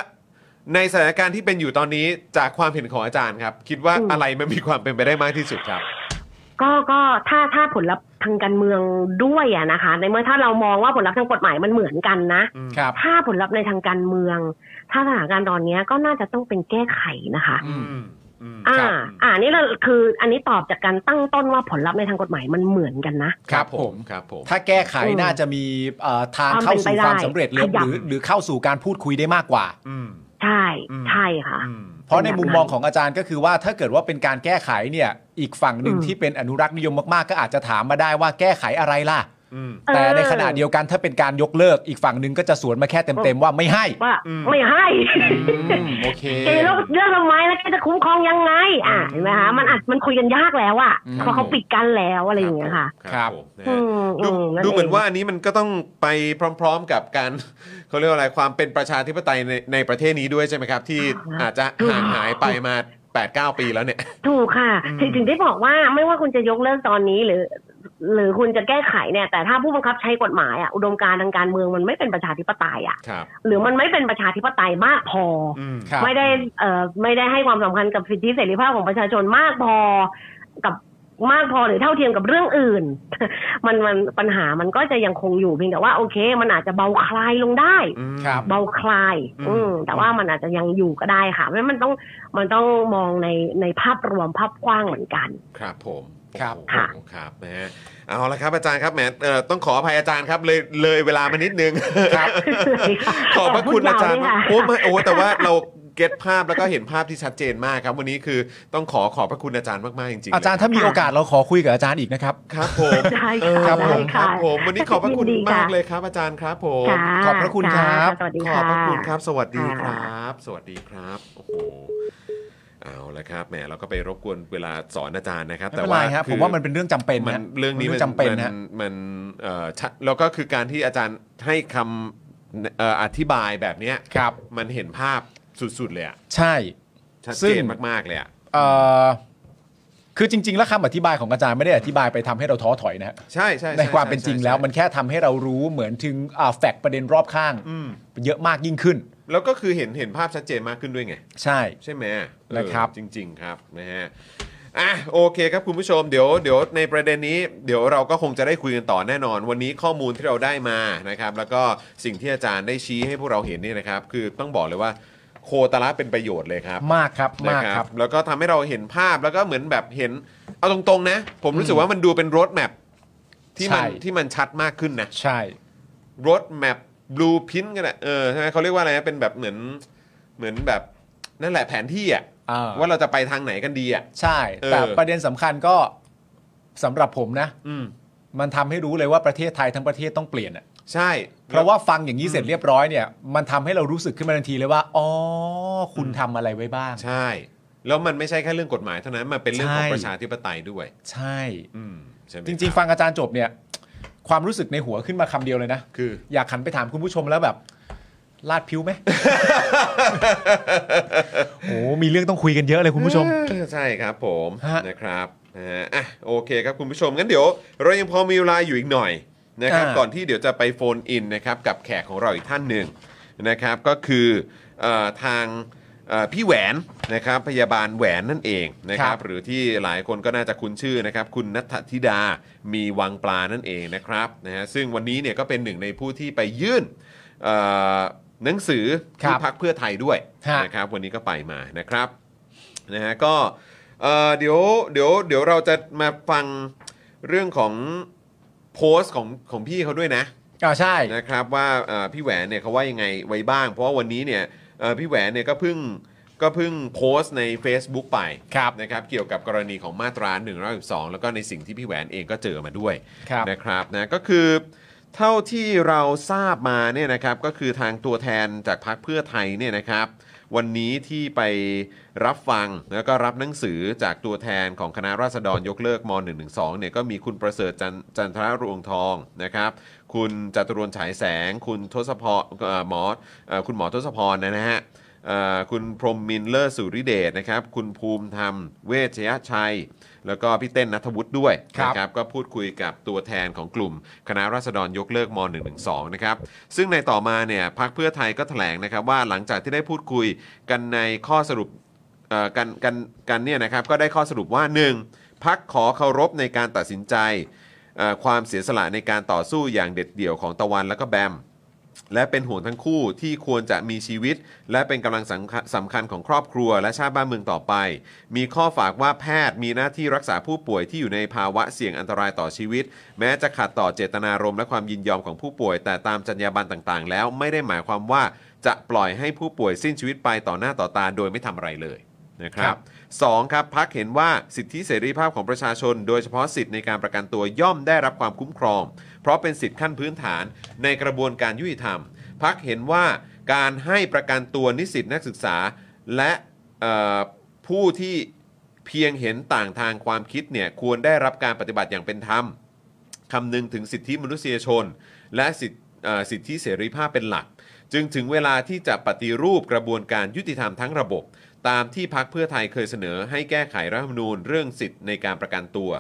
ในสถานการณ์ที่เป็นอยู่ตอนนี้จากความเห็นของอาจารย์ครับ คิดว่า อืม อะไรมันมีความเป็นไปได้มากที่สุดครับ ก็ก็ถ้าถ้าผลลัพธ์ทางการเมืองด้วยอะนะคะ ในเมื่อถ้าเรามองว่าผลลัพธ์ทางกฎหมายมันเหมือนกันนะ ครับ ถ้าผลลัพธ์ในทางการเมือง ถ้าสถานการณ์ตอนเนี้ยก็น่าจะต้องเป็นแก้ไขนะคะ อืมอืม อ่า ครับ อ่า นี่เราคืออันนี้ตอบจากการตั้งต้นว่าผลลัพธ์ในทางกฎหมายมันเหมือนกันนะ ครับผมครับผม ถ้าแก้ไขน่าจะมีเอ่อทางเข้าสู่คคาววาม ม เป็นไปได้ สำเร็จหรือ ขยับ หรือหรือเข้าสู่การพูดคุยได้มากกว่า อืม ใช่ อืม ใช่ค่ะ อืม เพราะในมุมมองของอาจารย์ก็คือว่าถ้าเกิดว่าเป็นการแก้ไขเนี่ย อีกฝั่งหนึ่ง อืม ที่เป็นอนุรักษ์นิยมมากๆ ก็อาจจะถามมาได้ว่าแก้ไขอะไรล่ะ อืม แต่ในขณะ ออ เดียวกันถ้าเป็นการยกเลิกอีกฝั่งหนึ่งก็จะสวนมาแค่เต็มๆว่าไม่ให้ ว่า อืม ไม่ให้ อืมโอเค แกจะเลือกทำไมแล้วแกจะคุ้มครองยังไง อ่าเห็นไหมคะมันอาจมันคุยกันยากแล้วอ่ะ อืม เพราะเขาปิดกั้นแล้วอะไรอย่างเงี้ยค่ะ ครับผมนะ อื ฮะ ม ดู อื ดูเหมือน ง ว่าอันนี้มันก็ต้องไปพร้อมๆกับการ เขาเรียกว่าอะไรความเป็นประชาธิปไตยในในประเทศนี้ด้วยใช่ไหมครับ ที่อาจจะห่างหายไปมา 8-9 ปีแล้วเนี่ย ถูกค่ะ อืม ถึงถึงได้บอกว่าไม่ว่าคุณจะยกเลิกตอนนี้หรือ หรือคุณจะแก้ไขเนี่ย แต่ถ้าผู้บังคับใช้กฎหมายอ่ะอุดมการณ์ทางการเมืองมันไม่เป็นประชาธิปไตยอ่ะ ครับ หรือมันไม่เป็นประชาธิปไตยมากพออ อืม ครับ ไม่ได้เอ่อไม่ได้ให้ความสำคัญกับสิทธิเสรีภาพของประชาชนมากพอกับ มากพอหรือเท่าเทียมกับเรื่องอื่น มันมันปัญหามันก็จะยังคงอยู่เพียงแต่ว่าโอเค มันอาจจะเบาคลายลงได้ อืม ครับ เบาคลาย อืม อืม แต่ว่ามันอาจจะยังอยู่ก็ได้ค่ะเพราะฉะนั้นมันต้องมันต้องมองในในภาพรวมภาพกว้างเหมือนกัน ครับผม ครับ โอ้โห ค่ะ ครับนะฮะเอาละครับอาจารย์ครับแหมเอ่อต้องขออภัยอาจารย์ครับเลยเลยเวลามานิดนึงครับ ขอบพระคุณอาจารย์ ขบ โอ้ คุณ ไม่โอ้แต่ว่าเราเก็ตภาพแล้วก็เห็นภาพที่ชัดเจนมากครับ วันนี้คือต้องขอขอบพระคุณอาจารย์มากๆจริงๆ อาจารย์ เล ถ้ามีโอกาสเราขอคุยกับอาจารย์อีกนะครับ ครับผม เร เออ ค่ะ ผ ได้ มคค่ะรับ ได้ ผ ค่ะ มวันนี้ขอบพระคุณ ยินดี มากเลยครับอาจารย์ครับผม ค่ะ ขอบพระคุณครับ ะสวัสดี ข ค่ะ อบพระคุณครับ สวัสดีครับ สวัสดีครับ โอ้โห เอาละครับ แหม เราก็ไปรบกวนเวลาสอนอาจารย์นะครับ ไม่ แต่ เป็นไร ว่า ครับ คือ ผมว่ามันเป็นเรื่องจำเป็น มัน นะ เรื่องนี้ มั มัน จำเป็นนะ มัมันเอ่อชะแล้วก็คือการที่อาจารย์ให้คำเอ่ออธิบายแบบเนี้ย ครับ มันเห็นภาพสุดๆเลยอะ ใช่ ชัด ซึ่ เจ ง นมากๆเลยอะ เอ่อคือจริง ๆ แล้วคำอธิบายของอาจารย์ไม่ได้อธิบายไปทำให้เราท้อถอยนะฮะ ใช่ใช่ช่ ในความเป็นจริงแล้ว ใช่ มันแค่ทำให้เรารู้เหมือนถึงแฟกต์ประเด็นรอบข้าง อืม เยอะมากยิ่งขึ้น แล้วก็คือเห็นเห็นภาพชัดเจนมากขึ้นด้วยไง ใช่ ใช่ไหม นะครับ เออจริง ๆ ครับนะฮะอ่ะโอเคครับคุณผู้ชมเดี๋ยวเดี๋ยวในประเด็นนี้ เดี๋ยวเราก็คงจะได้คุยกันต่อแน่นอน วันนี้ข้อมูลที่เราได้มานะครับแล้วก็สิ่งที่อาจารย์ได้ชี้ให้พวกเราเห็นเนี่ยนะครับ คือต้องบอกเลยว่าโคตรละเป็นประโยชน์เลยครับ มากครับ นะ มากครับ แล้วก็ทำให้เราเห็นภาพแล้วก็เหมือนแบบเห็นเอาตรงๆนะ ผมรู้สึกว่ามันดูเป็นรถแมพที่มัน ใช่ ที่มันชัดมากขึ้นนะ ใช่ รถแมปบลูพิ n นกันแหละเออใช่ไหมเขาเรียกว่าอะไรนะเป็นแบบเหมือนเหมือนแบบนั่นแหละแผนที่อ่ะ อ่า ว่าเราจะไปทางไหนกันดีอ่ะ ใช่ แต่ เออ ประเด็นสำคัญก็สำหรับผมนะ อืม มันทำให้รู้เลยว่าประเทศไทยทั้งประเทศต้องเปลี่ยนอะ ใช่ เพราะว่าฟังอย่างนี้เสร็จเรียบร้อยเนี่ย มันทำให้เรารู้สึกขึ้นมาทันทีเลยว่า อ๋อ คุณทำอะไรไว้บ้าง ใช่ แล้วมันไม่ใช่แค่เรื่องกฎหมายเท่านั้น มันเป็นเรื่องของ ใช่ ประชาธิปไตยด้วย ใช่ อืมใช่ไหม จริง ๆฟังอาจารย์จบเนี่ย ความรู้สึกในหัวขึ้นมาคำเดียวเลยนะ คือ อยากหันไปถามคุณผู้ชมแล้วแบบลาดพิ้วไหม โอ้มีเรื่องต้องคุยกันเยอะเลยคุณผู้ชม เออใช่ครับผม ฮะ นะครับนะฮะอ่ะโอเคครับคุณผู้ชมงั้นเดี๋ยว เรายังพอมีเวลาอยู่อีกหน่อยนะครับ อ่า ก่อนที่เดี๋ยวจะไปโฟนอินนะครับกับแขกของเราอีกท่านหนึ่งนะครับก็คือเอ่อทางเอ่อพี่แหวนนะครับพยาบาลแหวนนั่นเองนะครั ครับ บ หรือที่หลายคนก็น่าจะคุ้นชื่อนะครับคุณนัทธิดามีวังปลานั่นเองนะครับนะฮะซึ่งวันนี้เนี่ยก็เป็นหนึ่งในผู้ที่ไปยื่นเอ่อหนังสือที่ ครับ พักเพื่อไทยด้วย ฮะ นะครับวันนี้ก็ไปมานะครับ นะฮะก็เอ่อเดี๋ยวเดี๋ยวเดี๋ยวเราจะมาฟังเรื่องของโพสต์ของของพี่เขาด้วยนะ อ่าใช่ นะครับว่าเอ่อพี่แหวนเนี่ยเขาว่ายังไงไว้บ้าง เพราะว่าวันนี้เนี่ยเอ่อพี่แหวนเนี่ยก็เพิ่งก็เพิ่งโพสต์ใน Facebook ไป ครับ นะครับเกี่ยวกับกรณีของมาตรา1นึแล้วก็ในสิ่งที่พี่แหวนเองก็เจอมาด้วย ครับ นะครับนะก็คือเท่าที่เราทราบมาเนี่ยนะครับก็คือทางตัวแทนจากพรรคเพื่อไทยเนี่ยนะครับ วันนี้ที่ไปรับฟังแล้วก็รับหนังสือจากตัวแทนของคณะราษฎรยกเลิกม .112 เนี่ยก็มีคุณประเสริฐจันจันทรรวงทองนะครับ คุณจตุรนฉายแสง คุณทศพรเอ่อหมอเอ่อคุณหมอทศพรนะฮะ เอ่อคุณพรหมมินเลอร์สุริเดชนะครับ คุณภูมิธรรม เวชยชัย แล้วก็พี่เต้นนัทวุฒิด้วย ครับ นะก็พูดคุยกับตัวแทนของกลุ่ม คณะราษฎรยกเลิกม .112 นะครับ ซึ่งในต่อมาเนี่ยพักเพื่อไทยก็แถลงนะครับว่าหลังจากที่ได้พูดคุยกันในข้อสรุปเอ่อกันกันกันเนี่ยนะครับก็ได้ข้อสรุปว่า 1. พักขอเคารพในการตัดสินใจเอ่อความเสียสละในการต่อสู้อย่างเด็ดเดี่ยวของตะวันและก็แบม และเป็นห่วงทั้งคู่ที่ควรจะมีชีวิต และเป็นกำลังสำคัญสำคัญของครอบครัวและชาติบ้านเมืองต่อไป มีข้อฝากว่าแพทย์มีหน้าที่รักษาผู้ป่วยที่อยู่ในภาวะเสี่ยงอันตรายต่อชีวิต แม้จะขัดต่อเจตนารมณ์และความยินยอมของผู้ป่วย แต่ตามจรรยาบรรณต่างๆ แล้วไม่ได้หมายความว่าจะปล่อยให้ผู้ป่วยสิ้นชีวิตไปต่อหน้าต่อตาโดยไม่ทำอะไรเลยนะค ค รั รับ บ สองครับพักเห็นว่าสิทธิเสรีภาพของประชาชน โดยเฉพาะสิทธิในการประกันตัวย่อมได้รับความคุ้มครอง เพราะเป็นสิทธิขั้นพื้นฐานในกระบวนการยุติธรรม พักเห็นว่าการให้ประกันตัวนิสิตนักศึกษา และเอ่อผู้ที่เพียงเห็นต่างทางความคิดเนี่ยควรได้รับการปฏิบัติอย่างเป็นธรรม คำนึงถึงสิทธิมนุษยชน และสิทธิเอ่อสิทธิเสรีภาพเป็นหลัก จึงถึงเวลาที่จะปฏิรูปกระบวนการยุติธรรมทั้งระบบ ตามที่พักเพื่อไทยเคยเสนอให้แก้ไขรัฐธรรมนูญเรื่องสิทธิในการประกันตัว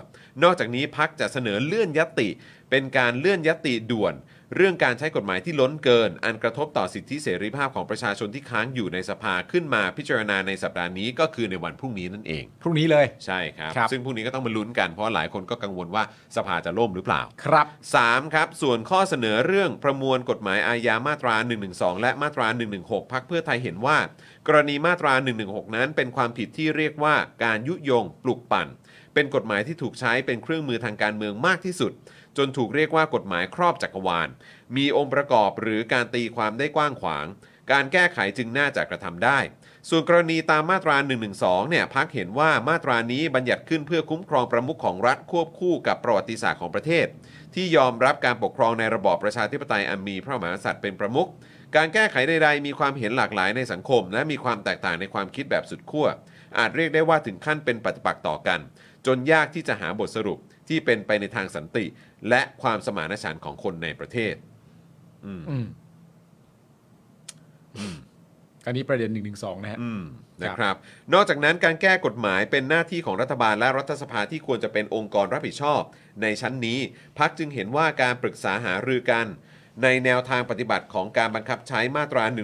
นอกจากนี้พักจะเสนอเลื่อนยตติ เป็นการเลื่อนยตติด่วน เรื่องการใช้กฎหมายที่ล้นเกิน อันกระทบต่อสิทธิเสรีภาพของประชาชนที่ค้างอยู่ในสภาขึ้นมาพิจารณาในสัปดาห์นี้ก็คือในวันพรุ่งนี้นั่นเอง พรุ่งนี้เลย ใช่ครับ ครับ ซึ่งพรุ่งนี้ก็ต้องมาลุ้นกันเพราะหลายคนก็กังวลว่าสภาจะล่มหรือเปล่า ครับ 3ครับ ส่วนข้อเสนอเรื่องประมวลกฎหมายอาญามาตรา 112 และมาตรา 116 พักเพื่อไทยเห็นว่า กรณีมาตรา 116 นั้นเป็นความผิดที่เรียกว่าการยุยงปลุกปั่น เป็นกฎหมายที่ถูกใช้เป็นเครื่องมือทางการเมืองมากที่สุด จนถูกเรียกว่ากฎหมายครอบจักรวาล มีองค์ประกอบหรือการตีความได้กว้างขวาง การแก้ไขจึงน่าจะกระทำได้ ส่วนกรณีตามมาตรา 112 เนี่ยพักเห็นว่ามาตรานี้บัญญัติขึ้นเพื่อคุ้มครองประมุขของรัฐควบคู่กับประวัติศาสตร์ของประเทศ ที่ยอมรับการปกครองในระบอบประชาธิปไตยอันมีพระมหากษัตริย์เป็นประมุข การแก้ไขใดๆ มีความเห็นหลากหลายในสังคม และมีความแตกต่างในความคิดแบบสุดขั้ว อาจเรียกได้ว่าถึงขั้นเป็นปฏิปักษ์ต่อกัน จนยากที่จะหาบทสรุปที่เป็นไปในทางสันติ และความสมานฉันท์ของคนในประเทศ อืม อืมอันนี้ประเด็นหนึ่งหนึ่งสองนะฮะ อืมนะครับ นอกจากนั้นการแก้กฎหมายเป็นหน้าที่ของรัฐบาลและรัฐสภาที่ควรจะเป็นองค์กรรับผิดชอบ ในชั้นนี้พักจึงเห็นว่าการปรึกษาหารือกัน ในแนวทางปฏิบัติของการบังคับใช้มาตรา1นึ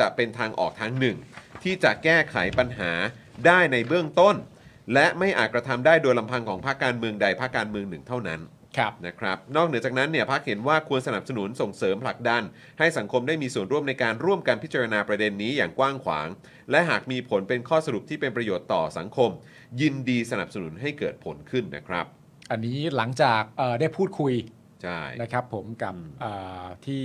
จะเป็นทางออกทางหนึ่ง ที่จะแก้ไขปัญหาได้ในเบื้องต้น และไม่อาจกระทำได้โดยลำพังของพรรคการเมืองใดพรรคการเมืองหนึ่งเท่านั้น ครับ นะครับนอกเหนือจากนั้นเนี่ยพักเห็นว่าควรสนับสนุนส่งเสริมผลักดัน ให้สังคมได้มีส่วนร่วมในการร่วมกันพิจารณาประเด็นนี้อย่างกว้างขวาง และหากมีผลเป็นข้อสรุปที่เป็นประโยชน์ต่อสังคม ยินดีสนับสนุนให้เกิดผลขึ้นนะครับ อันนี้หลังจากเอ่อได้พูดคุย ใช่ นะครับ ผมกับ อืม เอ่อที่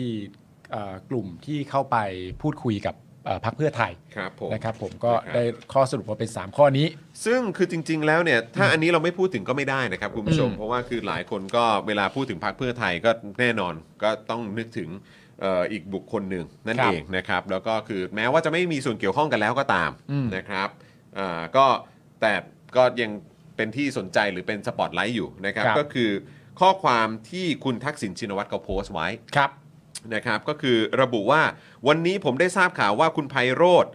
เอ่อกลุ่มที่เข้าไปพูดคุยกับเอ่อพรรคเพื่อไทย ครับผม นะครับผมก็ นะครับ ได้ข้อสรุปว่าเป็น 3 ข้อนี้ ซึ่งคือจริง ๆ แล้วเนี่ยถ้าอันนี้เราไม่พูดถึงก็ไม่ได้นะครับคุณผู้ชม อืม เพราะว่าคือหลายคนก็เวลาพูดถึงพรรคเพื่อไทยก็แน่นอนก็ต้องนึกถึงเอ่ออีกบุคคลหนึ่งนั่น ครับ เองนะครับแล้วก็คือแม้ว่าจะไม่มีส่วนเกี่ยวข้องกันแล้วก็ตาม อืม นะครับเอ่อก็แต่ก็ยังเป็นที่สนใจหรือเป็นสปอตไลท์อยู่นะครับ ครับ ก็คือข้อความที่คุณทักษิณชินวัตรเขาโพสต์ไว้ ครับ นะครับก็คือระบุว่าวันนี้ผมได้ทราบข่าวว่าคุณไพโรธ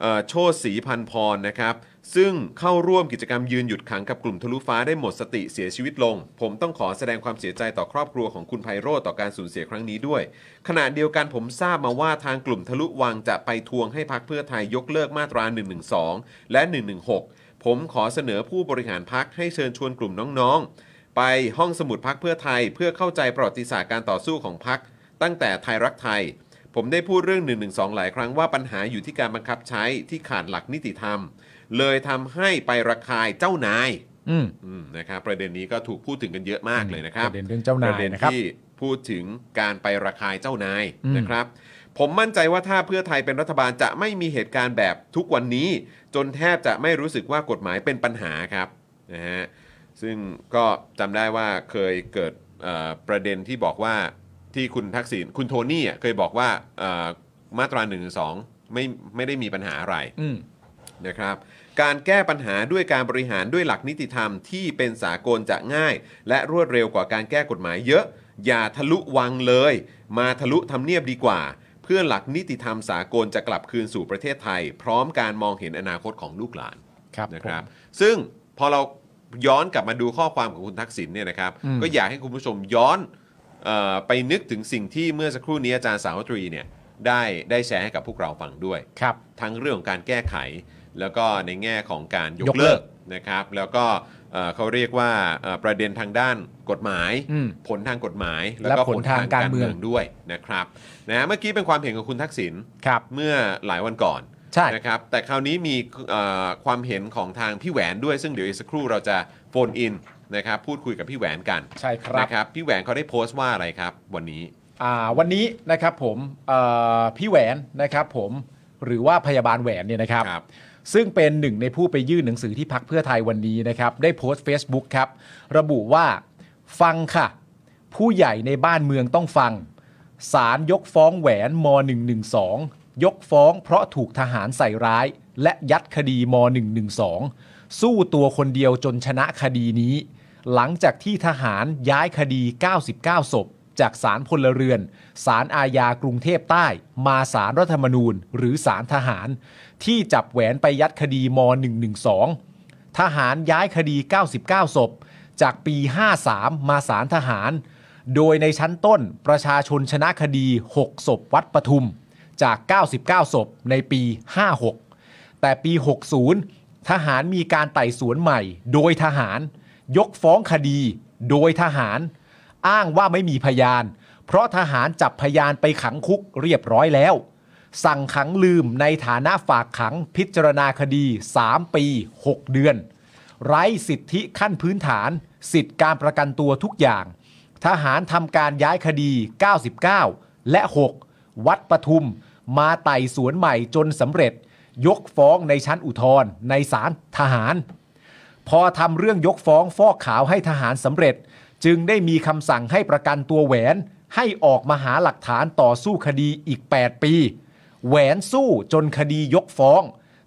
เอ่อโชติศรีพันพรนะครับ ซึ่งเข้าร่วมกิจกรรมยืนหยุดขังกับกลุ่มทะลุฟ้าได้หมดสติเสียชีวิตลง ผมต้องขอแสดงความเสียใจต่อครอบครัวของคุณไพโรธต่อการสูญเสียครั้งนี้ด้วย ขณะเดียวกันผมทราบมาว่าทางกลุ่มทะลุวังจะไปทวงให้พักเพื่อไทยยกเลิกมาตรา112 และ 116 ผมขอเสนอผู้บริหารพักให้เชิญชวนกลุ่มน้องๆ ไปห้องสมุดพักเพื่อไทยเพื่อเข้าใจประวัติศาสตร์การต่อสู้ของพัก ตั้งแต่ไทยรักไทย ผมได้พูดเรื่อง 112 หลายครั้งว่าปัญหาอยู่ที่การบังคับใช้ที่ขาดหลักนิติธรรม เลยทำให้ไประคายเจ้านาย อืม อืมนะครับประเด็นนี้ก็ถูกพูดถึงกันเยอะมากเลยนะครับ ประเด็นเรื่องเจ้านาย ประเด็น นะครับ ที่พูดถึงการไประคายเจ้านาย อืม นะครับ ผมมั่นใจว่าถ้าเพื่อไทยเป็นรัฐบาลจะไม่มีเหตุการณ์แบบทุกวันนี้ จนแทบจะไม่รู้สึกว่ากฎหมายเป็นปัญหาครับนะฮะซึ่งก็จำได้ว่าเคยเกิดเอ่อประเด็นที่บอกว่าที่คุณทักษิณคุณโทนี่อ่ะเคยบอกว่าเอ่อมาตรา1นึไม่ไม่ได้มีปัญหาอะไร อืม นะครับการแก้ปัญหาด้วยการบริหารด้วยหลักนิติธรรมที่เป็นสากลจะง่าย และรวดเร็วกว่าการแก้กฎหมายเยอะ อย่าทะลุวังเลย มาทะลุทำเนียบดีกว่า เพื่อหลักนิติธรรมสากลจะกลับคืนสู่ประเทศไทย พร้อมการมองเห็นอนาคตของลูกหลาน ครับ นะครับ ผม ซึ่งพอเราย้อนกลับมาดูข้อความของคุณทักษิณเนี่ยนะครับ อืม ก็อยากให้คุณผู้ชมย้อนเออไปนึกถึงสิ่งที่เมื่อสักครู่นี้อาจารย์สาวตรีเนี่ยได้ได้แชร์ให้กับพวกเราฟังด้วย ครับ ทั้งเรื่องของการแก้ไข แล้วก็ในแง่ของการยก ยกเลิ เลิก ก นะครับ แล้วก็เอ่อเขาเรียกว่าเอ่อประเด็นทางด้านกฎหมาย อืม ผลทางกฎหมาย และ แล้วก็ ผลทางการเมือง ด้วยนะครับนะเมื่อกี้เป็นความเห็นของคุณทักษิณ ครับ เมื่อหลายวันก่อน ใช่ นะครับ แต่คราวนี้มีเอ่อความเห็นของทางพี่แหวนด้วย ซึ่งเดี๋ยวอีกสักครู่เราจะโฟนอินนะครับพูดคุยกับพี่แหวนกัน ใช่ครับ นะครับพี่แหวนเขาได้โพสต์ว่าอะไรครับวันนี้ อ่าวันนี้นะครับผมเอ่อพี่แหวนนะครับผมหรือว่าพยาบาลแหวนเนี่ยนะครับ ครับ ซึ่งเป็นหนึ่งในผู้ไปยื่นหนังสือที่พักเพื่อไทยวันนี้นะครับ ได้โพสต์ Facebook ครับ ระบุว่าฟังค่ะ ผู้ใหญ่ในบ้านเมืองต้องฟังศาลยกฟ้องแหวนม .112 ยกฟ้องเพราะถูกทหารใส่ร้าย และยัดคดีม .112 สู้ตัวคนเดียวจนชนะคดีนี้ หลังจากที่ทหารย้ายคดี 99 ศพ จากศาลพลเรือน ศาลอาญากรุงเทพใต้ มาศาลรัฐธรรมนูญ หรือศาลทหาร ที่จับแหวนไปยัดคดีม 112 ทหารย้ายคดี 99 ศพ จากปี 53 มาศาลทหาร โดยในชั้นต้นประชาชนชนะคดี 6 ศพวัดปทุมจาก 99 ศพในปี 56 แต่ปี 60 ทหารมีการไต่สวนใหม่ โดยทหาร ยกฟ้องคดี โดยทหาร อ้างว่าไม่มีพยาน เพราะทหารจับพยานไปขังคุกเรียบร้อยแล้ว สั่งขังลืมในฐานะฝากขังพิจารณาคดี 3 ปี 6 เดือน ไร้สิทธิขั้นพื้นฐาน สิทธิการประกันตัวทุกอย่าง ทหารทำการย้ายคดี 99 และ 6 วัดปทุม มาไต่สวนใหม่จนสำเร็จ ยกฟ้องในชั้นอุทธรณ์ในศาลทหาร พอทำเรื่องยกฟ้องฟอกขาวให้ทหารสำเร็จ จึงได้มีคำสั่งให้ประกันตัวแหวน ให้ออกมาหาหลักฐานต่อสู้คดีอีก 8 ปี แหวนสู้จนคดียกฟ้อง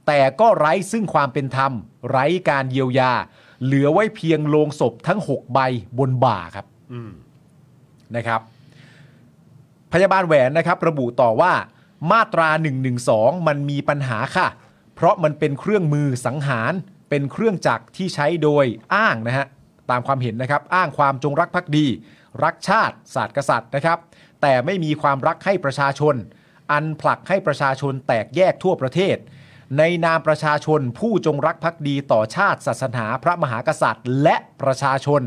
แต่ก็ไร้ซึ่งความเป็นธรรม ไร้การเยียวยา เหลือไว้เพียงโลงศพทั้ง 6 ใบบนบ่าครับนะครับ พยาบาลแหวนนะครับ ระบุต่อว่า มาตรา 112 มันมีปัญหาค่ะ เพราะมันเป็นเครื่องมือสังหาร เป็นเครื่องจักรที่ใช้โดยอ้างนะฮะตามความเห็นนะครับ อ้างความจงรักภักดี รักชาติศาสตร์กษัตริย์นะครับ แต่ไม่มีความรักให้ประชาชน อันผลักให้ประชาชนแตกแยกทั่วประเทศ ในนามประชาชนผู้จงรักภักดีต่อชาติศาสนาพระมหากษัตริย์ และประชาชน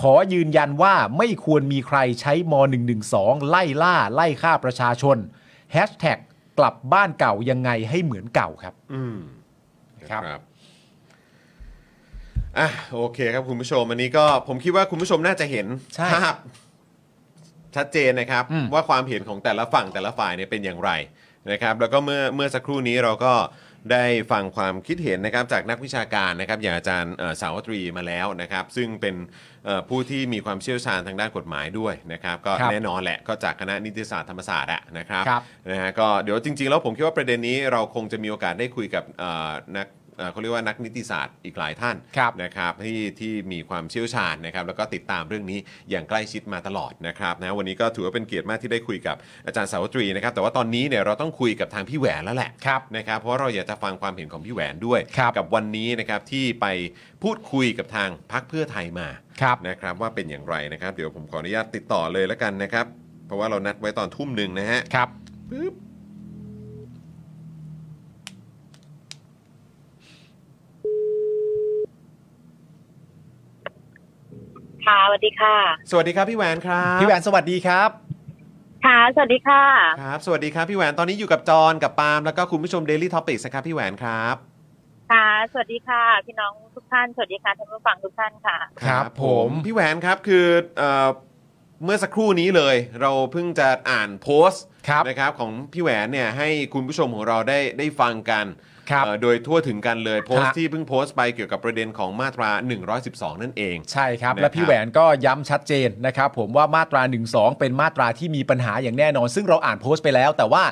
ขอยืนยันว่าไม่ควรมีใครใช้ม .112 ไล่ล่าไล่ฆ่าประชาชนแฮชแท็กกลับบ้านเก่ายังไงให้เหมือนเก่าครับ อืม ครับ อ่ะโอเคครับคุณผู้ชมอันนี้ก็ผมคิดว่าคุณผู้ชมน่าจะเห็น ใช่ ภาพชัดเจนนะครับ อืม ว่าความเห็นของแต่ละฝั่งแต่ละฝ่ายเนี่ยเป็นอย่างไรนะครับ แล้วก็เมื่อเมื่อสักครู่นี้เราก็ได้ฟังความคิดเห็นนะครับจากนักวิชาการนะครับอย่างอาจารย์เอ่อสาวตรีมาแล้วนะครับ ซึ่งเป็นเอ่อผู้ที่มีความเชี่ยวชาญทางด้านกฎหมายด้วยนะครับ ก็ ครับ แน่นอนแหละก็จากคณะนิติศาสตร์ธรรมศาสตร์อะนะครับ ครับ นะฮะก็เดี๋ยวจริง ๆ แล้วผมคิดว่าประเด็นนี้เราคงจะมีโอกาสได้คุยกับเอ่อนักเอ่อเขาเรียกว่านักนิติศาสตร์อีกหลายท่าน ครับ นะครับที่ที่มีความเชี่ยวชาญนะครับแล้วก็ติดตามเรื่องนี้อย่างใกล้ชิดมาตลอดนะครับนะวันนี้ก็ถือว่าเป็นเกียรติมากที่ได้คุยกับอาจารย์สาวตรีนะครับแต่ว่าตอนนี้เนี่ยเราต้องคุยกับทางพี่แหวนแล้วแหละ ครับ นะครับเพราะเราอยากจะฟังความเห็นของพี่แหวนด้วย ครับ กับวันนี้นะครับที่ไปพูดคุยกับทางพักเพื่อไทยมา ครับ นะครับว่าเป็นอย่างไรนะครับ เดี๋ยวผมขออนุญาตติดต่อเลยแล้วกันนะครับ เพราะว่าเรานัดไว้ตอนทุ่มหนึ่งนะฮะ ครับ ปึ๊บ ค่ะสวัสดีค่ะ สวัสดีครับพี่แหวนครับ พี่แหวนสวัสดีครับ ค่ะ สวัสดีค่ะ ครับ สวัสดีครับพี่แหวนตอนนี้อยู่กับจอห์นกับปาล์มแล้วก็คุณผู้ชม Daily Topics นะครับพี่แหวนครับ ค่ะ สวัสดีค่ะ พี่น้องทุกท่าน สวัสดีค่ะท่านผู้ฟังทุกท่านค่ะ ครับผม พี่แหวนครับคือเอ่อเมื่อสักครู่นี้เลย เราเพิ่งจะอ่านโพสต์ ครับ นะครับของพี่แหวนเนี่ยให้คุณผู้ชมของเราได้ได้ฟังกัน ครับ เอ่อโดยทั่วถึงกันเลยโพสต์ ฮะ ที่เพิ่งโพสต์ไปเกี่ยวกับประเด็นของมาตรา 112 นั่นเอง ใช่ครับ นะครับ และพี่แหวนก็ย้ำชัดเจนนะครับ ผมว่ามาตรา 12 เป็นมาตราที่มีปัญหาอย่างแน่นอน ซึ่งเราอ่านโพสต์ไปแล้ว แต่ว่า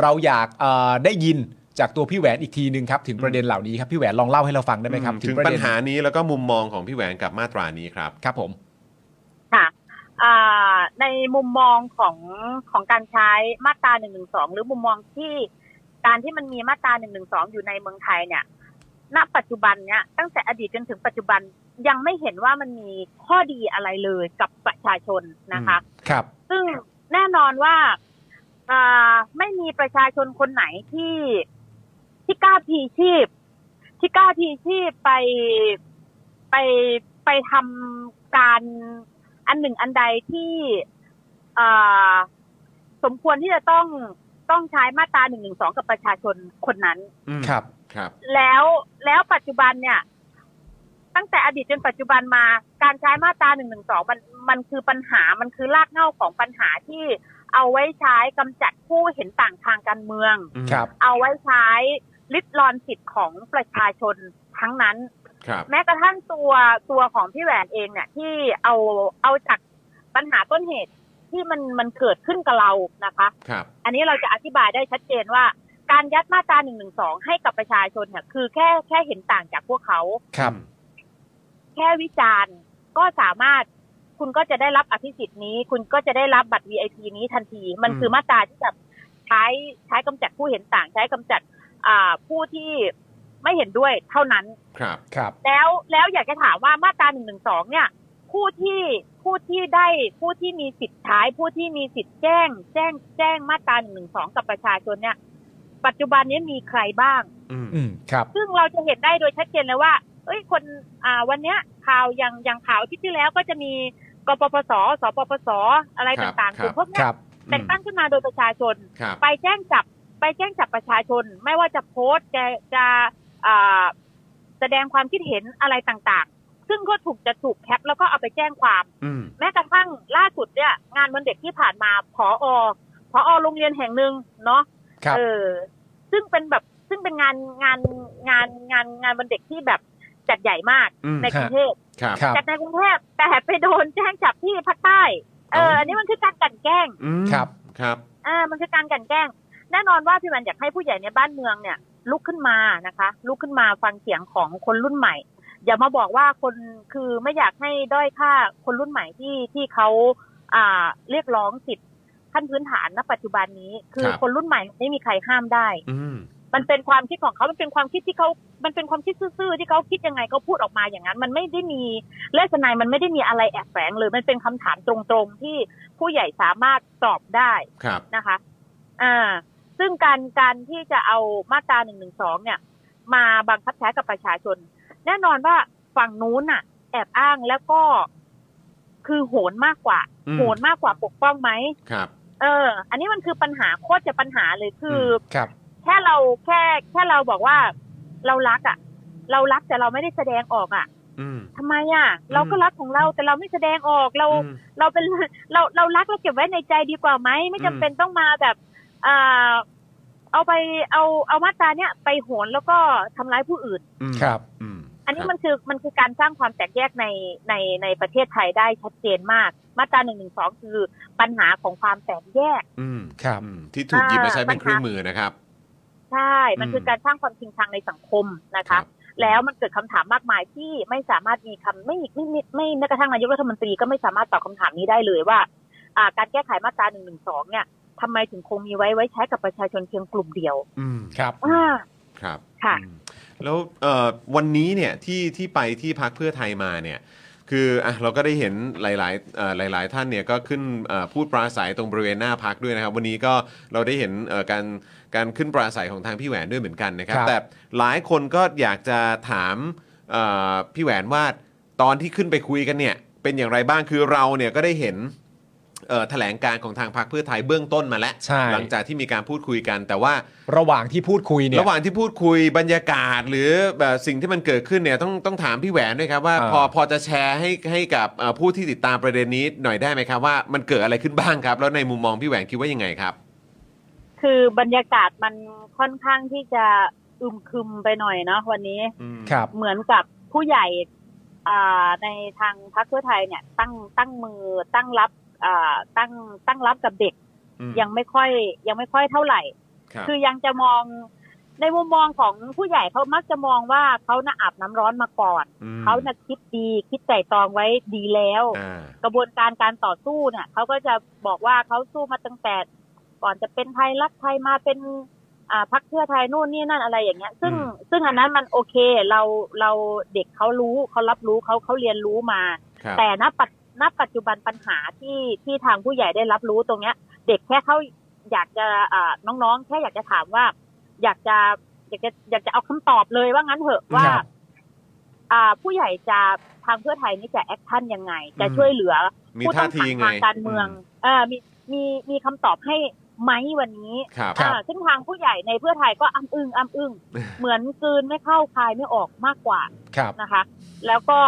เราอยากเอ่อได้ยินจากตัวพี่แหวนอีกทีหนึ่งครับถึงประเด็นเหล่านี้ครับพี่แหวนลองเล่าให้เราฟังได้ไหมครับ ถึง ประ ปัญ เด็น หานี้แล้วก็มุมมองของพี่แหวนกับมาตรานี้ครับ ครับผม ค่ะอ่าในมุมมองของของการใช้มาตรา 112 หรือมุมมองที่การที่มันมีมาตรา 112 อยู่ในเมืองไทยเนี่ย ณ ปัจจุบันเนี่ยตั้งแต่อดีตจนถึงปัจจุบันยังไม่เห็นว่ามันมีข้อดีอะไรเลยกับประชาชนนะคะ ครับ ซึ่งแน่นอนว่าอ่าไม่มีประชาชนคนไหนที่ที่กล้าพลีชีพ ที่กล้าพลีชีพไปไปไปทำการอันหนึ่งอันใดที่อ่าสมควรที่จะต้องต้องใช้มาตราหนึ่งหนึ่งสองกับประชาชนคนนั้น ครับ ครับ แล้วแล้วปัจจุบันเนี่ย ตั้งแต่อดีตจนปัจจุบันมาการใช้มาตราหนึ่งหนึ่งสองมันมันคือปัญหามันคือรากเหง้าของปัญหาที่เอาไว้ใช้กำจัดผู้เห็นต่างทางการเมือง ครับ เอาไว้ใช้ลิดรอนสิทธิ์ของประชาชนทั้งนั้น ครับ แม้กระทั่งตัวตัวของพี่แหวนเองเนี่ย ที่เอาเอาจากปัญหาต้นเหตุที่มันมันเกิดขึ้นกับเรานะคะ ครับ อันนี้เราจะอธิบายได้ชัดเจนว่า การยัดมาตรา 112 ให้กับประชาชนเนี่ยคือแค่แค่เห็นต่างจากพวกเขา ครับ แค่วิจารณ์ก็สามารถคุณก็จะได้รับอภิสิทธิ์นี้ คุณก็จะได้รับบัตร VIP นี้ทันที มัน อืม คือมาตราที่แบบใช้ใช้กำจัดผู้เห็นต่าง ใช้กำจัดอ่าผู้ที่ไม่เห็นด้วยเท่านั้น ครับ ครับ แล้วแล้วอยากจะถามว่ามาตรา 112 เนี่ย ผู้ที่ผู้ที่ได้ผู้ที่มีสิทธิ์ใช้ผู้ที่มีสิทธิ์แจ้ง แจ้งแจ้งมาตราหนึ่งสองกับประชาชนเนี่ย ปัจจุบันนี้มีใครบ้าง อืม อืมครับ ซึ่งเราจะเห็นได้โดยชัดเจนเลยว่า เอ้ย คน อ่า วันเนี้ยข่าวอย่างอย่างข่าวอาที่ที่แล้วก็จะมีกปปส สปปส อะไร ครับ ต่างๆ ครับ กลุ่มพวก ค เนี้ย รับ แต่งตั้งขึ้นมาโดยประชาชน ครับ ไปแจ้งจับ ไปแจ้งจับประชาชน ไม่ว่าจะโพสต์จะจะอ่าแสดงความคิดเห็นอะไรต่างๆ ซึ่งก็ถูกจะถูกแคปแล้วก็เอาไปแจ้งความ อืม แม้กระทั่งล่าสุดเนี่ยงานวันเด็กที่ผ่านมาพอพอโรงเรียนแห่งหนึ่งเนาะ ครับ เออ ซึ่งเป็นแบบ ซึ่งเป็นงานงานงานงานงานวันเด็กที่แบบจัดใหญ่มาก อืม ในกรุงเทพ ครับ ครับ จัดในกรุงเทพแต่ไปโดนแจ้งจับที่ภาคใต้ เออ เอา อันนี้มันคือการกลันแกล้ง อืม ครับ ครับ อ่า มันคือการกลันแกล้ง แน่นอนว่าพี่แวันอยากให้ผู้ใหญ่ในบ้านเมืองเนี่ย ลุกขึ้นมานะคะ ลุกขึ้นมาฟังเสียงของคนรุ่นใหม่ อย่ามาบอกว่าคนคือไม่อยากให้ด้อยค่าคนรุ่นใหม่ที่ที่เขาอ่าเรียกร้องสิทธิ์ขั้นพื้นฐานณปัจจุบันนี้ คือ ครับ คนรุ่นใหม่ไม่มีใครห้ามได้ อืม มันเป็นความคิดของเขา มันเป็นความคิดที่เขา มันเป็นความคิดซื่อๆ ที่เขาคิดยังไงเขาพูดออกมาอย่างนั้น มันไม่ได้มีเลสนายมันไม่ได้มีอะไรแอบแฝงเลย มันเป็นคำถามตรงๆ ที่ผู้ใหญ่สามารถตอบได้ ครับ นะคะ อ่า ซึ่งการการที่จะเอามาตราหนึ่งหนึ่งสองเนี่ย มาบังคับใช้กับประชาชน แน่นอนว่าฝั่งนู้นน่ะ แอบอ้างแล้วก็ คือโหนมากกว่า อืม โหนมากกว่าปกป้องไหม ครับ เออ อันนี้มันคือปัญหาโคตรจะปัญหาเลยคืออ ม ครับ แค่เราแค่แค่เราบอกว่าเรารักอะ่ะ เรารักแต่เราไม่ได้แสดงออกอะ่ะ อืม ทำไมอะ่ะ เราก็รักของเราแต่เราไม่แสดงออกเรา อืม เราเป็น เราเรารักเราเก็บไว้ในใจดีกว่าไหมไม่จำเป็นต้องมาแบบเอ่อเอาไปเอาเอามาตราเนี้ยไปโหนแล้วก็ทำร้ายผู้อื่น อืม ครับ อืม อันนี้ ครับ มันคือมันคือการสร้างความแตกแยกในในในประเทศไทยได้ชัดเจนมาก มาตราหนึ่งหนึ่งสองคือปัญหาของความแตกแยก อืม ครับ อืมที่ถูกหยิบมาใช้เป็นเครื่องมือนะครับ ใช่ มันคือการสร้างความชิงชังในสังคมนะ ครั คะ บ แล้วมันเกิดคำถามมากมายที่ไม่สามารถมีคำไม่ไม่ไม่ไม่แม้กระทั่งนายกรัฐมนตรีก็ไม่สามารถตอบคำถามนี้ได้เลยว่าอ่า การแก้ไขมาตราหนึ่งหนึ่งสองเนี่ยทำไมถึงคงมีไว้ไว้ใช้กับประชาชนเพียงกลุ่มเดียว อืม ครับ อ่า ครับ ค่ะ อืมแล้วเอ่อวันนี้เนี่ยที่ที่ไปที่พักเพื่อไทยมาเนี่ยคืออ่ะเราก็ได้เห็นหลายๆเอ่อหลาย ๆ ท่านเนี่ยก็ขึ้นเอ่อพูดปราศัยตรงบริเวณหน้าพักด้วยนะครับ วันนี้ก็เราได้เห็นเอ่อการการขึ้นปราศัยของทางพี่แหวนด้วยเหมือนกันนะครับ ครับ แต่หลายคนก็อยากจะถามเอ่อพี่แหวนว่าตอนที่ขึ้นไปคุยกันเนี่ยเป็นอย่างไรบ้างคือเราเนี่ยก็ได้เห็นเอ่อแถลงการของทางพรรคเพื่อไทยเบื้องต้นมาแล้ว ใช่ หลังจากที่มีการพูดคุยกันแต่ว่า ระหว่างที่พูดคุยเนี่ย ระหว่างที่พูดคุยบรรยากาศหรือแบบสิ่งที่มันเกิดขึ้นเนี่ยต้องต้องถามพี่แหวนด้วยครับว่า อ่า พอพอจะแชร์ให้ให้กับเอ่อผู้ที่ติดตามประเด็นนี้หน่อยได้ไหมครับว่ามันเกิดอะไรขึ้นบ้างครับ แล้วในมุมมองพี่แหวนคิดว่ายังไงครับ คือบรรยากาศมันค่อนข้างที่จะอึมครึมไปหน่อยเนาะวันนี้ ครับ เหมือนกับผู้ใหญ่อ่าในทางพรรคเพื่อไทยเนี่ย ตั้งตั้งมือตั้งรับอ่าตั้งตั้งรับกับเด็ก อืม ยังไม่ค่อยยังไม่ค่อยเท่าไหร่ ครับ คือยังจะมองในมุมมองของผู้ใหญ่เขามักจะมองว่าเขาน่ะอาบน้ำร้อนมาก่อน ม เขาน่ะคิดดีคิดใจตรองไว้ดีแล้ว อ่าก ระบวนการการต่อสู้เนี่ยเขาก็จะบอกว่าเขาสู้มาตั้งแต่ก่อนจะเป็นไทยรักไทยมาเป็นอ่าพักเพื่อไทยนู่นนี่นั่นอะไรอย่างเงี้ย ซึ่งซึ่งอันนั้นมันโอเคเราเราเด็กเขารู้เขารับรู้เขาเขาเรียนรู้มา ครับ แต่ณปัจณปัจจุบันปัญหาที่ที่ทางผู้ใหญ่ได้รับรู้ตรงเนี้ย เด็กแค่เขาอยากจะอ่าน้องๆ แค่อยากจะถามว่า อยากจะอยากจะอยากจะเอาคำตอบเลยว่างั้นเถอะว่า ครับ อ่า ผู้ใหญ่จะทางเพื่อไทยนี่จะแอคชั่นยังไง จะช่วยเหลือ มี ผู้ ท่า ต้อง ที ขัง ไง ทางการเมืองเออมีมีมีคำตอบให้ไหมวันนี้ ครับ อ่าซึ่งทางผู้ใหญ่ในเพื่อไทยก็อ้ำอึ้งอ้ำ อึ้งเหมือนกลืนไม่เข้าคายไม่ออกมากกว่า ครับ นะคะ แล้วก็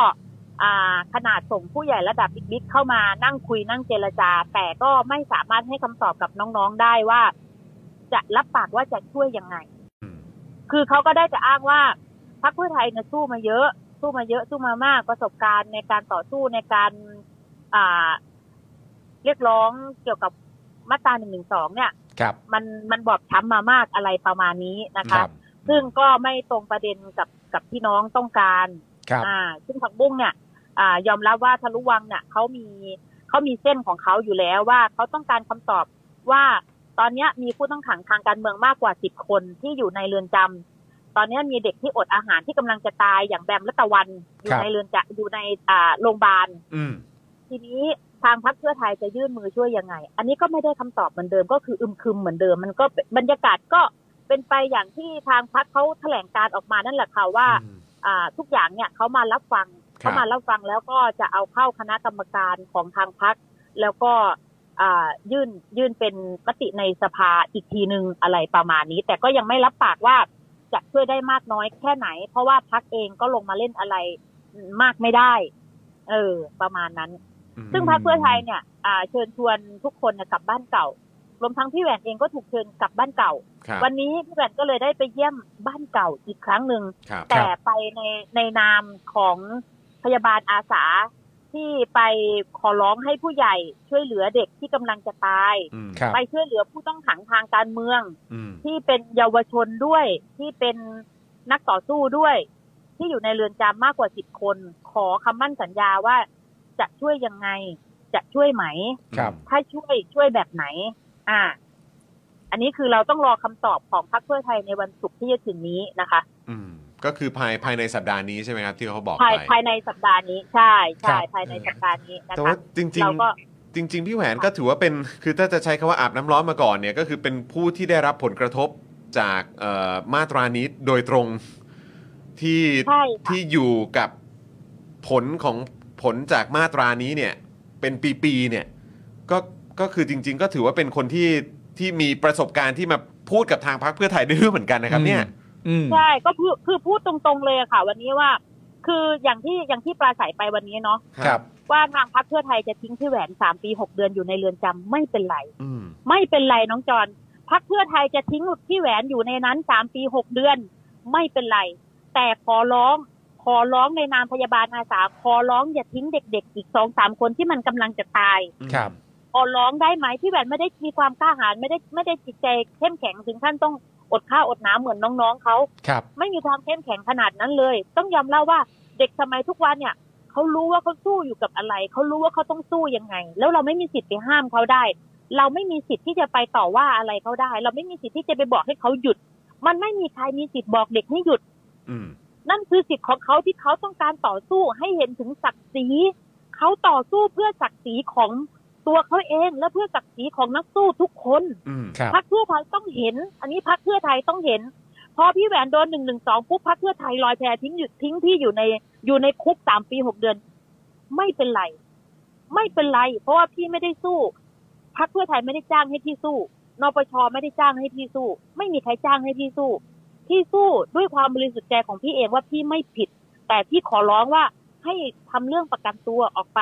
อ่าขนาดส่งผู้ใหญ่ระดับบิ๊กๆเข้ามานั่งคุยนั่งเจรจา แต่ก็ไม่สามารถให้คำตอบกับน้องๆได้ว่า จะรับปากว่าจะช่วยยังไง อืม คือเขาก็ได้จะอ้างว่าพรรคเพื่อไทยเนี่ยสู้มาเยอะ สู้มาเยอะสู้มามากประสบการณ์ในการต่อสู้ในการอ่าเรียกร้องเกี่ยวกับมาตราหนึ่งหนึ่งสองเนี่ย ครับ มันมันบอบช้ำมามากอะไรประมาณนี้นะ ค คะ รับ ซึ่งก็ไม่ตรงประเด็นกับกับที่น้องต้องการ ครับ อ่า ซึ่งผักบุ้งเนี่ย อ่า ยอมรับว่าทะลุวังเนี่ยเขามีเขามีเส้นของเขาอยู่แล้วว่าเขาต้องการคำตอบว่าตอนเนี้ยมีผู้ต้องขังทางการเมืองมากกว่าสิบคนที่อยู่ในเรือนจำ ตอนนี้มีเด็กที่อดอาหารที่กำลังจะตายอย่างแบมและตะวันอ ค ยู่ รับ ในเรือนจะอยู่ในอ่าโรงพยาบาล อืม ทีนี้ทางพรรคเพื่อไทยจะยื่นมือช่วยยังไง อันนี้ก็ไม่ได้คำตอบเหมือนเดิมก็คืออึมครึมเหมือนเดิม มันก็บรรยากาศก็เป็นไปอย่างที่ทางพรรคเขาแถลงการออกมานั่นแหละค่ะว่าอ่าทุกอย่างเนี่ยเขามารับฟัง ครับ เขามารับฟังแล้วก็จะเอาเข้าคณะกรรมการของทางพรรคแล้วก็อ่ายื่นยื่นเป็นมติในสภาอีกทีหนึ่งอะไรประมาณนี้ แต่ก็ยังไม่รับปากว่าจะช่วยได้มากน้อยแค่ไหน เพราะว่าพรรคเองก็ลงมาเล่นอะไรมากไม่ได้ เออ ประมาณนั้น ซึ่งพรรคเพื่อไทยเนี่ยอ่าเชิญชวนทุกคนนะกลับบ้านเก่า รวมทั้งพี่แหวนเองก็ถูกเชิญกลับบ้านเก่า ครับ วันนี้พี่แหวนก็เลยได้ไปเยี่ยมบ้านเก่าอีกครั้งหนึ่ง ครับ แต่ไปในในนามของพยาบาลอาสาที่ไปขอร้องให้ผู้ใหญ่ช่วยเหลือเด็กที่กำลังจะตาย อืม ครับ ไปช่วยเหลือผู้ต้องขังทางการเมือง อืม ที่เป็นเยาวชนด้วยที่เป็นนักต่อสู้ด้วย ที่อยู่ในเรือนจำมากกว่าสิบคน ขอคำมั่นสัญญาว่าจะช่วยยังไง จะช่วยไหม ครับ ถ้าช่วยช่วยแบบไหน อ่า อันนี้คือเราต้องรอคำตอบของพรรคเพื่อไทยในวันศุกร์ที่จะถึงนี้นะคะ อืมก็คือภายภายในสัปดาห์นี้ใช่ไหมครับที่เขาบอก ภาย ไป ภายในสัปดาห์นี้ใช่คใช่รับ ภายในสัปดาห์นี้นะ แต่ คะ ว่าจริง เราก็ ๆ จริง ๆ พี่แหวนก็ถือว่าเป็น คือถ้าจะใช้คำว่าอาบน้ำร้อนมาก่อนเนี่ยก็คือเป็นผู้ที่ได้รับผลกระทบจากเอ่อมาตรานี้โดยตรงที่ ใช่ค่ะ ที่อยู่กับผลของผลจากมาตรานี้เนี่ยเป็นปีๆเนี่ยก็ก็คือจริง ๆ ก็ถือว่าเป็นคนที่ที่มีประสบการณ์ที่มาพูดกับทางพรรคเพื่อไทยได้ด้วยเหมือนกันนะครับเนี่ย อืม ใช่ก็คือคือพูดตรงๆเลยอะค่ะ วันนี้ว่า คืออย่างที่อย่างที่ปราศัยไปวันนี้เนาะ ครับ ว่าทางพรรคเพื่อไทยจะทิ้งพี่แหวนสามปีหกเดือนอยู่ในเรือนจำไม่เป็นไร อืม ไม่เป็นไรน้องจอนพักเพื่อไทยจะทิ้งพี่แหวนอยู่ในนั้นสามปีหกเดือน ไม่เป็นไร แต่ขอร้อง ขอร้องในนามพยาบาลอาสา ขอร้องอย่าทิ้งเด็กๆ อีกสองสามคนที่มันกำลังจะตาย ครับ ขอร้องได้ไหมพี่แหวนไม่ได้มีความกล้าหาญไม่ได้ไม่ได้จิตใจเข้มแข็งถึงขั้นต้องอดข้าวอดน้ำเหมือนน้องๆเขา ครับ ไม่มีความเข้มแข็งขนาดนั้นเลย ต้องยอมเล่าว่าเด็กสมัยทุกวันเนี่ยเขารู้ว่าเขาสู้อยู่กับอะไรเขารู้ว่าเขาต้องสู้ยังไง แล้วเราไม่มีสิทธิ์ไปห้ามเขาได้ เราไม่มีสิทธิ์ที่จะไปต่อว่าอะไรเขาได้ เราไม่มีสิทธิ์ที่จะไปบอกให้เขาหยุด มันไม่มีใครมีสิทธิ์บอกเด็กให้หยุด อืม นั่นคือสิทธิ์ของเขาที่เขาต้องการต่อสู้ให้เห็นถึงศักดิ์ศรีเขาต่อสู้เพื่อศักดิ์ศรีของตัวเขาเองและเพื่อศักดิ์ศรีของนักสู้ทุกคน อืม ครับ พักเพื่อไทยต้องเห็น อันนี้พักเพื่อไทยต้องเห็น พอพี่แหวนโดนหนึ่งหนึ่งสองปุ๊บพักเพื่อไทยลอยแพทิ้งอยู่ทิ้งพี่อยู่ในอยู่ในคุกสามปีหกเดือน ไม่เป็นไร ไม่เป็นไร เพราะว่าพี่ไม่ได้สู้พักเพื่อไทยไม่ได้จ้างให้พี่สู้นปชไม่ได้จ้างให้พี่สู้ ไม่มีใครจ้างให้พี่สู้ พี่สู้ด้วยความบริสุทธิ์ใจของพี่เองว่าพี่ไม่ผิด แต่พี่ขอร้องว่าให้ทำเรื่องประกันตัวออกไป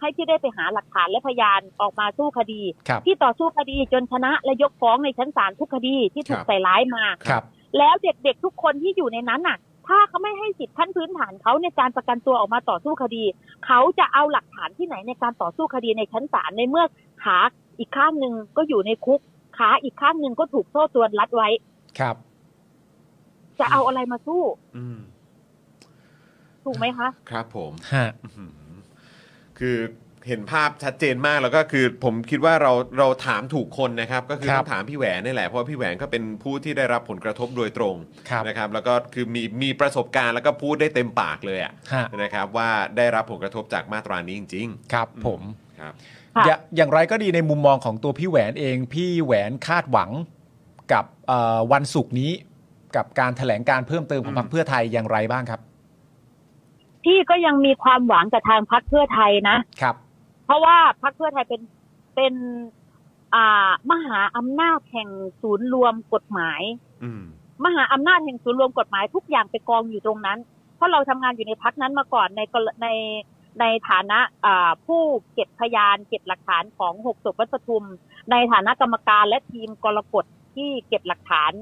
ให้พี่ได้ไปหาหลักฐานและพยานออกมาสู้คดี ครับ ที่ต่อสู้คดีจนชนะและยกฟ้องในชั้นศาลทุกคดีที่ถูกใส่ร้ายมา ครับ แล้วเด็กๆทุกคนที่อยู่ในนั้นน่ะ ถ้าเขาไม่ให้สิทธิขั้นพื้นฐานเขาในการประกันตัวออกมาต่อสู้คดี เขาจะเอาหลักฐานที่ไหนในการต่อสู้คดีในชั้นศาลในเมื่อขาอีกข้างหนึ่งก็อยู่ในคุก ขาอีกข้างหนึ่งก็ถูกโซ่ตรวนรัดไว้ ครับ จะเอาอะไรมาสู้ อืม ถูกไหมคะ ครับผม ฮะ อืมคือเห็นภาพชัดเจนมากแล้วก็คือผมคิดว่าเราเราถามถูกคนนะครับ ก็คือ ครับ ต้องถามพี่แหวนนี่แหละเพราะว่าพี่แหวนก็เป็นผู้ที่ได้รับผลกระทบโดยตรง ครับ นะครับ แล้วก็คือมีมีประสบการณ์แล้วก็พูดได้เต็มปากเลยอะ ฮะ นะครับ ว่าได้รับผลกระทบจากมาตรานี้จริง ครับผม ๆ ครับ ค่ะ อย่าอย่างไรก็ดีในมุมมองของตัวพี่แหวนเอง พี่แหวนคาดหวังกับเอ่อวันศุกร์นี้ กับการแถลงการเพิ่มเติมของพรรคเพื่อไทยอย่างไรบ้างครับ พี่ก็ยังมีความหวังกับทางพักเพื่อไทยนะ ครับ เพราะว่าพรรคเพื่อไทยเป็นเป็นอ่ามหาอำนาจแห่งศูนย์รวมกฎหมาย อืม มหาอำนาจแห่งศูนย์รวมกฎหมายทุกอย่างไปกองอยู่ตรงนั้น เพราะเราทำงานอยู่ในพักนั้นมาก่อนในกรในในฐานะอ่าผู้เก็บพยานเก็บหลักฐานของหกศพวัดปทุม ในฐานะกรรมการและทีมกรกฎที่เก็บหลักฐาน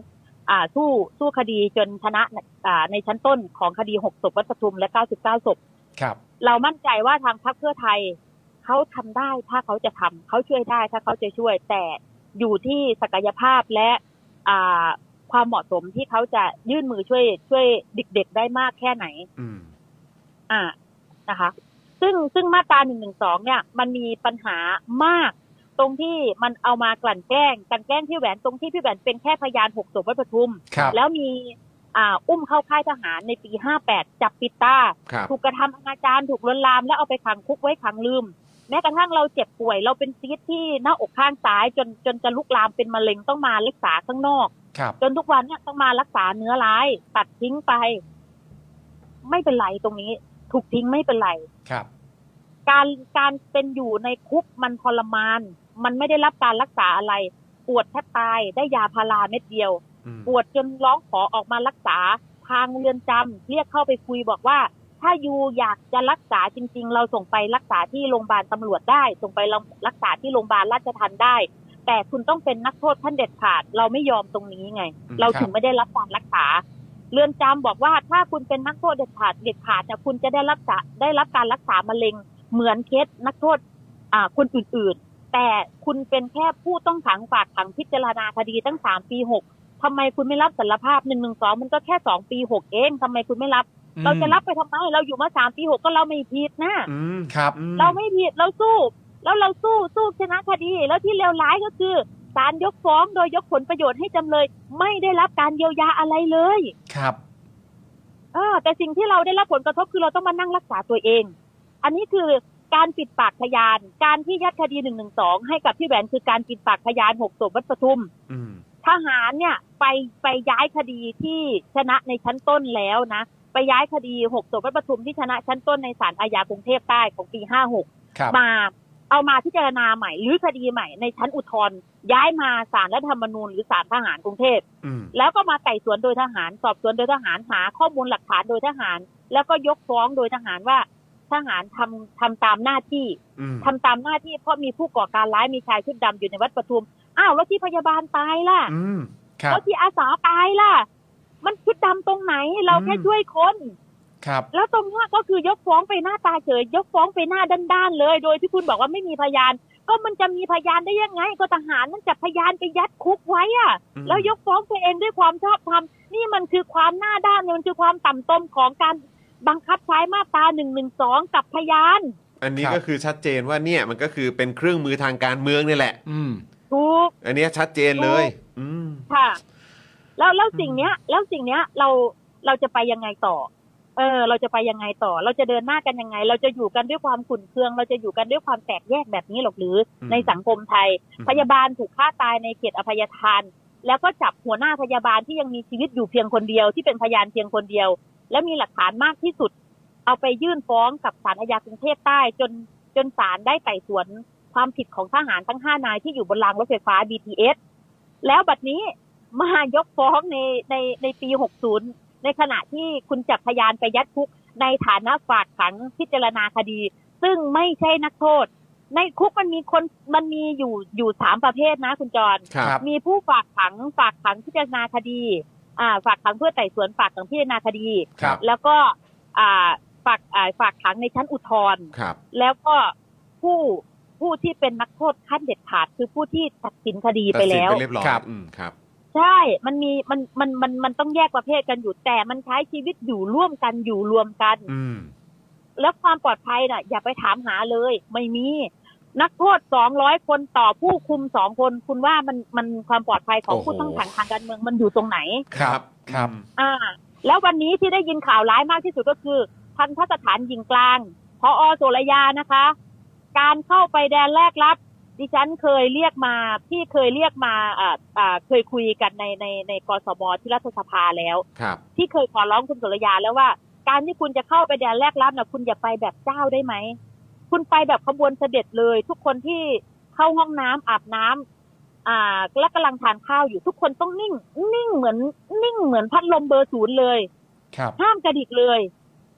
อ่าสู้สู้คดีจนชนะอ่าในชั้นต้นของคดีหกศพวัดปทุมและเก้าสิบเก้าศพ ครับ เรามั่นใจว่าทางพรรคเพื่อไทยเขาทำได้ถ้าเขาจะทำเขาช่วยได้ถ้าเขาจะช่วย แต่อยู่ที่ศักยภาพและอ่าความเหมาะสมที่เขาจะยื่นมือช่วยช่วยเด็กๆได้มากแค่ไหน อืม อ่านะคะ ซึ่งซึ่งมาตราหนึ่งหนึ่งสองเนี่ย มันมีปัญหามาก ตรงที่มันเอามากลั่นแกล้งกลั่นแกล้งพี่แหวนตรงที่พี่แหวนเป็นแค่พยานหกศพวัดปทุม ครับ แล้วมี อ่าอุ้มเข้าค่ายทหารในปี 58 จับปิดตา ครับ ถูกกระทำอนาจารถูกลวนลามแล้วเอาไปขังคุกไว้ขังลืม แม้กระทั่งเราเจ็บป่วยเราเป็นซีสที่หน้าอกข้างซ้ายจนจนจะลุกลามเป็นมะเร็งต้องมารักษาข้างนอก ครับ จนทุกวันเนี่ยต้องมารักษาเนื้อร้าย ตัดทิ้งไป ไม่เป็นไรตรงนี้ ถูกทิ้งไม่เป็นไร ครับ การการเป็นอยู่ในคุกมันทรมาน มันไม่ได้รับการรักษาอะไร ปวดแทบตายได้ยาพาราเม็ดเดียว อืม ปวดจนร้องขอออกมารักษาทางเรือนจำเรียกเข้าไปคุยบอกว่า ถ้าอยู่อยากจะรักษาจริง ๆ เราส่งไปรักษาที่โรงพยาบาลตำรวจได้ ส่งไปรักษาที่โรงพยาบาลราชทัณฑ์ได้ แต่คุณต้องเป็นนักโทษท่านเด็ดขาด เราไม่ยอมตรงนี้ไง อืม เรา ครับ ถึงไม่ได้รับการรักษา เรือนจำบอกว่าถ้าคุณเป็นนักโทษเด็ดขาดเด็ดขาดเนี่ยคุณจะได้รับจะได้รับการรักษามะเร็ง เหมือนเคสนักโทษอ่าคนอื่นๆ แต่คุณเป็นแค่ผู้ต้องขังฝากขังพิจารณาคดีตั้งสามปีหกทำไมคุณไม่รับสารภาพหนึ่งหนึ่งสองมันก็แค่สองปีหกเองทำไมคุณไม่รับ เราจะรับไปทำไม เราอยู่มาสามปีหกก็เราไม่ผิดนะ อืม ครับ อืม เราไม่ผิดเราสู้ แล้วเราสู้สู้ชนะคดี แล้วที่เลวร้ายก็คือศาลยกฟ้องโดยยกผลประโยชน์ให้จำเลย ไม่ได้รับการเยียวยาอะไรเลย ครับ เออแต่สิ่งที่เราได้รับผลกระทบคือเราต้องมานั่งรักษาตัวเอง อันนี้คือการปิดปากพยาน การที่ยัดคดีหนึ่งหนึ่งสองให้กับพี่แหวนคือการปิดปากพยานหกศพวัดปทุม อืม ทหารเนี่ยไปไปย้ายคดีที่ชนะในชั้นต้นแล้วนะ ไปย้ายคดีหกศพวัดปทุมที่ชนะชั้นต้นในศาลอาญากรุงเทพใต้ของปีห้าหก ครับ มาเอามาพิจารณาใหม่หรือคดีใหม่ในชั้นอุทธรณ์ย้ายมาศาลรัฐธรรมนูญหรือศาลทหารกรุงเทพ อืม แล้วก็มาไต่สวนโดยทหาร สอบสวนโดยทหารหาข้อมูลหลักฐานโดยทหาร แล้วก็ยกฟ้องโดยทหารว่า ทหารทำทำตามหน้าที่ อืม ทำตามหน้าที่เพราะมีผู้ก่อการร้ายมีชายชุดดำอยู่ในวัดปทุมอ้าวแล้วที่พยาบาลตายล่ะ อืม ครั แล้ บ วที่อาสาตายล่ะ มันชุดดำตรงไหนเราแค่ อืม ช่วยคน ครับ แล้วตรงเนี้ยก็คือยกฟ้องไปหน้าตาเฉย ยกฟ้องไปหน้าด้านๆเลย โดยที่คุณบอกว่าไม่มีพยาน ก็มันจะมีพยานได้ยังไง ก็ทหารมันจับพยานไปยัดคุกไว้อะ อืม แล้วยกฟ้องตัวเองด้วยความชอบธรรมนี่มันคือความหน้าด้านเนี่ยมันคือความต่ำต้มของการบังคับใช้มาตราหนึ่งหนึ่งสองกับพยาน อันนี้ ครับ ก็คือชัดเจนว่าเนี่ยมันก็คือเป็นเครื่องมือทางการเมืองนี่แหละ อืม ถูก อันเนี้ยชัดเจนเลย อืม ค่ะ แล้วแล้วสิ่งเนี้ย แล้วสิ่งเนี้ยเราเราจะไปยังไงต่อ เออ เราจะไปยังไงต่อ เราจะเดินหน้ากันยังไง เราจะอยู่กันด้วยความขุ่นเคือง เราจะอยู่กันด้วยความแตกแยกแบบนี้หรอกหรืออ ม ในสังคมไทย อืม พยาบาลถูกฆ่าตายในเขตอภัยทาน แล้วก็จับหัวหน้าพยาบาลที่ยังมีชีวิตอยู่เพียงคนเดียวที่เป็นพยานเพียงคนเดียว และมีหลักฐานมากที่สุด เอาไปยื่นฟ้องกับศาลอาญากรุงเทพใต้จนจนศาลได้ไต่สวน ความผิดของทหารทั้งห้านายที่อยู่บนรางรถไฟฟ้า BTS แล้วบัดนี้มายกฟ้องในในในปี 60 ในขณะที่คุณจับพยานไปยัดคุกในฐานะฝากขังพิจารณาคดี ซึ่งไม่ใช่นักโทษ ในคุกมันมีคนมันมีอยู่อยู่สามประเภทนะคุณจร ครับ มีผู้ฝากขังฝากขังพิจารณาคดี อ่า ฝากขังเพื่อไต่สวนฝากขังพิจารณาคดี ครับ แล้วก็อ่าฝากอ่าฝากขังในชั้นอุทธรณ์ ครับ แล้วก็ผู้ผู้ที่เป็นนักโทษขั้นเด็ดขาดคือผู้ที่ตัดสินคดีไปแล้ว ตัดสินไปเรียบร้อย ครับ อืมครับ ใช่ มันมีมันมันมันมันต้องแยกประเภทกันอยู่แต่มันใช้ชีวิตอยู่ร่วมกันอยู่รวมกัน อืม แล้วความปลอดภัยน่ะ อย่าไปถามหาเลย ไม่มี นักโทษสองร้อยคนต่อผู้คุมสองคน คุณว่ามันมันความปลอดภัยของ โอ้โห ผู้ต้องขังทางการเมืองมันอยู่ตรงไหน ครับ ครับ อ่า แล้ววันนี้ที่ได้ยินข่าวร้ายมากที่สุดก็คือทันทสถานหญิงกลางพออโสระยานะคะ การเข้าไปแดนแรกรับ ดิฉันเคยเรียกมาพี่เคยเรียกมาเอ่อเอ่อเคยคุยกันในในในกสมที่รัฐสภาแล้ว ครับ ที่เคยขอร้องคุณสุรยาแล้วว่า การที่คุณจะเข้าไปแดนแรกรับนะคุณอย่าไปแบบเจ้าได้ไหม คุณไปแบบขบวนเสด็จเลย ทุกคนที่เข้าห้องน้ำอาบน้ำอ่าและกำลังทานข้าวอยู่ทุกคนต้องนิ่ง นิ่งเหมือน นิ่งเหมือนพัดลมเบอร์ศูนย์เลย ครับ ห้ามกระดิกเลย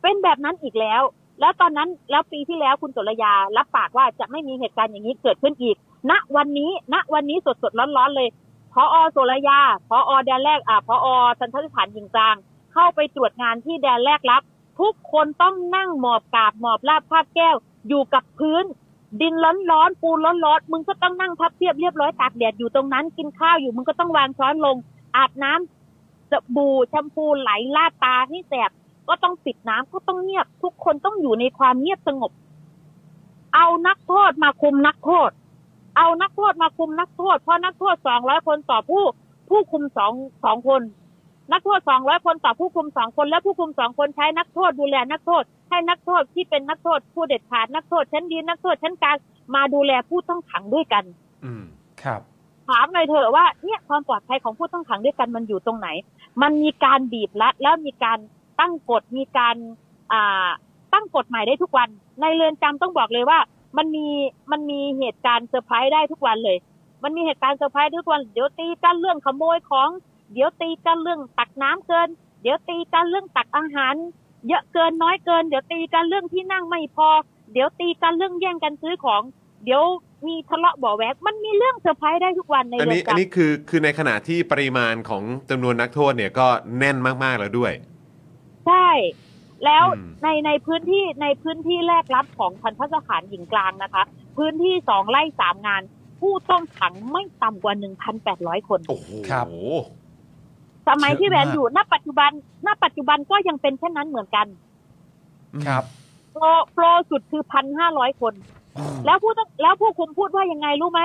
เป็นแบบนั้นอีกแล้ว แล้วตอนนั้นแล้วปีที่แล้วคุณสุรยารับปากว่าจะไม่มีเหตุการณ์อย่างนี้เกิดขึ้นอีก ณวันนี้ ณวันนี้สดสดร้อนร้อนๆเลยพออสุรยาพออแดนแรกอ่าพออสันทสถานหญิงกลาง เข้าไปตรวจงานที่แดนแรกรับ ทุกคนต้องนั่งหมอบกราบหมอบลาบคาบแก้ว อยู่กับพื้น ดินร้อนร้อนๆปูนร้อนร้อนๆมึงก็ต้องนั่งพับเพียบเรียบร้อยตากแดดอยู่ตรงนั้นกินข้าวอยู่มึงก็ต้องวางช้อนลง อาบน้ำสบู่แชมพูไหลลาดตาให้แสบ ก็ต้องปิดน้ำก็ต้องเงียบ ทุกคนต้องอยู่ในความเงียบสงบ เอานักโทษมาคุมนักโทษ เอานักโทษมาคุมนักโทษ เพราะนักโทษสองร้อยคนต่อผู้ ผู้คุมสองสองคน นักโทษสองร้อยคนต่อผู้คุมสองคน และผู้คุมสองคนใช้นักโทษดูแลนักโทษ ให้นักโทษที่เป็นนักโทษผู้เด็ดขาดนักโทษชั้นดีนักโทษชั้นกลางมาดูแลผู้ต้องขังด้วยกัน อืมครับ ถามหน่อยเถอะว่าเนี่ยความปลอดภัยของผู้ต้องขังด้วยกันมันอยู่ตรงไหน มันมีการบีบรัดแล้วมีการตั้งกฎมีการอ่าตั้งกฎใหม่ได้ทุกวัน ในเรือนจำต้องบอกเลยว่า มันมีมันมีเหตุการณ์เซอร์ไพรส์ได้ทุกวันเลย มันมีเหตุการณ์เซอร์ไพรส์ทุกวันเดี๋ยวตีกันเรื่องขโมยของ เดี๋ยวตีกันเรื่องตักน้ำเกิน เดี๋ยวตีกันเรื่องตักอาหาร เยอะเกินน้อยเกิน เดี๋ยวตีกันเรื่องที่นั่งไม่พอ เดี๋ยวตีกันเรื่องแย่งกันซื้อของ เดี๋ยวมีทะเลาะเบ่อแวกมันมีเรื่องเซอร์ไพรส์ได้ทุกวันใน อัน เรือน นี้อันนี้ จำ คือคือในขณะที่ปริมาณของจำนวนนักโทษเนี่ยก็แน่นมากๆแล้วด้วย ใช่ แล้ว อืม ในในพื้นที่ในพื้นที่แรกรับของทันทสถานหญิงกลางนะคะ พื้นที่สองไร่สามงาน ผู้ต้องขังไม่ต่ำกว่า 1,800 คน โอ้โห ครับ สมัยที่แหวน เยอะมาก อยู่ณปัจจุบันณปัจจุบันก็ยังเป็นเช่นนั้นเหมือนกัน ครับ โปรโปรสุดคือ 1,500 คน แล้วผู้ต้องแล้วผู้คุมพูดว่ายังไงรู้ไหม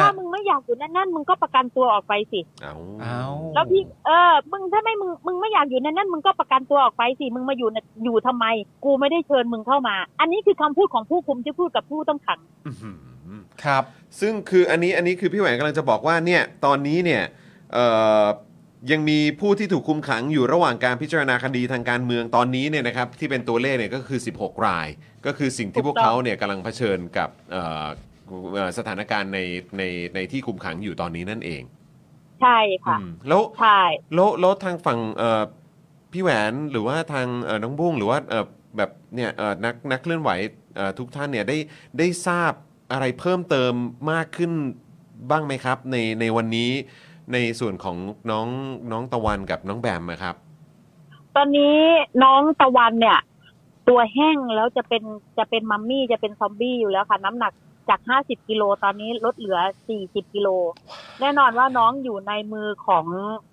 ถ้ามึงไม่อยากอยู่นั่นนั่นมึงก็ประกันตัวออกไปสิ เอา เอา แล้วพี่เออ มึงถ้าไม่มึงมึงไม่อยากอยู่ในนั้นมึงก็ประกันตัวออกไปสิ มึงมาอยู่น่ะอยู่ทำไม กูไม่ได้เชิญมึงเข้ามา อันนี้คือคำพูดของผู้คุมที่พูดกับผู้ต้องขัง อื้อหือ ครับ ซึ่งคืออันนี้อันนี้คือพี่แหวนกำลังจะบอกว่าเนี่ยตอนนี้เนี่ยเอ่อยังมีผู้ที่ถูกคุมขังอยู่ระหว่างการพิจารณาคดีทางการเมืองตอนนี้เนี่ยนะครับที่เป็นตัวเลขเนี่ยก็คือ 16 ราย ก็คือสิ่งที่พวกเขาเนี่ยกำลังเผชิญกับเอ่อเอ่อสถานการณ์ในในในที่คุมขังอยู่ตอนนี้นั่นเอง ใช่ค่ะ อืมแล้ว ใช่ แล้วแล้วทางฝั่งเอ่อพี่แหวนหรือว่าทางเอ่อน้องบุ้งหรือว่าเอ่อแบบเนี่ยเอ่อนักนักเคลื่อนไหวเอ่อทุกท่านเนี่ยได้ได้ทราบอะไรเพิ่มเติมมากขึ้นบ้างไหมครับ ในในวันนี้ในส่วนของน้องน้องตะวันกับน้องแบมอะครับ ตอนนี้น้องตะวันเนี่ย ตัวแห้งแล้วจะเป็นจะเป็นมัมมี่จะเป็นซอมบี้อยู่แล้วค่ะ น้ำหนักจาก 50กิโลตอนนี้ลดเหลือ 40กิโลแน่นอนว่าน้องอยู่ในมือของ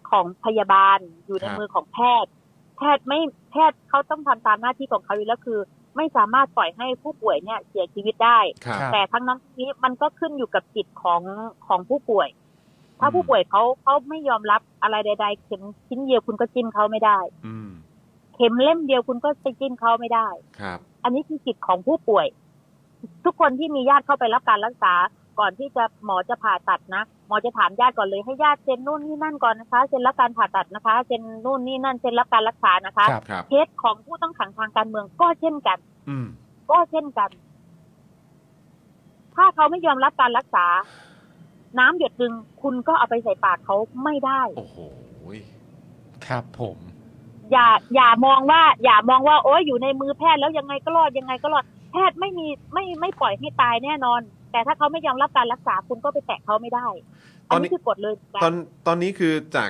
ของพยาบาล อยู่คในรับ มือของแพทย์ แพทย์ไม่แพทย์เขาต้องทำตามหน้าที่ของเขาอยู่แล้วคือ ไม่สามารถปล่อยให้ผู้ป่วยเนี่ยเสียชีวิตได้ ครับ ครับ แต่ทั้งนั้นทั้งนี้มันก็ขึ้นอยู่กับจิตของของผู้ป่วย ถ้า อืม ผู้ป่วยเขาเขาไม่ยอมรับอะไรใด ๆ เข็มชิ้นเดียวคุณก็จิ้มเขาไม่ได้ อืม เข็มเล่มเดียวคุณก็ไปจิ้มเขาไม่ได้ ครับ อันนี้คือสิทธิ์ของผู้ป่วย ทุกคนที่มีญาติเข้าไปรับการรักษา ก่อนที่จะหมอจะผ่าตัดนะ หมอจะถามญาติก่อนเลยให้ญาติเซ็นนู่นนี่นั่นก่อนนะคะเซ็นรับการผ่าตัดนะคะเซ็นนู่นนี่นั่นเซ็นรับการรักษานะคะ ครับ ครับ เคสของผู้ต้องขังทางการเมืองก็เช่นกัน อืม ก็เช่นกัน ถ้าเขาไม่ยอมรับการรักษา น้ำหยดดึงคุณก็เอาไปใส่ปากเขาไม่ได้ โอ้โหย ครับผม อย่าอย่ามองว่า อย่ามองว่าโอ้ยอยู่ในมือแพทย์แล้วยังไงก็รอดยังไงก็รอดแพทย์ไม่มีไม่ไม่ปล่อยให้ตายแน่นอน แต่ถ้าเขาไม่ยอมรับการรักษาคุณก็ไปแตะเขาไม่ได้ ต อั อน นนี้ นี้ คือกฎเลยเหมือนกัน ตอนตอนนี้คือจาก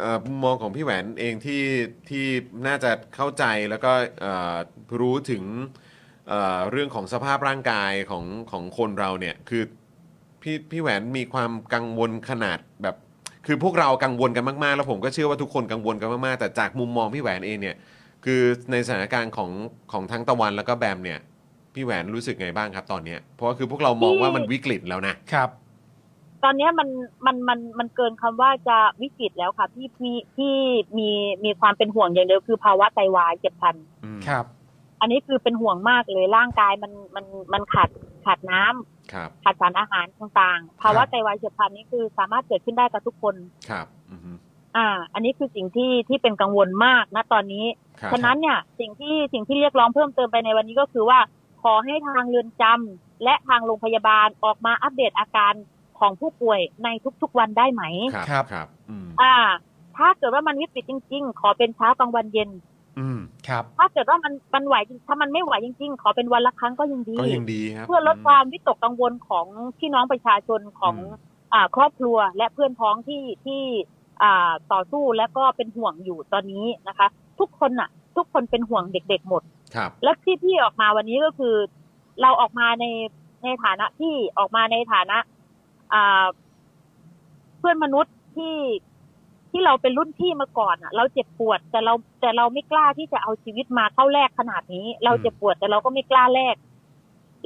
เอ่อมุมมองของพี่แหวนเองที่ที่น่าจะเข้าใจแล้วก็เอ่อรู้ถึงเอ่อเรื่องของสภาพร่างกายของของคนเราเนี่ยคือพี่พี่แหวนมีความกังวลขนาดแบบ คือพวกเรากังวลกันมากๆ แล้วผมก็เชื่อว่าทุกคนกังวลกันมากๆแต่จากมุมมองพี่แหวนเองเนี่ยคือในสถานการณ์ของของทั้งตะวันแล้วก็แบมเนี่ยพี่แหวนรู้สึกไงบ้างครับตอนเนี้ยเพราะว่าคือพวกเรามองว่ามันวิกฤตแล้วนะ ครับ ตอนเนี้ยมันมันมันมันเกินคำว่าจะวิกฤตแล้วค่ะพี่พี่พี่มีมีความเป็นห่วงอย่างเดียวคือภาวะไตวายเจ็บพลัน อืม ครับ อันนี้คือเป็นห่วงมากเลยร่างกายมันมันมันขาดขาดน้ำ ครับ ขาดสารอาหารต่างๆภาวะไตวายเฉียบพลันนี่คือสามารถเกิดขึ้นได้กับทุกคน ครับอือฮึ อ่า อันนี้คือสิ่งที่ที่เป็นกังวลมากนะตอนนี้ ครับ ฉะนั้นเนี่ยสิ่งที่สิ่งที่เรียกร้องเพิ่มเติมไปในวันนี้ก็คือว่า ขอให้ทางเรือนจำและทางโรงพยาบาลออกมาอัปเดตอาการของผู้ป่วยในทุกๆวันได้ไหม ครับ ครับ ครับอืม อ่า ถ้าเกิดว่ามันวิกฤตจริง ๆ ขอเป็นเช้ากลางวันเย็น อืม ครับ ถ้าเกิดว่ามันมันไหวจริงถ้ามันไม่ไหวจริง ๆ ขอเป็นวันละครั้งก็ยังดี ก็ยังดีครับ เพื่อลดความวิตกกังวลของพี่น้องประชาชนของ อืม อ่าครอบครัวและเพื่อนพ้องที่ที่อ่าต่อสู้และก็เป็นห่วงอยู่ตอนนี้นะคะ ทุกคนน่ะ ทุกคนเป็นห่วงเด็กๆหมด ครับ แล้วที่พี่ออกมาวันนี้ก็คือ เราออกมาในในฐานะที่ออกมาในฐานะอ่าเพื่อนมนุษย์ที่ที่เราเป็นรุ่นพี่มาก่อนอะเราเจ็บปวด แต่เราแต่เราไม่กล้าที่จะเอาชีวิตมาเข้าแลกขนาดนี้ เราเจ็บปวดแต่เราก็ไม่กล้าแลก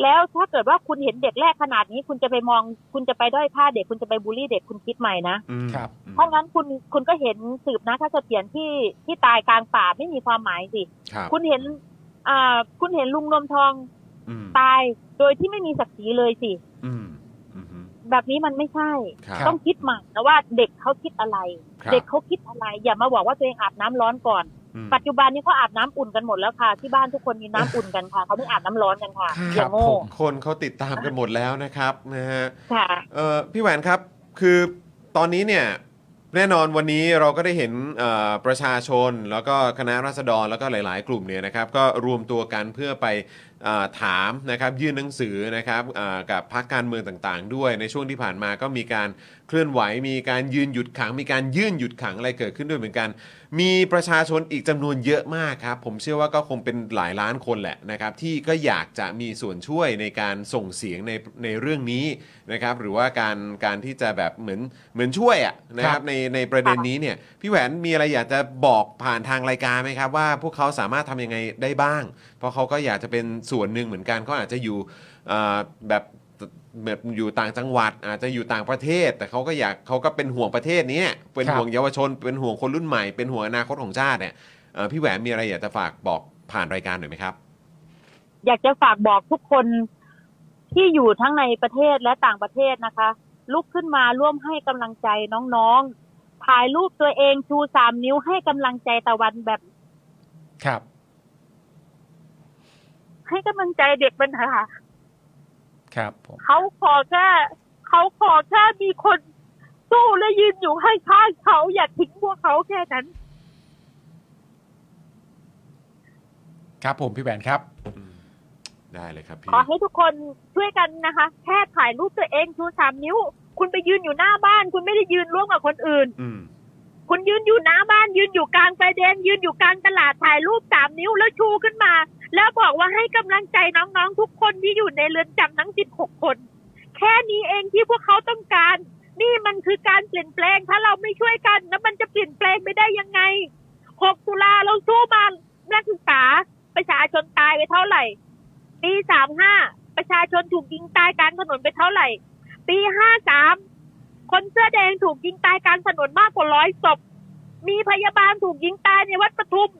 แล้วถ้าเกิดว่าคุณเห็นเด็กแรกขนาดนี้ คุณจะไปมอง คุณจะไปด้อยค่าเด็กคุณจะไปบูลลี่เด็กคุณคิดใหม่นะ อืม ครับ เพราะงั้นคุณคุณก็เห็นสืบนะถ้าเสถียรที่ที่ตายกลางป่าไม่มีความหมายสิ ครับ คุณเห็นอ่าคุณเห็นลุงนวมทอง อืม ตายโดยที่ไม่มีศักดิ์ศรีเลยสิ อืมอืมอืม แบบนี้มันไม่ใช่ ครับ ต้องคิดใหม่นะว่าเด็กเขาคิดอะไร ครับ เด็กเขาคิดอะไร อย่ามาบอกว่าตัวเองอาบน้ำร้อนก่อน อืม ปัจจุบันนี้เขาอาบน้ำอุ่นกันหมดแล้วค่ะ ที่บ้านทุกคนมีน้ำอุ่นกันค่ะเขาไม่อาบน้ำร้อนกันค่ะอย่าโง่ ครับผม คนเขาติดตามกันหมดแล้วนะครับนะฮะ ค่ะ เอ่อพี่แหวนครับคือตอนนี้เนี่ยแน่นอนวันนี้เราก็ได้เห็นเอ่อประชาชน แล้วก็คณะราษฎรแล้วก็หลาย ๆ กลุ่มเนี่ยนะครับก็รวมตัวกันเพื่อไปเอ่อถามนะครับยื่นหนังสือนะครับเอ่อกับพรรคการเมืองต่างๆ ด้วยในช่วงที่ผ่านมาก็มีการเคลื่อนไหว มีการยืนหยุดขัง มีการยื่นหยุดขังอะไรเกิดขึ้นด้วยเหมือนกัน มีประชาชนอีกจำนวนเยอะมากครับ ผมเชื่อว่าก็คงเป็นหลายล้านคนแหละนะครับ ที่ก็อยากจะมีส่วนช่วยในการส่งเสียงในในเรื่องนี้นะครับ หรือว่าการการที่จะแบบเหมือนเหมือนช่วยอะนะครับในในประเด็นนี้เนี่ยพี่แหวนมีอะไรอยากจะบอกผ่านทางรายการไหมครับ ว่าพวกเขาสามารถทำยังไงได้บ้าง เพราะเขาก็อยากจะเป็นส่วนหนึ่งเหมือนกันเขาอาจจะอยู่เอ่อแบบแบบอยู่ต่างจังหวัด อาจจะอยู่ต่างประเทศ แต่เขาก็อยากเขาก็เป็นห่วงประเทศนี้เป็น ครับ ห่วง เยาวชนเป็นห่วงคนรุ่นใหม่เป็นห่วงอนาคตของชาติเนี่ยเอ่อพี่แหวนมีอะไรอยากจะฝากบอกผ่านรายการหน่อยไหมครับ อยากจะฝากบอกทุกคนที่อยู่ทั้งในประเทศและต่างประเทศนะคะ ลุกขึ้นมาร่วมให้กำลังใจน้องๆ ถ่ายรูปตัวเองชูสามนิ้วให้กำลังใจตะวันแบบ ครับ ให้กำลังใจเด็กปัญหา ครับผม เขาขอแค่เขาขอแค่มีคนสู้และยืนอยู่ให้ข้างเขาอย่าทิ้งพวกเขาแค่นั้น ครับผมพี่แหวนครับ ได้เลยครับพี่ ขอให้ทุกคนช่วยกันนะคะ แค่ถ่ายรูปตัวเองชูสามนิ้ว คุณไปยืนอยู่หน้าบ้าน คุณไม่ได้ยืนร่วมกับคนอื่น อืม คุณยืนอยู่หน้าบ้าน ยืนอยู่กลางไฟแดงยืนอยู่กลางตลาดถ่ายรูปสามนิ้วแล้วชูขึ้นมา แล้วบอกว่าให้กำลังใจน้องๆ ทุกคนที่อยู่ในเรือนจำทั้ง 16 คน แค่นี้เองที่พวกเขาต้องการ นี่มันคือการเปลี่ยนแปลงถ้าเราไม่ช่วยกัน แล้วมันจะเปลี่ยนแปลงไปได้ยังไง 6 ตุลาเราสู้มานักศึกษาประชาชนตายไปเท่าไหร่ ปี 35 ประชาชนถูกยิงตายกลางถนนไปเท่าไหร่ ปี 53 คนเสื้อแดงถูกยิงตายกลางถนนมากกว่าร้อยศพ มีพยาบาลถูกยิงตายในวัดปทุม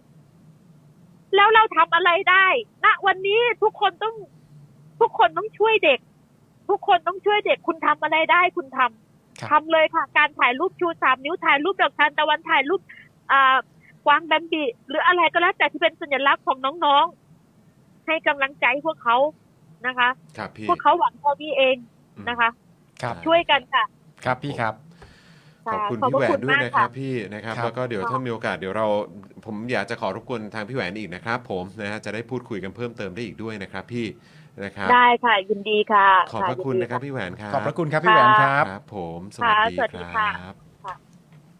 แล้วเราทำอะไรได้ณวันนี้ทุกคนต้อง ทุกคนต้องช่วยเด็ก ทุกคนต้องช่วยเด็กคุณทำอะไรได้คุณทำ ครับ ทำเลยค่ะ การถ่ายรูปชูสามนิ้วถ่ายรูปดอกทานตะวันถ่ายรูปอ่ากวางแบมบีหรืออะไรก็แล้วแต่ที่เป็นสัญลักษณ์ของน้องๆ ให้กำลังใจพวกเขานะคะ ครับพี่ พวกเขาหวังพอพี่เองนะคะ ครับ ช่วยกันค่ะ ครับพี่ครับ ขอบคุณพี่แหวนด้วยนะครับพี่นะครับ ครับ แล้วก็เดี๋ยวถ้ามีโอกาสเดี๋ยวเรา ผมอยากจะขอรบกวนทางพี่แหวนอีกนะครับ ผมนะฮะจะได้พูดคุยกันเพิ่มเติมได้อีกด้วยนะครับพี่นะครับ ได้ค่ะ ยินดีค่ะ ขอบพระคุณนะครับพี่แหวนครับ ขอบพระคุณครับพี่แหวนครับ ครับ ผมสวัสดี ค่ะสวัสดี ครั ค่ะ บ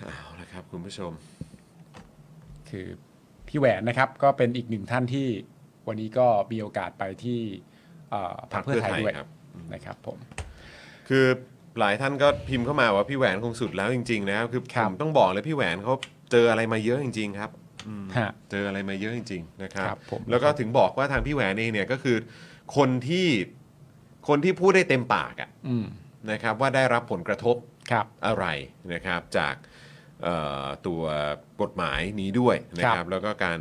เอาละครับคุณผู้ชม คือพี่แหวนนะครับก็เป็นอีกหนึ่งท่านที่วันนี้ก็มีโอกาสไปที่เอ่อพรรคเพื่อไทยด้วย ครับ นะครับผม คือหลายท่านก็พิมพ์เข้ามาว่าพี่แหวนคงสุดแล้วจริงๆนะครับคือ ครั ผ บ มต้องบอกเลยพี่แหวนเขาเจออะไรมาเยอะจริง ๆ ครับอืม ฮะ เจออะไรมาเยอะจริงๆนะครับ ครับผม แล้วก็ถึงบอกว่าทางพี่แหวนเองเนี่ยก็คือคนที่คนที่พูดได้เต็มปากอะ ืม นะครับ ว่าได้รับผลกระทบ ครับ อะไรนะครับ จากเอ่อตัวกฎหมายนี้ด้วยนะค ครั รับ บ แล้วก็การ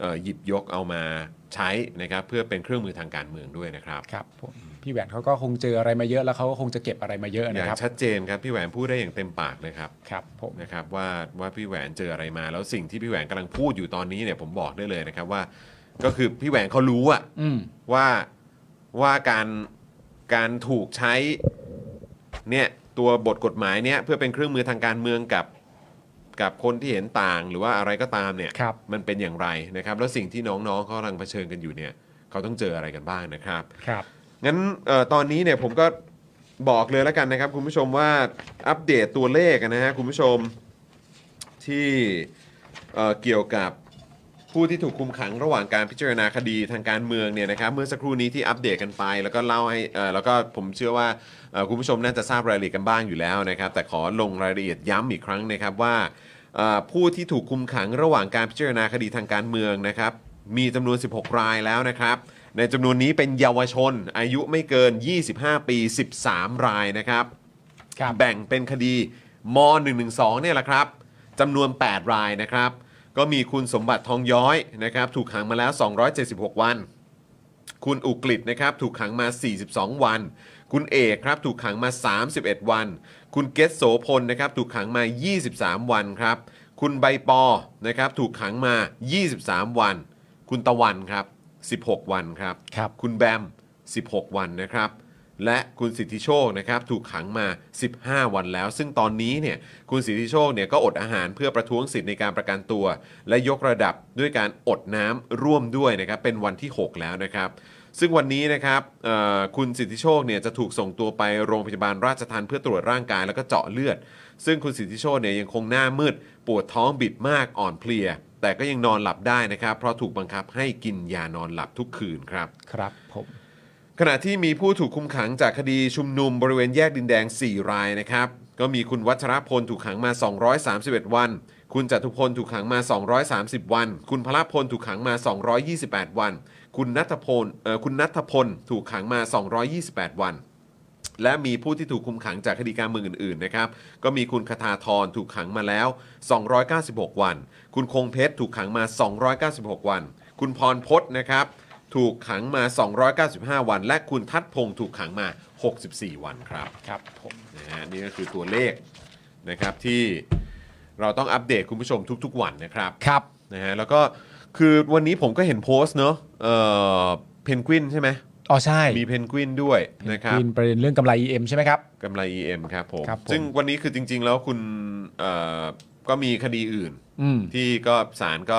เอ่อหยิบยกเอามาใช้นะครับ เพื่อเป็นเครื่องมือทางการเมืองด้วยนะครับ ครับผมพี่แหวนเขาก็คงเจออะไรมาเยอะแล้วเขาก็คงจะเก็บอะไรมาเยอะ อ นะ ย่าง ครับ ชัดเจนครับพี่แหวนพูดได้อย่างเต็มปากเลยครับ ครับผม นะครับว่าว่าพี่แหวนเจออะไรมา แล้วสิ่งที่พี่แหวนกำลังพูดอยู่ตอนนี้เนี่ยผมบอกได้เลยนะครับว่า ก็คือพี่แหวนเขารู้อะ อืม ว่าว่าการการถูกใช้เนี่ยตัวบทกฎหมายเนี่ยเพื่อเป็นเครื่องมือทางการเมืองกับกับคนที่เห็นต่างหรือว่าอะไรก็ตามเนี่ย ครับ มันเป็นอย่างไรนะครับ แล้วสิ่งที่น้องๆเขากำลังเผชิญกันอยู่เนี่ยเขาต้องเจออะไรกันบ้างนะครับ ครับ งั้นเออตอนนี้เนี่ยผมก็บอกเลยแล้วกันนะครับ คุณผู้ชมว่าอัปเดตตัวเลขนะฮะคุณผู้ชมที่เอ่อเกี่ยวกับผู้ที่ถูกคุมขังระหว่างการพิจารณาคดีทางการเมืองเนี่ยนะครับ เมื่อสักครู่นี้ที่อัปเดตกันไป แล้วก็เล่าให้เอ่อแล้วก็ผมเชื่อว่าเอ่อคุณผู้ชมน่าจะทราบรายละเอียดกันบ้างอยู่แล้วนะครับ แต่ขอลงรายละเอียดย้ำอีกครั้งนะครับว่า เอ่อผู้ที่ถูกคุมขังระหว่างการพิจารณาคดีทางการเมืองนะครับ มีจำนวน 16 รายแล้วนะครับ ในจำนวนนี้เป็นเยาวชน อายุไม่เกิน 25 ปี 13 รายนะครับ ครับ แบ่งเป็นคดีม 112 เนี่ยแหละครับจำนวน 8 รายนะครับ ก็มีคุณสมบัติทองย้อยนะครับถูกขังมาแล้ว 276 วัน คุณอุกฤษนะครับถูกขังมา 42 วัน คุณเอกครับถูกขังมา 31 วัน คุณเกษโสพลนะครับถูกขังมา 23 วันครับ คุณใบปอนะครับถูกขังมา 23 วัน คุณตะวันครับ 16 วันครับ ครับ คุณแบม 16 วันนะครับ และคุณสิทธิโชคนะครับถูกขังมา 15 วันแล้ว ซึ่งตอนนี้เนี่ยคุณสิทธิโชคเนี่ยก็อดอาหารเพื่อประท้วงสิทธิในการประกันตัว และยกระดับด้วยการอดน้ำร่วมด้วยนะครับเป็นวันที่ 6 แล้วนะครับ ซึ่งวันนี้นะครับเอ่อคุณสิทธิโชคเนี่ยจะถูกส่งตัวไปโรงพยาบาลราชทันเพื่อตรวจร่างกายแล้วก็เจาะเลือด ซึ่งคุณสิทธิโชคเนี่ยยังคงหน้ามืด ปวดท้องบิดมากอ่อนเพลีย แต่ก็ยังนอนหลับได้นะครับ เพราะถูกบังคับให้กินยานอนหลับทุกคืนครับ ครับผม ขณะที่มีผู้ถูกคุมขังจากคดีชุมนุมบริเวณแยกดินแดง 4 รายนะครับ ก็มีคุณวัชรพลถูกขังมา 231 วัน คุณจตุพลถูกขังมา 230 วัน คุณพลพลถูกขังมา 228 วัน คุณนัทพลเอ่อคุณนัทพลถูกขังมา 228 วัน และมีผู้ที่ถูกคุมขังจากคดีการเมืองอื่นๆนะครับ ก็มีคุณคทาธรถูกขังมาแล้ว 296 วัน คุณคงเพชรถูกขังมา 296 วัน คุณพรพจน์นะครับ ถูกขังมา 295 วัน และคุณทัดพงศ์ถูกขังมา 64 วันครับ ครับผม นะฮะนี่ก็คือตัวเลขนะครับที่เราต้องอัปเดตคุณผู้ชมทุกๆวันนะครับ ครับ นะฮะแล้วก็คือวันนี้ผมก็เห็นโพสต์เนอะเอ่อเพนกวินใช่ไหม อ๋อใช่ มีเพนกวินด้วยนะครับ กินประเด็นเรื่องกำไร EM ใช่ไหมครับ กำไร EM ครับผม ครับผม ซึ่งวันนี้คือจริง ๆ แล้วคุณเอ่อก็มีคดีอื่น อืม ที่ก็ศาลก็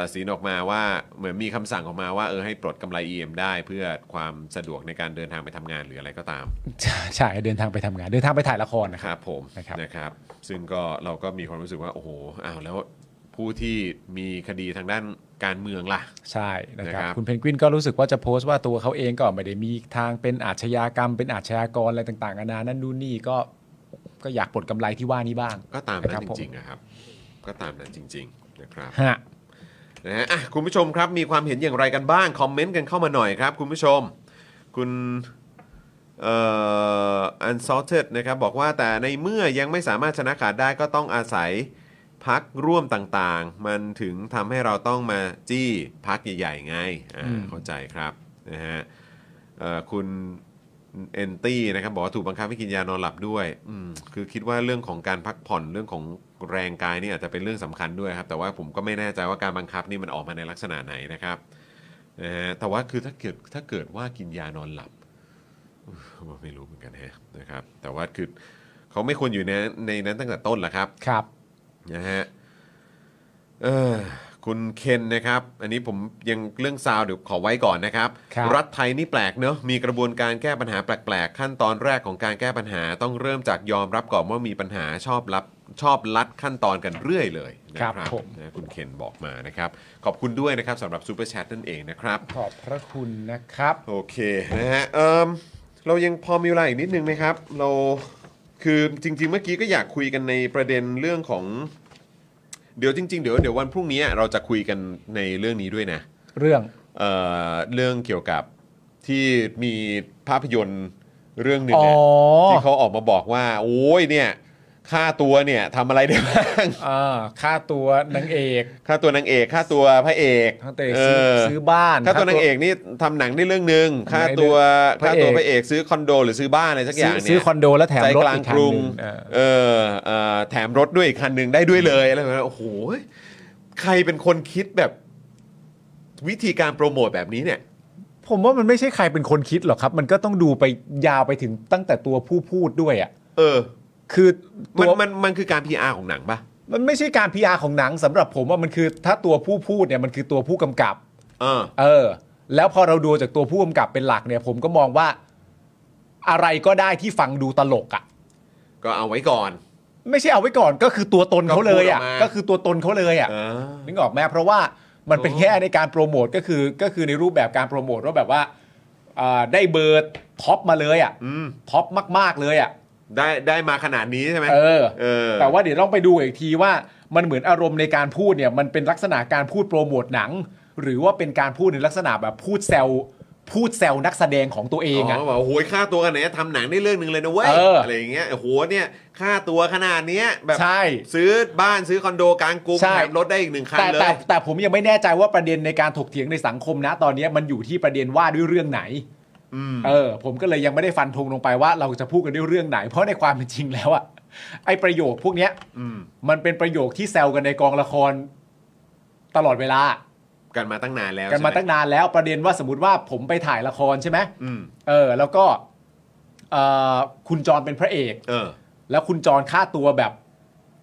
ตัดสินออกมาว่าเหมือนมีคำสั่งออกมาว่าเออให้ปลดกำไร EM ได้เพื่อความสะดวกในการเดินทางไปทำงานหรืออะไรก็ตาม ใช่เดินทางไปทำงาน เดินทางไปถ่ายละครนะ ค ครัรับบผม นะครับ นะครับซึ่งก็เราก็มีความรู้สึกว่า โอ้โหอ้าวแล้วผู้ที่มีคดีทางด้านการเมืองล่ะ ใช่นะครับ นะครับ คุณเพนกวินก็รู้สึกว่าจะโพสต์ว่าตัวเขาเองก็ไม่ได้มีทางเป็นอาชญากรรมเป็นอาชญากรอะไรต่างๆนานานั่นนู่นนี่ก็ก็อยากปลดกำไรที่ว่านี้บ้าง ก็ตาม ะค นั้ รั น บ จ ผม ริงๆนะครับ ก็ตามนั้นจริง ๆ นะครับ ฮะ นะฮะอ่ะคุณผู้ชมครับมีความเห็นอย่างไรกันบ้าง คอมเมนต์กันเข้ามาหน่อยครับ คุณผู้ชม คุณเอ่อ unsalted นะครับบอกว่าแต่ในเมื่อยังไม่สามารถชนะขาดได้ก็ต้องอาศัยพักร่วมต่างๆ มันถึงทำให้เราต้องมาจี้พักใหญ่ๆไงอ่า อืม เข้าใจครับนะฮะเอ่อคุณเอนตี้นะครับบอกว่าถูกบังคับให้กินยานอนหลับด้วยอืมคือคิดว่าเรื่องของการพักผ่อนเรื่องของแรงกายนี่อาจจะเป็นเรื่องสำคัญด้วยครับ แต่ว่าผมก็ไม่แน่ใจว่าการบังคับนี่มันออกมาในลักษณะไหนนะครับนะฮะแต่ว่าคือถ้าเกิดถ้าเกิดว่ากินยานอนหลับ ผมไม่รู้เหมือนกันฮะนะครับแต่ว่าคือเขาไม่ควรอยู่ในในนั้นตั้งแต่ต้นแหละครับ ครับ นะฮะเออคุณเคนนะครับ อันนี้ผมยังเรื่องซาวด์เดี๋ยวขอไว้ก่อนนะครับ ครับ รัฐไทยนี่แปลกเนอะมีกระบวนการแก้ปัญหาแปลกๆ ขั้นตอนแรกของการแก้ปัญหาต้องเริ่มจากยอมรับก่อนว่ามีปัญหาชอบรับชอบลัดขั้นตอนกันเรื่อยเลยนะครับ ผม นะคุณเคนบอกมานะครับ ขอบคุณด้วยนะครับสำหรับซูเปอร์แชทนั่นเองนะครับ ขอบพระคุณนะครับ โอเคนะฮะเอิ่มเรายังพอมีเวลาอีกนิดนึงไหมครับ เราคือจริง ๆ เมื่อกี้ก็อยากคุยกันในประเด็นเรื่องของ เดี๋ยวจริง ๆ เดี๋ยวเดี๋ยววันพรุ่งนี้เราจะคุยกันในเรื่องนี้ด้วยนะ เรื่อง เอ่อเรื่องเกี่ยวกับที่มีภาพยนตร์เรื่องหนึ่ง อ๋อ อะที่เขาออกมาบอกว่า โอ้ยเนี่ยค่าตัวเนี่ยทำอะไรได้บ้าง อ่าค่าตัวนางเอก ค่าตัวนางเอกค่าตัวพระเอก ค่าตัวเอก เอ ซื้อ อ ซื้อบ้าน ค่าตัวนางเอกนี่ทำหนังได้เรื่องหนึ่ง ทำหนัง ค่าตัว ได้ค่าเรื่องตัว พระเอก พระเอกซื้อคอนโดหรือซื้อบ้านอะไรสักอ ซื้อย่าง เนี่ย ซื้อคอนโดแล้วแถม ใจ รถ กลาง อีกคั ก นห รุง นึ่งเออ เออเอ่อแถมรถด้วยอีกคันหนึ่งได้ด้วยเลยอะไรแบบนั้นโอ้โหใครเป็นคนคิดแบบวิธีการโปรโมทแบบนี้เนี่ย ผมว่ามันไม่ใช่ใครเป็นคนคิดหรอกครับ มันก็ต้องดูไปยาวไปถึงตั้งแต่ตัวผู้พูดด้วยอะ่ะ เออ คือตั มัน ว มันมันคือการ PR ของหนังปะ มันไม่ใช่การ PR ของหนังสำหรับผมว่ามันคือถ้าตัวผู้พูดเนี่ยมันคือตัวผู้กำกับ เออ เออ แล้วพอเราดูจากตัวผู้กำกับเป็นหลักเนี่ย ผมก็มองว่าอะไรก็ได้ที่ฟังดูตลกอะ่ะ ก็เอาไว้ก่อน ไม่ใช่เอาไว้ก่อนก็คือตัวตนเขาเลยอะ่ะ ก็พูดออกมา ก็คือตัวตนเขาเลยอ่ะ เออ นึกออกไหมเพราะว่ามันเป็น โอ้ แค่ในการโปรโมทก็คือก็คือในรูปแบบการโปรโมทว่าแบบว่าอ่าได้เบอร์ท็อปมาเลยอ่ะ อืม ท็อปมากๆเลยอ่ะ ได้ได้มาขนาดนี้ใช่ไหม เออ เออ แต่ว่าเดี๋ยวต้องไปดูอีกทีว่ามันเหมือนอารมณ์ในการพูดเนี่ยมันเป็นลักษณะการพูดโปรโมทหนัง หรือว่าเป็นการพูดในลักษณะแบบพูดแซวพูดแซวนักแสดงของตัวเองอะ อ๋อบอกว่าโอ้ยค่าตัวขนาดเนี้ยทำหนังได้เรื่องหนึ่งเลยนะเว้ย เอออ อะไรอย่างเงี้ยโอ้โหเนี่ยค่าตัวขนาดเนี้ยแบบ ใช่ ซื้อบ้านซื้อคอนโดกลางกรุง ใช่ แถมรถได้อีกหนึ่งคัน แต่ เล แต่ ย แต่ผมยังไม่แน่ใจว่าประเด็นในการถกเถียงในสังคมนะตอนนี้มันอยู่ที่ประเด็นว่าด้วยเรื่องไหน อืม เออ ผมก็เลยยังไม่ได้ฟันธงลงไปว่าเราจะพูดกันด้วยเรื่องไหน เพราะในความเป็นจริงแล้วอะไอประโยคพวกเนี้ย อืม มันเป็นประโยคที่แซวกันในกองละครตลอดเวลา กันมาตั้งนานแล้ว กันมา ใช่ไห ตั้งนานแล้วประเด็นว่าสมมติว่าผมไปถ่ายละครใช่ไหม อืม เออ แล้วก็เอ่อคุณจรเป็นพระเอก เออ แล้วคุณจรค่าตัวแบบ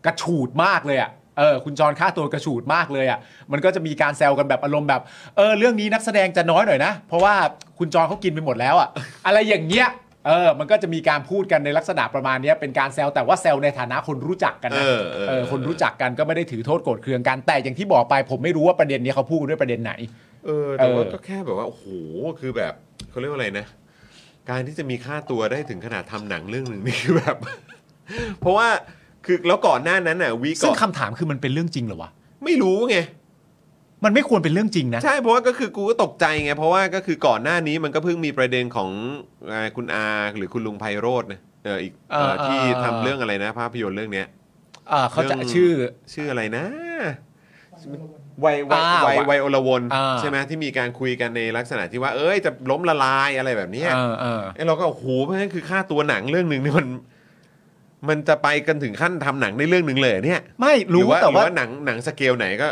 กระฉูดมากเลยอะ่ะ เออ คุณจรค่าตัวกระฉูดมากเลยอะ่ะ มันก็จะมีการแซวกันแบบอารมณ์แบบ เออ เรื่องนี้นักแสดงจะน้อยหน่อยนะ เพราะว่าคุณจรเขากินไปหมดแล้วอะ่ะ อะไรอย่างเงี้ย เออ มันก็จะมีการพูดกันในลักษณะประมาณเนี้ยเป็นการแซวแต่ว่าแซวในฐานะคนรู้จักกันนะ เออเออ คนรู้จักกันก็ไม่ได้ถือโทษโกรธเคืองกัน แต่อย่างที่บอกไปผมไม่รู้ว่าประเด็นเนี้ยเขาพูดกันด้วยประเด็นไหน เออแต่ว่า เออ ก็แค่แบบว่าโอ้โหคือแบบเขาเรียกว่าอะไรนะ การที่จะมีค่าตัวได้ถึงขนาดทำหนังเรื่องหนึ่งนี่คือแบบ เพราะว่าคือแล้วก่อนหน้านั้นน่ะวี ซึ่ ก่ ง อน คำถามคือมันเป็นเรื่องจริงเหรอวะ ไม่รู้ไง มันไม่ควรเป็นเรื่องจริงนะ ใช่เพราะว่าก็คือกูก็ตกใจไง เพราะว่าก็คือก่อนหน้านี้มันก็เพิ่งมีประเด็นของเอ่อคุณอาหรือคุณลุงไพโรธนะเอออีกเอ่อ เออเออ ที่ทำเรื่องอะไรนะ ภาพยนตร์เรื่องเนี้ย เอ่อเขาจะชื่อ ชื่ออะไรนะวัยวัย อ่า วัยวัยอลวน อ่า ใช่ไหมที่มีการคุยกันในลักษณะที่ว่า เอ้ยจะล้มละลายอะไรแบบเนี้ย เออเออ ไอ้เราก็โอ้โหเพราะฉะนั้นคือค่าตัวหนังเรื่องหนึ่งนี่มัน มันจะไปกันถึงขั้นทำหนังในเรื่องหนึ่งเลยเหรอเนี่ย ไม่ หอ รู้ ว่า แต่ หรือ ว่า ว่าหนังหนังสเกลไหนก็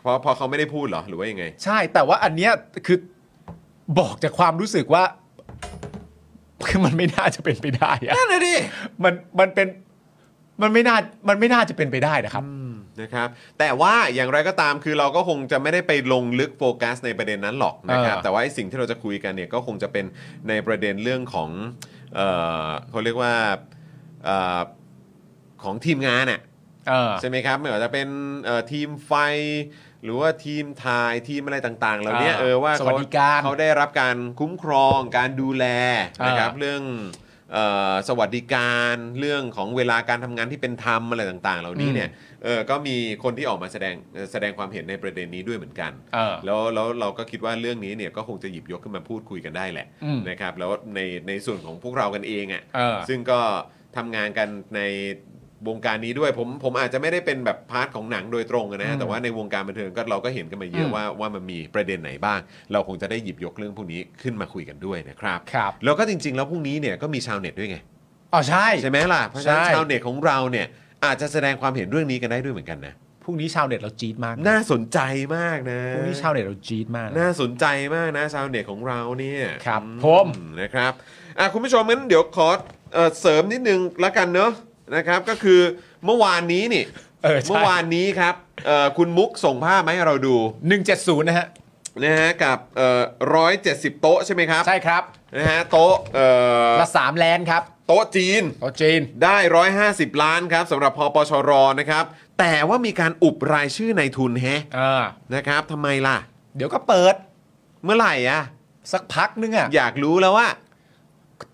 เพราะเพอเขาไม่ได้พูดเหรอหรือว่ายังไง ใช่แต่ว่าอันเนี้ยคือบอกจากความรู้สึกว่าคือมันไม่น่าจะเป็นไปได้อะ นั่นเลยดิ มันมันเป็นมันไม่น่ามันไม่น่าจะเป็นไปได้นะครับ นะครับ แต่ว่าอย่างไรก็ตามคือเราก็คงจะไม่ได้ไปลงลึกโฟกัสในประเด็นนั้นหรอกนะครับ เออ แต่ว่าไอ้สิ่งที่เราจะคุยกันเนี่ยก็คงจะเป็นในประเด็นเรื่องของเอ่อเขาเรียกว่าเอ่อของทีมงานอะ เออ ใช่ไหมครับไม่ว่าจะเป็นเอ่อทีมไฟ หรือว่าทีมถ่ายทีมอะไรต่างๆเหล่าเนี้ย อ่า เออว่า สวัสดิการ เขเขาได้รับการคุ้มครองการดูแล อ่าน นะครับเรื่องเอ่อสวัสดิการเรื่องของเวลาการทำงานที่เป็นธรรมอะไรต่างๆ เหล่านี้เนี่ยเออก็มีคนที่ออกมาแสดงแสดงความเห็นในประเด็นนี้ด้วยเหมือนกัน เออ แล้วแล้วเราก็คิดว่าเรื่องนี้เนี่ยก็คงจะหยิบยกขึ้นมาพูดคุยกันได้แหละ อืม นะครับแล้วในในส่วนของพวกเรากันเองอ่ะ เออ ซึ่งก็ทำงานกันในวงการนี้ด้วยผมผมอาจจะไม่ได้เป็นแบบพาร์ทของหนังโดยตรงอะนะฮะแต่ว่าในวงการบันเทิงก็เราก็เห็นกันมาเยอะ อืม ว่าว่ามันมีประเด็นไหนบ้าง เราคงจะได้หยิบยกเรื่องพวกนี้ขึ้นมาคุยกันด้วยนะครับ ครับ แล้วก็จริง ๆ แล้วพรุ่งนี้เนี่ยก็มีชาวเน็ตด้วยไง อ๋อใช่ ใช่ไหมล่ะเพราะฉะนั้น ใช่ ชาวเน็ตของเราเนี่ยอาจจะแสดงความเห็นเรื่องนี้กันได้ด้วยเหมือนกันนะ พรุ่งนี้ชาวเน็ตเราจี๊ดมากนะ น่าสนใจมากนะ พรุ่งนี้ชาวเน็ตเราจี๊ดมากนะ น่าสนใจมากนะชาวเน็ตของเราเนี่ย ครับ อื ผม นะครับอ่ะคุณผู้ชมงั้นเดี๋ยวขอเอ่อเสริมนิดนึงละกันเนอะนะครับก็คือเมื่อวานนี้นี่ เออ เมื่ ใช่ อวานนี้ครับเอ่อคุณมุกส่งภาพมาให้เราดู หนึ่งเจ็ดศูนย์นะฮะ นะฮะกับร้อยเจ็ดสิบโต๊ะใช่ไหมครับ ใช่ครับ นะฮะโต๊ะเอ่อ ละสามแลนครับ โต๊ะจีน โอจีน ได้ 150 ล้านครับสำหรับพปชรนะครับ แต่ว่ามีการอุบรายชื่อในายทุนแฮะ เออ นะครับทำไมล่ะ เดี๋ยวก็เปิด เมื่อไหร่อ่ะ สักพักนึงอ่ะ อยากรู้แล้วว่า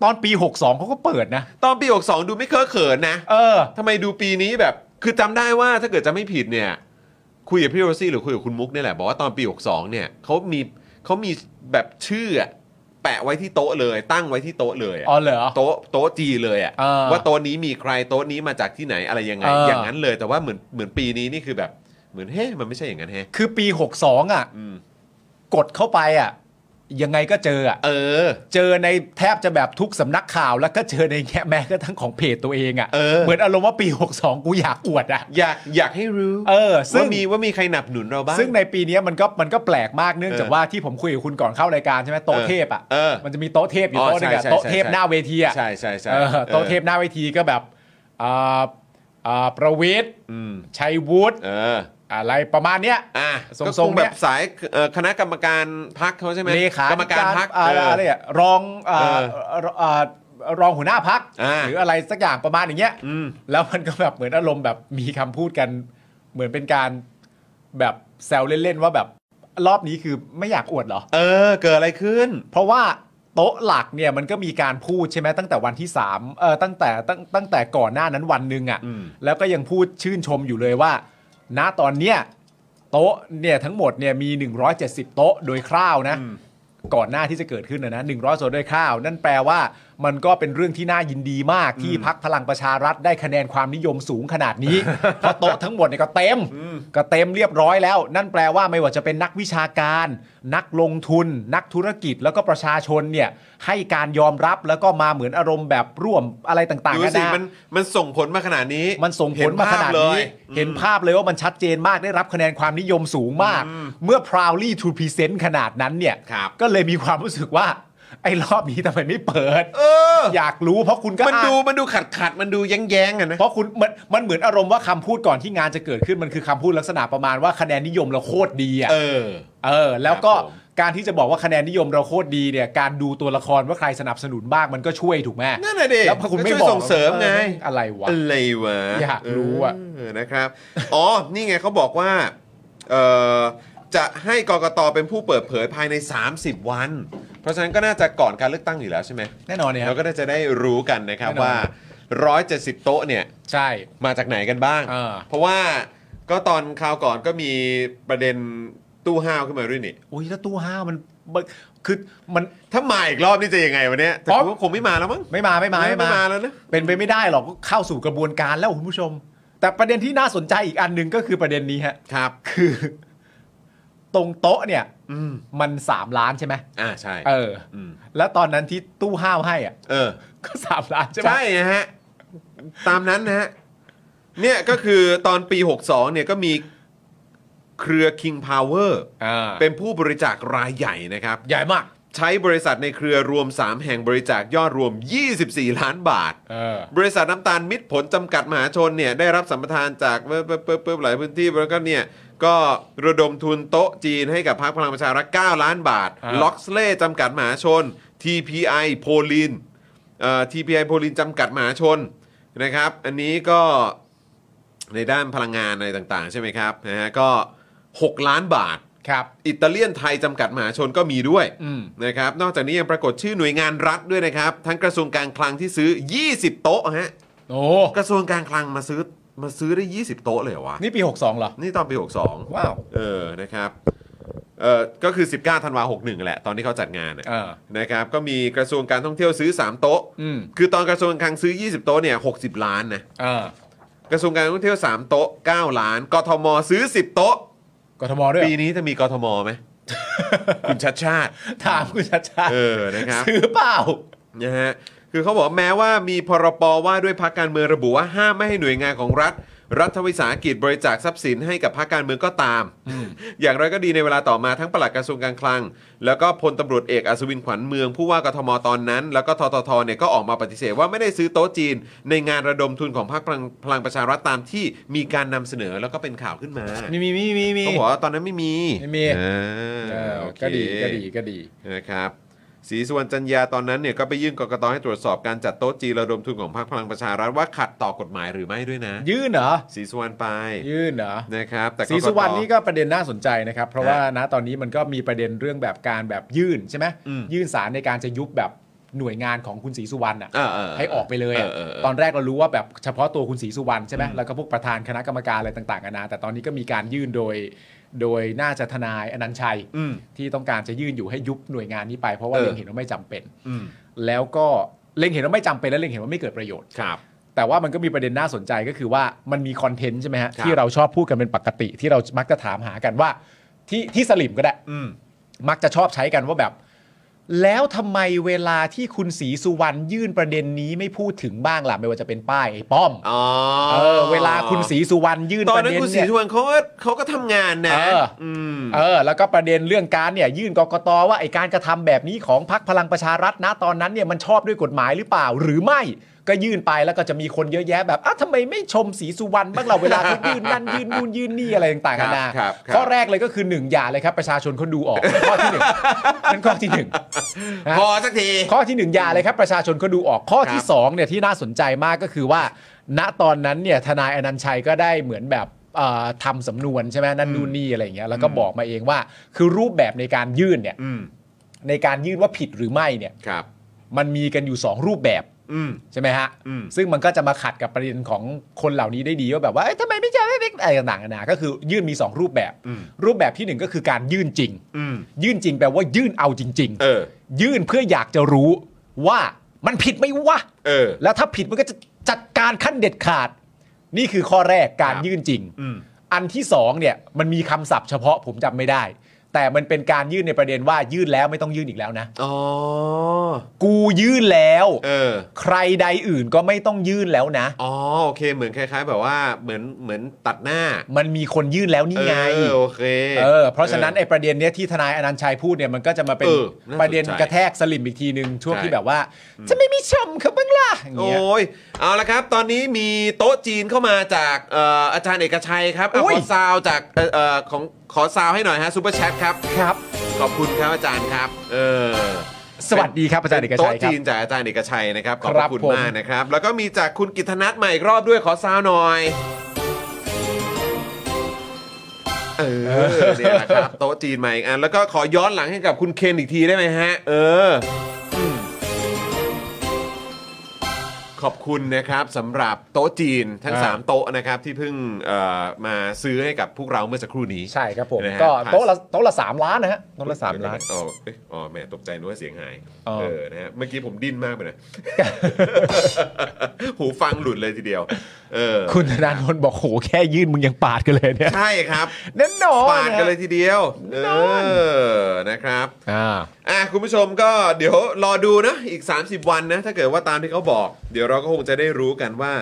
ตอนปี 62เขาก็เปิดนะ ตอนปี62ดูไม่เคอะเขินนะ เออ ทำไมดูปีนี้แบบ คือจำได้ว่าถ้าเกิดจะไม่ผิดเนี่ย คุยกับพี่โรซี่หรือคุยกับคุณมุกเนี่ยแหละ บอกว่าตอนปี 62 เนี่ยเขามีเขามีแบบชื่ออะแปะไว้ที่โต๊ะเลย ตั้งไว้ที่โต๊ะเลยอะ อ๋อเหรอ โต๊ะโต๊ะจีเลยอะ เออ ว่าโต๊ะนี้มีใครโต๊ะนี้มาจากที่ไหนอะไรยังไง เออ อ อ ย่างนั้นเลยแต่ว่าเหมือนเหมือนปีนี้นี่คือแบบเหมือนเฮ้มันไม่ใช่อย่างนั้นแฮะ คือปี 62อ่ะ อืม กดเข้าไปอ่ะ ยังไงก็เจออ่ะ เออ เจอในแทบจะแบบทุกสำนักข่าว แล้วก็เจอในแง่แม้กระทั่งของเพจตัวเองอ่ะ เออ มือนอารมณ์ว่าปี 62 กูอยากอวดอ่ะ อยากอยากให้รู้ เออ ซึ่ ว่าง มีว่ามีใครหนับหนุนเราบ้าง ซึ่งในปีเนี้ยมันก็มันก็แปลกมากเนื่องจาก เออ ว่าที่ผมคุยกับคุณก่อนเข้ารายการใช่ไหมโต๊ะเทพอ่ะ เออ มันจะมีโต๊ะเทพอยู่ อ๋อ โต๊ะหนึงอ่ะ ใช่ใช่ โต๊ะเทพ ใช่ หน้าเวทีอ่ะ ใช่ใช่ใช่ เออโต๊ะเทพหน้าเวทีก็แบบอ่าอ่าประวิทย์ อืม ชัยวุฒิ เออ อะไรประมาณเนี้ย อ่ะ ทรงๆ ก็คงแบ เนี่ บ ย สายเอ่อคณะกรรมการพักเขาใช่ไหม เลขาก ก รรมการพัก อะไรอะรองอ่า เออ เอ่อเอ่อรองหัวหน้าพัก อ่า หรืออะไรสักอย่างประมาณอย่างเงี้ย อืม แล้วมันก็แบบเหมือนอารมณ์แบบมีคำพูดกัน เหมือนเป็นการแบบแซวเล่นๆว่าแบบรอบนี้คือไม่อยากอวดเหรอ เออ เกิดอะไรขึ้น เพราะว่าโต๊ะหลักเนี่ยมันก็มีการพูดใช่ไหมตั้งแต่วันที่3เออตั้งแต่ตั้งตั้งแต่ก่อนหน้านั้นวันหนึ่งอะ่ะ อืม แล้วก็ยังพูดชื่นชมอยู่เลยว่า ณตอนเนี้ย โต๊ะเนี่ยทั้งหมดเนี่ยมี 170 โต๊ะโดยคร่าวนะ อืม ก่อนหน้าที่จะเกิดขึ้นนะนะ100โซนด้วยข้าว นั่นแปลว่ามันก็เป็นเรื่องที่น่ายินดีมากที่พักพลังประชารัฐได้คะแนนความนิยมสูงขนาด นี้ เพราะโต๊ะทั้งหมดเนี่ยก็เต็ม ก็เต็มเรียบร้อยแล้ว นั่นแปลว่าไม่ว่าจะเป็นนักวิชาการ นักลงทุน นักธุรกิจแล้วก็ประชาชนเนี่ยให้การยอมรับแล้วก็มาเหมือนอารมณ์แบบร่วมอะไรต่าง ดู ๆกั สิ นา มันมันส่งผลมาขนาดนี้ มันส่งผลมาขนาดนี้ เห็ เห็ นภาพนภาพเลยว่ามันชัดเจนมากได้รับคะแนนความนิยมสูงมาก เมื่อ proudly to present ขนาดนั้นเนี่ย ครับ ก็เลยมีความรู้สึกว่า ไอ้รอบนี้ทำไมไม่เปิด เออ อยากรู้เพราะคุณก็ มัน อ้าง ดูมันดูขัดขัดๆมันดูแย้งแย้งๆอะนะ เพราะคุณมันมันเหมือนอารมณ์ว่าคำพูดก่อนที่งานจะเกิดขึ้นมันคือคำพูดลักษณะประมาณว่าคะแนนนิยมเราโคตรดีอ่ะ เออ เออแล้วก็ ครับผม การที่จะบอกว่าคะแนนนิยมเราโคตรดีเนี่ยการดูตัวละครว่าใครสนับสนุนบ้างมันก็ช่วยถูกไหม นั่นน่ะดิ แล้วพอคุณไม่ ช่วย บอก ส่งเสริมไง อะไรวะ อะไรวะ อยากรู้อะ เออนะครับ อ๋อ นี่ไงเขาบอกว่าเอ่อจะให้กกตเป็นผู้เปิดเผยภายใน 30 วัน เพราะฉะนั้นก็น่าจะก่อนการเลือกตั้งอยู่แล้วใช่ไหม แน่นอนเนี่ยครั เรา บ ก็น่าจะได้รู้กันนะครับ แน่นอน ว่า 170 โต๊ะเนี่ย ใช่ มาจากไหนกันบ้าง เออ เพราะว่าก็ตอนคราวก่อนก็มีประเด็นตู้ห้าวขึ้นมาด้วยนี่ อุ้ยแล้วตู้ห้ามันมันคือมัน ถ้ามาอีกรอบนี่จะยังไงวันนี้แต่ อ๋อ ผมว่าคงไม่มาแล้วมั้ง ไม่มาไม่มาไม่ ไม่ มา มาแล้วนะ เป็นไปไม่ได้หรอกก็เข้าสู่กระบวนการแล้วคุณผู้ชม แต่ประเด็นที่น่าสนใจอีกอันหนึ่งก็คือประเด็นนี้ฮะ ครับ คือ ตรงโต๊ะเนี่ย อืม มันสามล้านใช่ไหม อ่าใช่ เออ ม แล้วตอนนั้นที่ตู้ห้าวให้อ่ะ เออ ก็สามล้านใช่ไหม ใช่นะฮะ ตามนั้นนะฮะ เนี่ยก็คือตอนปี 62 เนี่ยก็มีเครือ King Power อ่า เป็นผู้บริจาครายใหญ่นะครับ ใหญ่มาก ใช้บริษัทในเครือรวม 3 แห่งบริจาคยอดรวม 24 ล้านบาท เออ บริษัทน้ำตาลมิตรผลจำกัดมหาชนเนี่ยได้รับสัมปทานจากเพิ่มหลายพื้นที่แล้วก็เนี่ยก็ระดมทุนโต๊ะจีนให้กับพรรคพลังประชารัฐ9ล้านบาท อ่า ล็อกสเล่จำกัดมหาชน TPI โพลินเอ่อ TPI โพลินจำกัดมหาชนนะครับ อันนี้ก็ในด้านพลังงานอะไรต่างๆ ใช่ไหมครับนะฮะก็ 6 ล้านบาท ครับ อิตาเลียนไทยจำกัดมหาชนก็มีด้วย อืม นะครับ นอกจากนี้ยังปรากฏชื่อหน่วยงานรัฐด้วยนะครับ ทั้งกระทรวงการคลังที่ซื้อ 20 โต๊ะฮะ โอ้ กระทรวงการคลังมาซื้อมาซื้อได้ 20 โต๊ะเลยเหรอวะ นี่ปีหกสองเหรอ นี่ตอนปี 62 ว้าว เออนะครับเออก็คือ 19ธันวา61 แหละ ตอนที่เขาจัดงานน่ะ เออ นะครับ ก็มีกระทรวงการท่องเที่ยวซื้อ 3 โต๊ะ อืม คือตอนกระทรวงการคลังซื้อ 20 โต๊ะเนี่ย60 ล้านนะ เออก ระทรวงการท่องเที่ยว 3 โต๊ะ 9 ล้าน กทมซื้อ 10 โต๊ะ กทมด้วยเหร ปี อ นี้จะมีกทมไหม คุณชัดชาติ ถามคุณชัดชาติ เออนะครับ ซื้อเปล่า นะฮะคือเขาบอกแม้ว่ามีพรปว่าด้วยพักการเมืองระบุว่าห้ามไม่ให้หน่วยงานของรัฐ รัฐวิสาหกิจบริจาคทรัพย์สินให้กับพรรคการเมืองก็ตาม อย่างไรก็ดีในเวลาต่อมาทั้งปลัดกระทรวงการคลัง แล้วก็พลตำรวจเอกอัศวินขวัญเมืองผู้ว่ากทมตอนนั้น แล้วก็ทททเนี่ยก็ออกมาปฏิเสธว่าไม่ได้ซื้อโต๊ะจีน ในงานระดมทุนของพรรคพลังพลังประชารัฐตามที่มีการนำเสนอแล้วก็เป็นข่าวขึ้นมา มีมีมีมีมี เขาบอกว่าตอนนั้นไม่มี ไม่มี อ่า เออ โอเค ก็ดีก็ดีก็ดี นะครับศรีสุวรรณจันยาตอนนั้นเนี่ยก็ไปยื่นกกตให้ตรวจสอบการจัดโต๊ะจีนระดมทุนของพรรคพลังประชารัฐว่าขัดต่อกฎหมายหรือไม่ด้วยนะ ยื่นเหรอ ศรีสุวรรณไป ยื่นเหรอ นะครับ แต่กกต ศรีสุวรรณนี่ก็ประเด็นน่าสนใจนะครับ เพราะ ฮะ ว่านะตอนนี้มันก็มีประเด็นเรื่องแบบการแบบยื่นใช่ไหม อืม ยื่นสารในการจะยุบแบบหน่วยงานของคุณศรีสุวรรณอ่ะ เเเ ให้ออกไปเลยอะ เเ ตอนแรกเรารู้ว่าแบบเฉพาะตัวคุณศรีสุวรรณใช่ไหมแล้วก็พวกประธานคณะกรรมการอะไรต่างๆนานาแต่ตอนนี้ก็มีการยื่นโดย โดยน่าจะทนายอนันต์ชัย อืม ที่ต้องการจะยื่นอยู่ให้ยุบหน่วยงานนี้ไปเพราะว่า เออ เล็งเห็นว่าไม่จำเป็น อืม แล้วก็เล็งเห็นว่าไม่จำเป็นและเล็งเห็นว่าไม่เกิดประโยชน์ ครับ แต่ว่ามันก็มีประเด็นน่าสนใจก็คือว่ามันมีคอนเทนต์ใช่ไหมฮะ ครับ ที่เราชอบพูดกันเป็นปกติ ที่เรามักจะถามหากันว่า ที่ที่สลิมก็ได้ อืม มักจะชอบใช้กันว่าแบบ แล้วทำไมเวลาที่คุณศรีสุวรรณยื่นประเด็นนี้ไม่พูดถึงบ้างล่ะไม่ว่าจะเป็นป้ายไอ้ป้อม อ๋อ เออ เวลาคุณศรีสุวรรณยื่น ตอ ป น ระ นั้น เด็น คุณศรี เนี่ย สุวรรณเขาก็เขาก็ทำงานนะ เออ ม เออแล้วก็ประเด็นเรื่องการเนี่ยยื่นกกตว่าไอการกระทำแบบนี้ของพักพลังประชารัฐนะตอนนั้นเนี่ยมันชอบด้วยกฎหมายหรือเปล่า หรือไม่ก็ยื่นไปแล้วก็จะมีคนเยอะแยะแบบอ้าวทำไมไม่ชมสีสุวรรณบ้างเราเวลาเขายื่นนั่นยื่นนู่นยื่นนี่อะไรต่างๆนานา ครับครับ ข้อแรกเลยก็คือหนึ่งอย่าเลยครับ ประชาชนเขาดูออกเป็นข้อที่หนึ่งเป็นข้อที่ หนึ่งนะ พอสักที ข้อที่หนึ่งอย่าเลยครับประชาชนก็ดูออกข้อที่สองเนี่ยที่น่าสนใจมากก็คือว่า ณตอนนั้นเนี่ยทนายอนันต์ชัยก็ได้เหมือนแบบเอ่อทำสำนวนใช่ไหมนั่นนู่นนี่อะไรอย่างเงี้ยแล้วก็บอกมาเองว่า คือรูปแบบในการยื่นเนี่ย อืม ในการยื่นว่าผิดหรือไม่เนี่ย ครับ มันมีกันอยู่สองรูปแบบ อืม ใช่ไหมฮะ อืม ซึ่งมันก็จะมาขัดกับประเด็นของคนเหล่านี้ได้ดีว่าแบบว่าเอ้ยทำไมไม่ใช่ไม่ไม่อะไรต่างๆนานาก็คือยื่นมี 2 รูปแบบ อืม รูปแบบที่หนึ่งก็คือการยื่นจริง อืม ยื่นจริงแปลว่ายื่นเอาจริง เออ ๆ ยื่นเพื่ออยากจะรู้ว่ามันผิดไหมวะ เออ แล้วถ้าผิดมันก็จะจัดการขั้นเด็ดขาด นี่คือข้อแรกการ ครับ ยื่นจริง อืม อันที่สองเนี่ยมันมีคำศัพท์เฉพาะผมจำไม่ได้ แต่มันเป็นการยื่นในประเด็นว่ายื่นแล้วไม่ต้องยื่นอีกแล้วนะ อ๋อ กูยื่นแล้ว เออ ใครใดอื่นก็ไม่ต้องยื่นแล้วนะ อ๋อ โอเค เหมือนคล้าย ๆ แบบว่า เหมือน เหมือนตัดหน้า มันมีคนยื่นแล้วนี่ไง เออโอเค เออ เพราะฉะนั้นไอ้ประเด็นเนี้ยที่ทนายอนันต์ชัยพูดเนี่ยมันก็จะมาเป็น เออน่าสนใจ ประเด็นกระแทกสลิมอีกทีหนึ่งช่วง ใช่ ที่แบบว่าจะไม่มีชมเขาบ้างล่ะอย่าง โอ เงี้ย ้ย เอาละครับ ตอนนี้มีโต๊ะจีนเข้ามาจากเอ่ออาจารย์เอกชัยครับอ่ะ อุ้ ข ย อซาวจากเอ่อเอ่อของขอซาวให้หน่อยฮะซูเปอร์แชทครับ ครับ ขอบคุณครับอาจารย์ครับ เออ สวัสดีครับอาจารย์เอกชัย ป็น ครั โต๊ะ บ จีนจากอาจารย์เอกชัยนะครับ ขอบ ค พ รับ ระคุณ ผม มากนะครับ แล้วก็มีจากคุณกิตนัทใหม่อีกรอบด้วยขอซาวหน่อย เออเนี่ยแหละครับ โต๊ะจีนมาอีกอัน แล้วก็ขอย้อนหลังให้กับคุณเคนอีกทีได้ไหมฮะ เอออืมขอบคุณนะครับสำหรับโต๊ะจีนทั้ง อ่า 3 โต๊ะนะครับที่เพิ่งเอ่อมาซื้อให้กับพวกเราเมื่อสักครู่นี้ ใช่ครับผม นะฮะ ก็โต๊ะละโต๊ะละสามล้านนะฮะโต๊ะละสามล้าน เดี๋ยวะอ๋อเอ้ยอ๋อแหมตกใจนึกว่าเสียงหาย อ๋อ เออ นะฮะ เมื่อกี้ผมดิ้นมากไปหนะ หูฟังหลุดเลยทีเดียว เออ คุณธนาโนนบอกโหแค่ยื่นมึงยังปาดกันเลยเนี่ย ใช่ครับ แน่นอน ปาดกันเลย ะฮะ ทีเดียว เอ แน่นอน อ นะครับ อ่า อ่ะคุณผู้ชมก็เดี๋ยวรอดูนะ อีก 30 วันนะ ถ้าเกิดว่าตามที่เขาบอก เดี๋ยวเราก็คงจะได้รู้กันว่า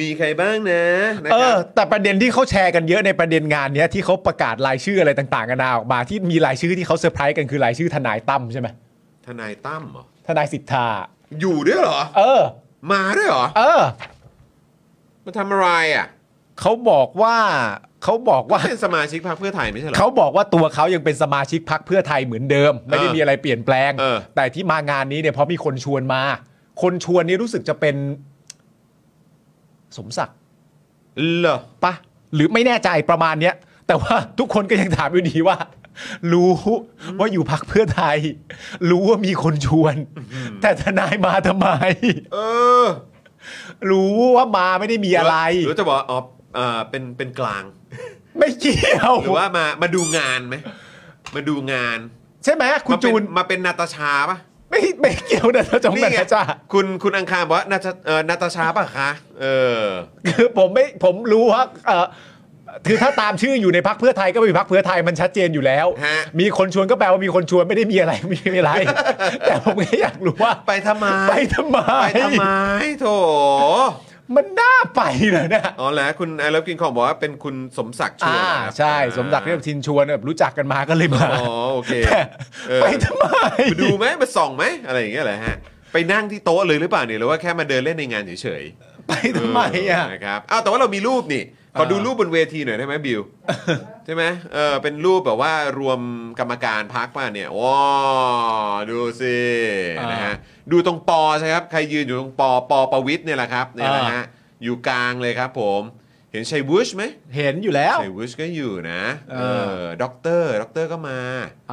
มีใครบ้างนะ นะ เอ ครั อบ แต่ประเด็นที่เขาแชร์กันเยอะในประเด็นงานเนี้ยที่เขาประกาศรายชื่ออะไรต่างๆกันาออกมาที่มีรายชื่อที่เขาเซอร์ไพรส์กันคือรายชื่อทนายตั้มใช่ไหม ทนายตั้มเหรอ ทนายสิทธา อยู่ด้วยเหรอ เออ มาด้วยเหรอ เออ มาทำอะไรอ่ะ เขาบอกว่าเขาบอกว่า เป็นสมาชิกพรรคเพื่อไทยไม่ใช่เหรอ เขาบอกว่าตัวเขายังเป็นสมาชิกพรรคเพื่อไทยเหมือนเดิม ไม่ได้มีอะไรเปลี่ยนแปลง เออ แต่ที่มางานนี้เนี่ยเพราะมีคนชวนมา คนชวนนี่รู้สึกจะเป็น สมศักดิ์ เหรอ ปะหรือไม่แน่ใจประมาณเนี้ย แต่ว่าทุกคนก็ยังถามอยู่ดีว่า รู้ว่าอยู่พักเพื่อไทย รู้ว่ามีคนชวน แต่ทนายมาทำไม เออ รู้ว่ามาไม่ได้มีอะไร หรือจะบอกว่าอ๋อเอ่อเป็นเป็นกลาง ไม่เกี่ยว หรือว่ามามาดูงานไหมมาดูงาน ใช่ไหมคุณ มาเป็ จูน มาเป็นนาตาชาปะ ไม่ไม่เกี่ยวนะจง นี่ แต่ ไง จ้า คุณคุณอังคารบอกว่านาตาเอ่อนาตาชาปะคะเออ คือผมไม่ผมรู้ว่าเออคือถ้าตามชื่ออยู่ในพักเพื่อไทยก็เป็นพักเพื่อไทยมันชัดเจนอยู่แล้ว ฮะ มีคนชวนก็แปลว่ามีคนชวนไม่ได้มีอะไร ไม่มีอะไร แต่ผมก็อยากรู้ว่า ไปทำไม ไปทำไม ไปทำไมโถ มันน่าไปเลยนะ อ๋อแล้วคุณไอเลิฟกินของบอกว่าเป็นคุณสมศักดิ์ชว อ่าน นะครับ ใช่ สมศักดิ์เรียบชินชวนแบบรู้จักกันมาก็เลยมา อ๋อโอเค แต่ เออ ไปทำไม มาดูไหมมาส่องไหมอะไรอย่างเงี้ยแหละฮะไปนั่งที่โต๊ะเลยหรือเปล่าเนี่ยหรือว่าแค่มาเดินเล่นในงานเฉยๆ ไปทำไมอ่ะ เนะครับอ้าวแต่ว่าเรามีรูปนี่ ขอดู อ่า รูปบนเวทีหน่อยได้ไหมบิว ใช่ไหมเออเป็นรูปแบบว่ารวมกรรมการพักป่ะเนี่ยว้าวดูสินะฮะดูตรงปอใช่ครับ ใครยืนอยู่ตรงปอปอประวิทย์เนี่ยแหละครับเนี่ยนะฮะอยู่กลางเลยครับผม เห็นชัยวุชไหม เห็นอยู่แล้ว ชัยวุชก็อยู่นะ เอ เอ อ อด็อกเตอร์ด็อกเตอร์ก็มา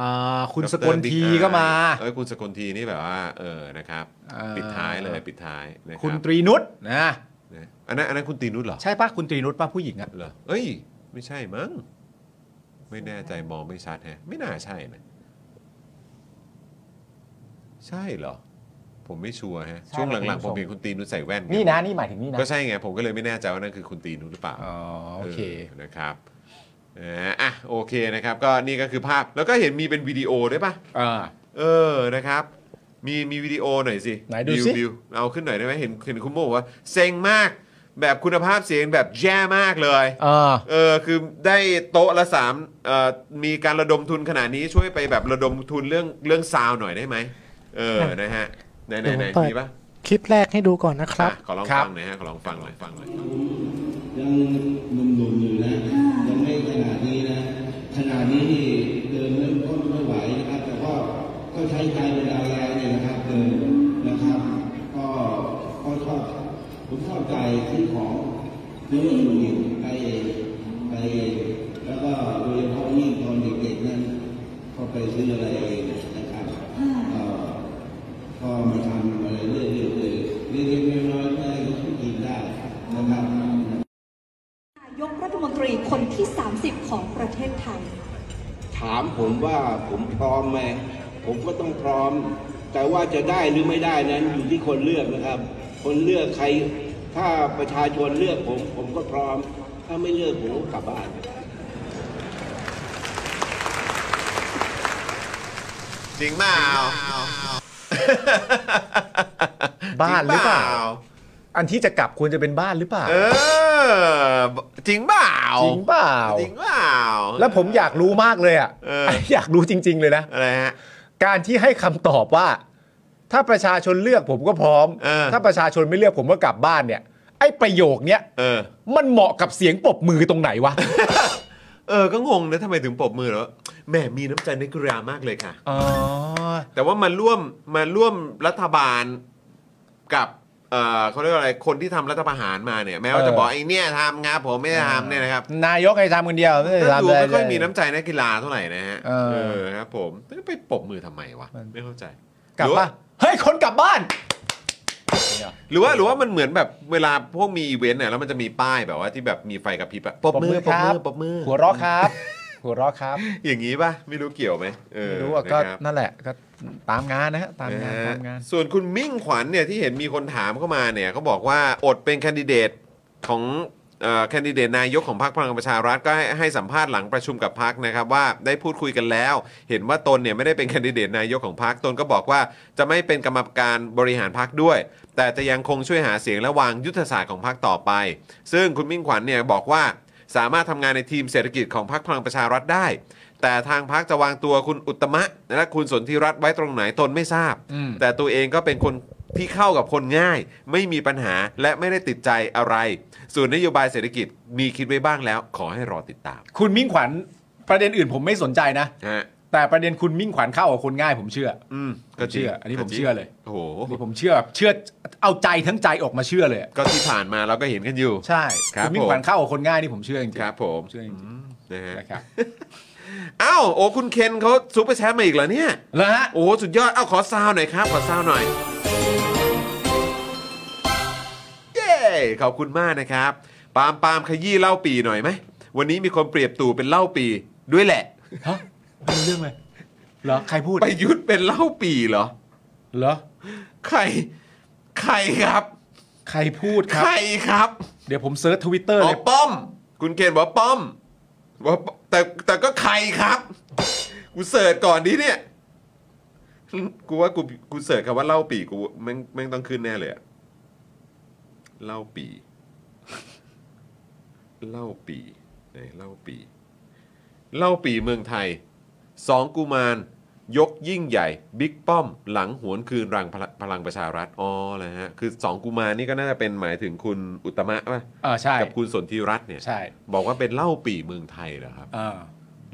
อ่าคุณ ด็อ ส เต ก อ ล ร์บิ๊ ที ไอ ก็มา เอ้ยคุณสกลทีนี่แบบว่าเออนะครับ เออ ปิดท้ายเลยปิดท้ายนะค คุณ รับ ตรีนุชนะ นะอันนั้นอันนั้นคุณตีนุชเหรอ ใช่ป่ะคุณตรีนุชป่ะผู้หญิงอ่ะ เหรอเอ้ย ไม่ใช่มั้ง ไม่แน่ใจมองไม่ชัดแฮะ ไม่น่าใช่นะ ใช่เหรอ ผมไม่ชัวร์ฮะ ช่วงหลังๆ ผมเห็นคุณตีนุชใส่แว่นไง นี่นะนี่หมายถึงนี่นะ ก็ใช่ไง ผมก็เลยไม่แน่ใจว่านั่นคือคุณตีนุชหรือเปล่า อ๋อโอเค ออนะครับเอออ่ะโอเคนะครับ ก็นี่ก็คือภาพ แล้วก็เห็นมีเป็นวิดีโอด้วยป่ะ อ่า เออ นะครับ มีมีวิดีโอหน่อยสิ ไหนดู บิว สิ บิวเอาขึ้นหน่อยได้ไหมเห็นเห็นคุณโมบอกว่าเซ็งมาก แบบคุณภาพเสียงแบบแย่มากเลย อ่า เออคือได้โต๊ะละสามเอ่อมีการระดมทุนขนาดนี้ช่วยไปแบบระดมทุนเรื่องเรื่องซาวด์หน่อยได้ไหมเออนะฮะไหนไหนไหน เปิด มีปะ คลิปแรกให้ดูก่อนนะครับ อ่ะขอลองฟังหน่อยฮะขอลองฟังหน่อยฟังหน่อย ยังหนุ่มๆอยู่นะ ยังไม่ขนาดนี้นะ ขนาดนี้นี่เดินไม่ก็ไม่ไหวนะครับ แต่ก็ก็ใช้ใจเป็นดาวแรงเนี่ยนะครับเดินนะครับ ก็ก็ชอบผมชอบใจที่ของเยอะอยู่ไปไปแล้วก็โดยเฉพาะยิ่งตอนเด็กๆนั้นก็ไปซื้ออะไรเองนะครับก็ ก็มาทำอะไรเรื่อยๆเลย เล็กๆน้อยๆก็ให้เขากินได้นะครับ นายกรัฐมนตรีคนที่ 30 ของประเทศไทย ถามผมว่าผมพร้อมไหมผมก็ต้องพร้อม แต่ว่าจะได้หรือไม่ได้นั้นอยู่ที่คนเลือกนะครับ คนเลือกใคร ถ้าประชาชนเลือกผม ผมก็พร้อม ถ้าไม่เลือกผมก็กลับบ้าน จริงเปล่า บ้านหรือเปจล่าง อันที่จะกลับควรจะเป็นบ้านหรือเปล่า เออ จริงเปล่า จริงเปล่า จริงเปล่า แล้วผมอยากรู้มากเลยอ่ะ เออ อยากรู้จริง ๆ เลยนะ อะไรฮะ การที่ให้คำตอบว่า ถ้าประชาชนเลือกผมก็พร้อม เออ ถ้าประชาชนไม่เลือกผมก็กลับบ้านเนี่ย ไอ้ประโยคเนี้ย เออ มันเหมาะกับเสียงปรบมือตรงไหนวะ เออ ก็งงนะทำไมถึงปรบมือแล้วแหมมีน้ำใจนักกีฬามากเลยค่ะ อ๋อ แต่ว่ามาร่วมมาร่วมรัฐบาลกับเออเขาเรียกว่าอะไรคนที่ทำรัฐประหารมาเนี่ย แม้ว่า เออ จะบอกไอ้เนี่ยทำครับผมไม่ได้ทำเนี่ยนะครับ นายกใครทำคนเดียวไม่ได้ ก็ ทำ ดู เลย ไม่ค่อยมีน้ำใจนักกีฬาเท่าไหร่นะฮะ เออ ครับผมแล้วไปปรบมือทำไมวะ มัน ไม่เข้าใจ กลับ หรือว่ บ้านเฮ้ยคนกลับบ้าน หรือว่าหรือว่ามันเหมือนแบบเวลาพวกมีอีเวนต์เนี่ยแล้วมันจะมีป้ายแบบว่าที่แบบมีไฟกับพริบอะปรบมือป ป รบบมืรมือครั อบ ปรบมือ หัวเราะครับ หัวเราะครับ อย่างนี้ป่ะไม่รู้เกี่ยวไหมเออ ไม่รู้อะก็ นะครับ นั่นแหละก็ตามงานนะฮะตามงาน นะฮะ ตามงาน ส่วนคุณมิ่งขวัญเนี่ยที่เห็นมีคนถามเข้ามาเนี่ยเขาบอกว่าอดเป็นแคนดิเดตของเอ่อแคนดิเดตนายกของพรรคพลังประชารัฐก็ให้ให้สัมภาษณ์หลังประชุมกับพรรคนะครับว่าได้พูดคุยกันแล้ว เห็นว่าตนเนี่ยไม่ได้เป็นแคนดิเดตนายกของพรรคตนก็บอกว่าจะไม่เป็นกรรมการบริหารพรรคด้วย แต่จะยังคงช่วยหาเสียงและวางยุทธศาสตร์ของพรรคต่อไป ซึ่งคุณมิ่งขวัญเนี่ยบอกว่าสามารถทำงานในทีมเศรษฐกิจของพรรคพลังประชารัฐได้ แต่ทางพักจะวางตัวคุณอุตตมะและคุณสนธิรัตน์ไว้ตรงไหนตนไม่ทราบ อืม แต่ตัวเองก็เป็นคนที่เข้ากับคนง่าย ไม่มีปัญหาและไม่ได้ติดใจอะไร ส่วนนโยบายเศรษฐกิจมีคิดไว้บ้างแล้ว ขอให้รอติดตาม คุณมิ่งขวัญประเด็นอื่นผมไม่สนใจนะ ฮะ แต่ประเด็นคุณมิ่งขวัญเข้ากับคนง่ายผมเชื่อ อืม ผมเชื่ออันนี้ผม ก็จริง เชื่อเลย โอ้โห นี่ผมเชื่อแบบเชื่อเอาใจทั้งใจออกมาเชื่อเลยอะ ก็ที่ผ่านมาเราก็เห็นกันอยู่ ใช่ ครับ ณมิ่งขวัญเข้ากับคนง่ายนี่ผมเชื่อจริงๆ ครับผม ผมเชื่อจริง นะฮะ ๆนะครับ อ้าวโอ้คุณเคนเขาซูเปอร์แชทมาอีกแล้วเนี่ย แล้วฮะ โอ้สุดยอด เอาขอซาวหน่อยครับ ขอซาวหน่อย เย้ ขอบคุณมากนะครับ ปาล์มปาล์มขยี้เหล่าปีหน่อยไหม วันนี้มีคนเปรียบตู่เป็นเหล่าปีด้วยแหละ ฮะเป็นเรื่องเลยเหรอใครพูด ประยุทธ์เป็นเหล่าปีเหรอ เหรอ ใคร ใครครับ ใครพูดครั ใค บ รครับ เดี๋ยวผมเซิร์ชทวิตเตอร์ อ๋ เล อย ป้อม คุณเคนบอกว่าป้อมว่าแต่แต่ก็ใครครับ กูเสิร์ชก่อนดีเนี่ย กูว่ากูกูเสิร์ชคำว่าเหล่าปีกูแม่งแม่งต้องขึ้นแน่เลยอะเหล่าปีเหล่าปีไหนเหล่าปีเหล่าปีเมืองไทยสองกุมาร ยกยิ่งใหญ่บิ๊กป้อม หลังหวนคืนรังพลพลังประชารัฐอ๋อเลยฮะคือสองกุมารนี่ก็น่าจะเป็นหมายถึงคุณอุตตมะป่ะ อ่าใช่ กับคุณสนธิรัตน์เนี่ย ใช่ บอกว่าเป็นเหล่าปีเมืองไทยเหรอครับ อ่า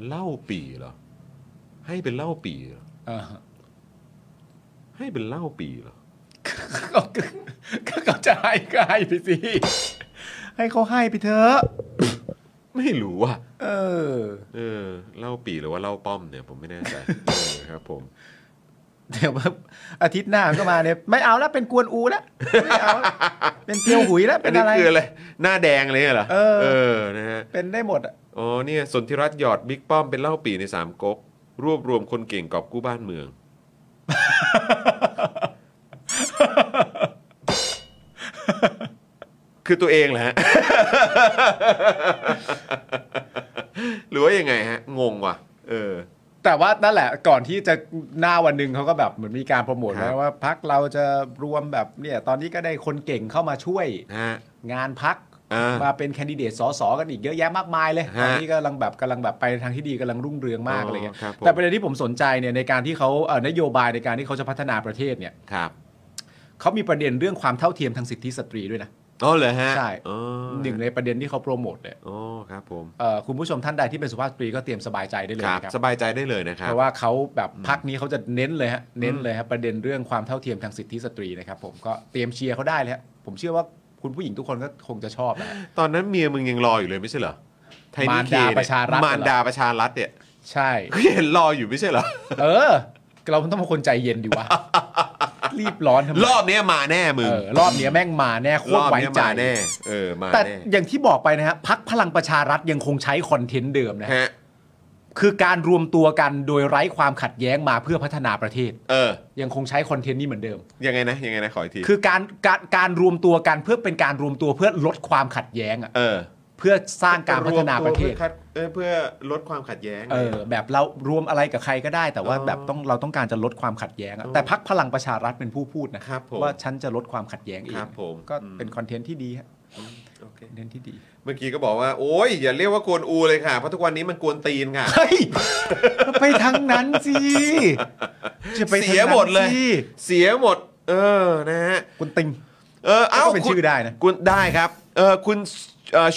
เหล่าปีเหรอให้เป็นเหล่าปีเหรอ อ่า ให้เป็นเหล้าปีเหรอ ก็ก็ก็เขาจะให้ก็ให้ไปสิให้เขาให้ไปเถอะ ไม่รู้ว่ะ เออ เออเหล้าปีหรือว่าเหล้าป้อมเนี่ยผมไม่แน่ใจ เออครับผม เดี๋ยวแบบอาทิตย์หน้าก็มาเนี่ยไม่เอาแล้วเป็นกวนอูแล้วไม่เอาละเป็นเตียวหุยแล้ว อั เป็น น นี้ อะไร คืออะไร หน้าแดงเลยเหรอ เออ นะฮะ เป็นได้หมดอ่ะ อ๋อเนี่ยสนธิรัตน์หยอดบิ๊กป้อมเป็นเหล้าปีในสามก๊กรวบรวมคนเก่งกอบกู้บ้านเมือง คือตัวเองแหละ หรือว่ายังไงฮะ งงว่ะ เออ แต่ว่านั่นแหละก่อนที่จะหน้าวันหนึ่งเขาก็แบบเหมือนมีการโปรโมท ครับ นะว่าพักเราจะรวมแบบเนี่ยตอนนี้ก็ได้คนเก่งเข้ามาช่วย ฮะ งานพัก อ่าม มาเป็นแคนดิเดตสสกันอีกเยอะแยะมากมายเลยตอนนี้กำลังแบบกำลังแบบไปทางที่ดีกำลังรุ่งเรืองมากอะไรเงี้ย ครับผม แต่ประเด็นที่ผมสนใจเนี่ยในการที่เขาเอ่อนโยบายในการที่เขาจะพัฒนาประเทศเนี่ย ครับ เขามีประเด็นเรื่องความเท่าเทียมทางสิทธิสตรีด้วยนะ อ๋อเหรอฮะ ใช่ อ๋อ หนึ่งในประเด็นที่เขาโปรโมทเนี่ย อ๋อครับผม เอ่อคุณผู้ชมท่านใดที่เป็นสุภาพสตรีก็เตรียมสบายใจได้เลย ครับ นะครับ สบายใจได้เลยนะครับ เพราะว่าเขาแบบพักนี้เขาจะเน้นเลยฮะเน้นเลยฮะประเด็นเรื่องความเท่าเทียมทางสิทธิสตรีนะครับผมก็เตรียมเชียร์เขาได้เลยฮะผมเชื่อว่าคุณผู้หญิงทุกคนก็คงจะชอบนะฮะ ตอนนั้นเมียมึงยังรออยู่เลยไม่ใช่เหรอไทยนิเค มาร เนี่ ดาประชารัฐ มารดาประชารัฐเนี่ย ใช่ ก็เห็นรออยู่ไม่ใช่เหรอ เออ เราต้องเป็นคนใจเย็นดีวะ รีบร้อนทำไม รอบเนี้ยมาแน่มึง เออรอบเนี้ยแม่งมาแน่โค ร ตร อบ ไว้ เนี้ย ใจ มาแน่เออมา แต่ แน่ อย่างที่บอกไปนะฮะพักพลังประชารัฐยังคงใช้คอนเทนต์เดิมนะฮะ ฮะ คือการรวมตัวกันโดยไร้ความขัดแย้งมาเพื่อพัฒนาประเทศ เออ ยังคงใช้คอนเทนต์นี้เหมือนเดิม ยังไงนะยังไงนะขออีกที คือการการการรวมตัวกันเพื่อเป็นการรวมตัวเพื่อลดความขัดแย้งอะ เออ เพื่อสร้างการพัฒนาประเทศ วมตัวเพื่อคัดเออเพื่อลดความขัดแย้ง เออแบบเรารวมอะไรกับใครก็ได้ แต่ว่า อ๋อ แบบต้องเราต้องการจะลดความขัดแย้งอะ อ๋อ แต่พักพลังประชารัฐเป็นผู้พูดนะครับ ผม ว่าฉันจะลดความขัดแย้งเอง ครับผม ก็ อืม เป็นคอนเทนต์ที่ดีฮะ โอเค คอนเทนต์ที่ดี เมื่อกี้ก็บอกว่าโอ้ยอย่าเรียกว่ากวนอูเลยค่ะเพราะทุกวันนี้มันกวนตีนค่ะ เฮ้ย ไปทางนั้นสิจะไปทางเสีนั้นยหมดเลย สิ เสียหมด เออนะฮะ คุณติง เออ เอ้า ก็เป็น คุณ ชื่อได้นะ คุณได้ครับ เออ คุณ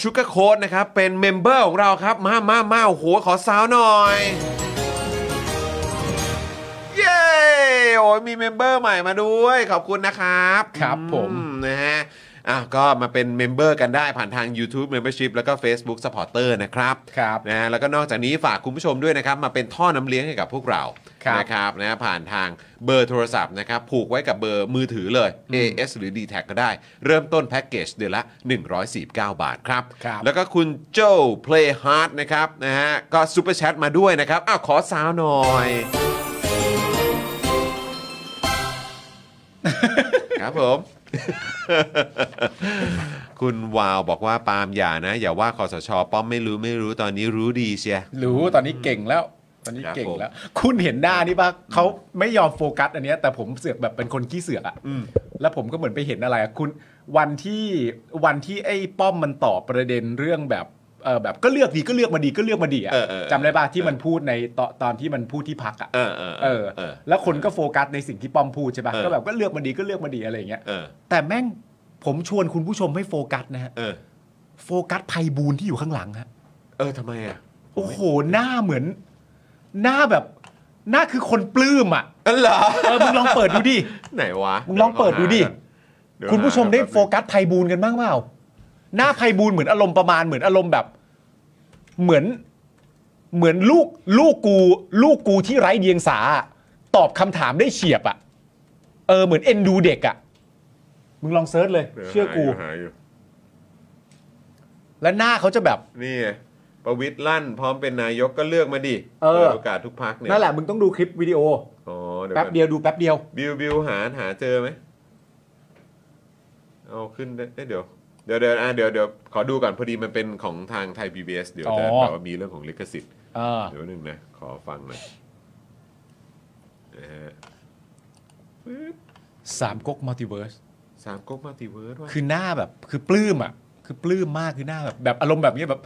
ชูก a r โค้ดนะครับ เป็นเมมเบอร์ของเราครับ มามามาโอ้โห ขอซาวหน่อย เย้ โอ้ยมีเมมเบอร์ใหม่มาด้วย ขอบคุณนะครับ ครับผม อืนะฮะ อ่ะ ก็มาเป็นเมมเบอร์กันได้ผ่านทาง YouTube Membership แล้วก็ Facebook Supporter นะครับ ครับ นะฮะแล้วก็นอกจากนี้ฝากคุณผู้ชมด้วยนะครับ มาเป็นท่อน้ำเลี้ยงให้กับพวกเรา ครับ นะครับนะฮะผ่านทางเบอร์โทรศัพท์นะครับ ผูกไว้กับเบอร์มือถือเลย อืม AS หรือ d t แทก็ได้ เริ่มต้นแพ็กเกจเดือนละ 149 บาทครับ ครับ แล้วก็คุณโจ้ Play Hard นะครับนะฮะก็ซูเปอร์แชทมาด้วยนะครับอ้าวขอซาวหน่อย ครับผม คุณวาวบอกว่าปาล์มอย่านะ อย่าว่าคอสช ป้อมไม่รู้ไม่รู้ตอนนี้รู้ดีเชีย รู้ตอนนี้เก่งแล้ว ตอนนี้ ครับ เก่ง ผม แล้ว คุณเห็นหน้านี่ปะเขาไม่ยอมโฟกัสอันเนี้ยแต่ผมเสือกแบบเป็นคนขี้เสือกอะแล้วผมก็เหมือนไปเห็นอะไรอะคุณวันที่วันที่ไอ้ป้อมมันตอบประเด็นเรื่องแบบเออแบบก็เลือกดีก็เลือกมาดีก็เลือกมาดีอะ เออเออเออ จำได้ปะที่มันพูดในตอนตอนที่มันพูดที่พักอะ เออเออ เออ เออ แล้วคนก็โฟกัสในสิ่งที่ป้อมพูดใช่ปะ เออ ก็แบบก็เลือกมาดีก็เลือกมาดีอะไรอย่างเงี้ย เออ แต่แม่งผมชวนคุณผู้ชมให้โฟกัสนะฮะ เออ โฟกัสไพบูลย์ที่อยู่ข้างหลังฮะ เออทำไมอ่ะ โอ้โห หน้าเหมือน หน้าแบบ หน้าคือคนปลื้มอ่ะ อันเหรอ เออ มึงลองเปิดดูดิ ไหนวะ มึงลองเปิดดูดิ เดี๋ยวหา คุณผู้ชมได้ แป๊บนึง โฟกัสไพบูลย์กันบ้างเปล่า หน้าไพบูลย์เหมือนอารมณ์ประมาณเหมือนอารมณ์แบบ เหมือน เหมือนลูกลูกกูลูกกูที่ไร้เดียงสาอะตอบคำถามได้เฉียบอ่ะ เออ เหมือนเอ็นดูเด็กอ่ะ มึงลองเซิร์ชเลย ดี๋ยว เชื่อกู หาอยู่ และหน้าเขาจะแบบ นี่ไงประวิตรลั่น พร้อมเป็นนายกก็เลือกมาดิ เออ ปิดโอกาสทุกพักเนี่ย นั่นแหละ มึงต้องดูคลิปวิดีโอ อ๋อเดี๋ยว แป๊บเดียวดูแป๊บเดียว บิวบิวหาหาเจอไหมเอาขึ้นได้เอ้ยเดี๋ยวเดี๋ยวเดี๋ยวอ่ะเดี๋ยวเดี๋ยวขอดูก่อนพอดีมันเป็นของทางไทย PBS เดี๋ยวจะ อ๋อ แบบว่ามีเรื่องของลิขสิทธิ์ เออ เดี๋ยวหนึ่งนะ ขอฟังหน่อยนะฮะ สามก๊กมัลติเวิร์ส สามก๊กมาติเวิร์ดว่า คือหน้าแบบคือปลื้มอ่ะ คือปลื้มมากคือหน้าแบบแบบอารมณ์แบบเนี้ยแบบ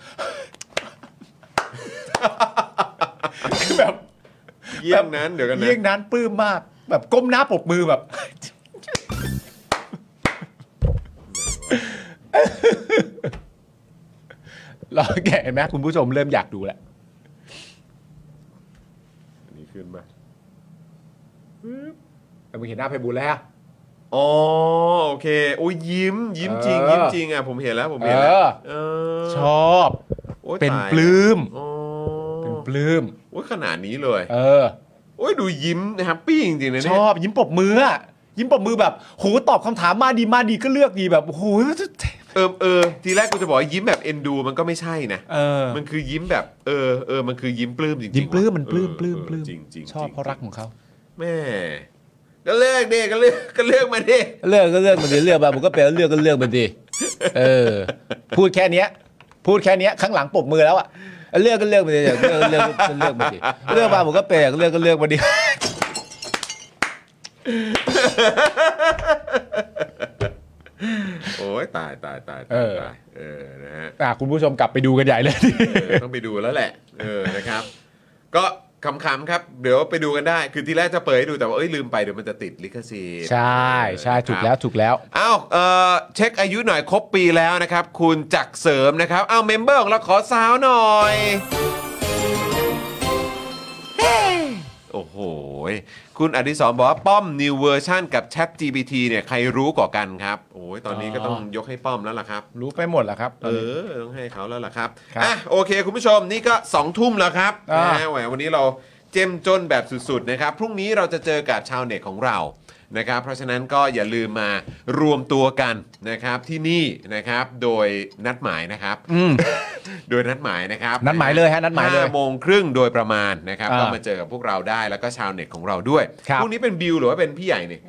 คือแบบ เยี่ยงนั้นเดี๋ยวกันนะ เยี่ยงนั้นปลื้มมาก แบบก้มหน้าปรบมือแบบ รอแกะเห็นไหมคุณผู้ชมเริ่มอยากดูแล้ว อันนี่ขึ้นมา แต่มึงเห็นหน้าไพบูลย์แล้วฮะ อ๋อโอเค โอ้ยยิ้ม ยิ้มจริง เออ ยิ้มจริงอ่ะ ผมเห็นแล้วผมเห็นแล้ว เออ เออ ชอบ โอ้ย เป็น ตาย ปลื้ม อ๋อ เป็นปลื้ม โอ้ยขนาดนี้เลย เออ โอ้ยดูยิ้มแฮปปี้จริงๆนะ ช เนี่ย อบยิ้มปรบมืออะยิ้มปรบมือแบบโหตอบคำถามมาดีมาดีก็เลือกดีแบบโห เออเออทีแรกกูจะบอกว่ายิ้มแบบเอ็นดูมันก็ไม่ใช่นะ เออ มันคือยิ้มแบบเออเออมันคือยิ้มปลื้มจริงๆ ยิ้มปลื้มมัน ว่ะ ปลื้ม เออ ปลื้ม เออ ปลื้ม จริงๆจริงๆ ชอบเพราะรักของเขา แม่ก็เลือกดิก็เลือกก็เลือกมาดิ เลือกก็เลือกมันดีเลือกมาผมก็แปลเลือกก็เลือกมันดีเออ พูดแค่เนี้ย พูดแค่เนี้ยข้างหลังปรบมือแล้วอะเลือกก็เลือกมันดีเลือกก็เลือกก็เลือกมันดีเลือกมาผมก็แปลเลือกก็เลือกมันดี โอ้ยตายตายตายตายตายเออนะฮะ อ่ะคุณผู้ชมกลับไปดูกันใหญ่เลย เออต้องไปดูแล้วแหละ เออนะครับ ก็คำๆครับ เดี๋ยวไปดูกันได้ คือทีแรกจะเปิดให้ดูแต่ว่าเอ้ยลืมไปเดี๋ยวมันจะติดลิขสิทธิ์ ใช่ใช่ถูกแล้วถูกแล้ว อ้าวเอ่อเช็คอายุหน่อยครบปีแล้วนะครับ คุณจักรเสริมนะครับอ้าวเมมเบอร์ของเราขอสาวหน่อย โอ้โหยคุณอดิศรบอกว่าป้อม New Version กับ Chat GPT เนี่ยใครรู้กว่ากันครับโอ้ยตอนนี้ก็ต้องยกให้ป้อมแล้วล่ะครับ รู้ไปหมดแล้วครับ เออ ต้องให้เขาแล้วล่ะครับ ครับ อ่ะ โอเค คุณผู้ชมนี่ก็ 2 ทุ่มแล้วครับ อ่าน นะแหมวันนี้เราเจ้มจนแบบสุด ๆ นะครับ พรุ่งนี้เราจะเจอกับชาวเน็ตของเรา นะครับเพราะฉะนั้นก็อย่าลืมมารวมตัวกันนะครับที่นี่นะครับโดยนัดหมายนะครับ โดยนัดหมายนะครับ นัดหมายเลยฮะนัดหมายเลย 5โมงครึ่งโดยประมาณนะครับ อ่า ก็มาเจอกับพวกเราได้แล้วก็ชาวเน็ตของเราด้วย ครับ พรุ่งนี้เป็นบิวหรือว่าเป็นพี่ใหญ่เนี่ย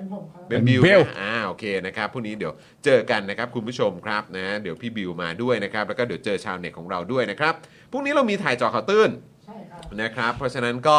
เป็นบิว เป็นบิว นะอ่าโอเคนะครับพรุ่งนี้เดี๋ยวเจอกันนะครับคุณผู้ชมครับนะเดี๋ยวพี่บิวมาด้วยนะครับแล้วก็เดี๋ยวเจอชาวเน็ตของเราด้วยนะครับพรุ่งนี้เรามีถ่ายเจอข่าวตื้น นะครับเพราะฉะนั้นก็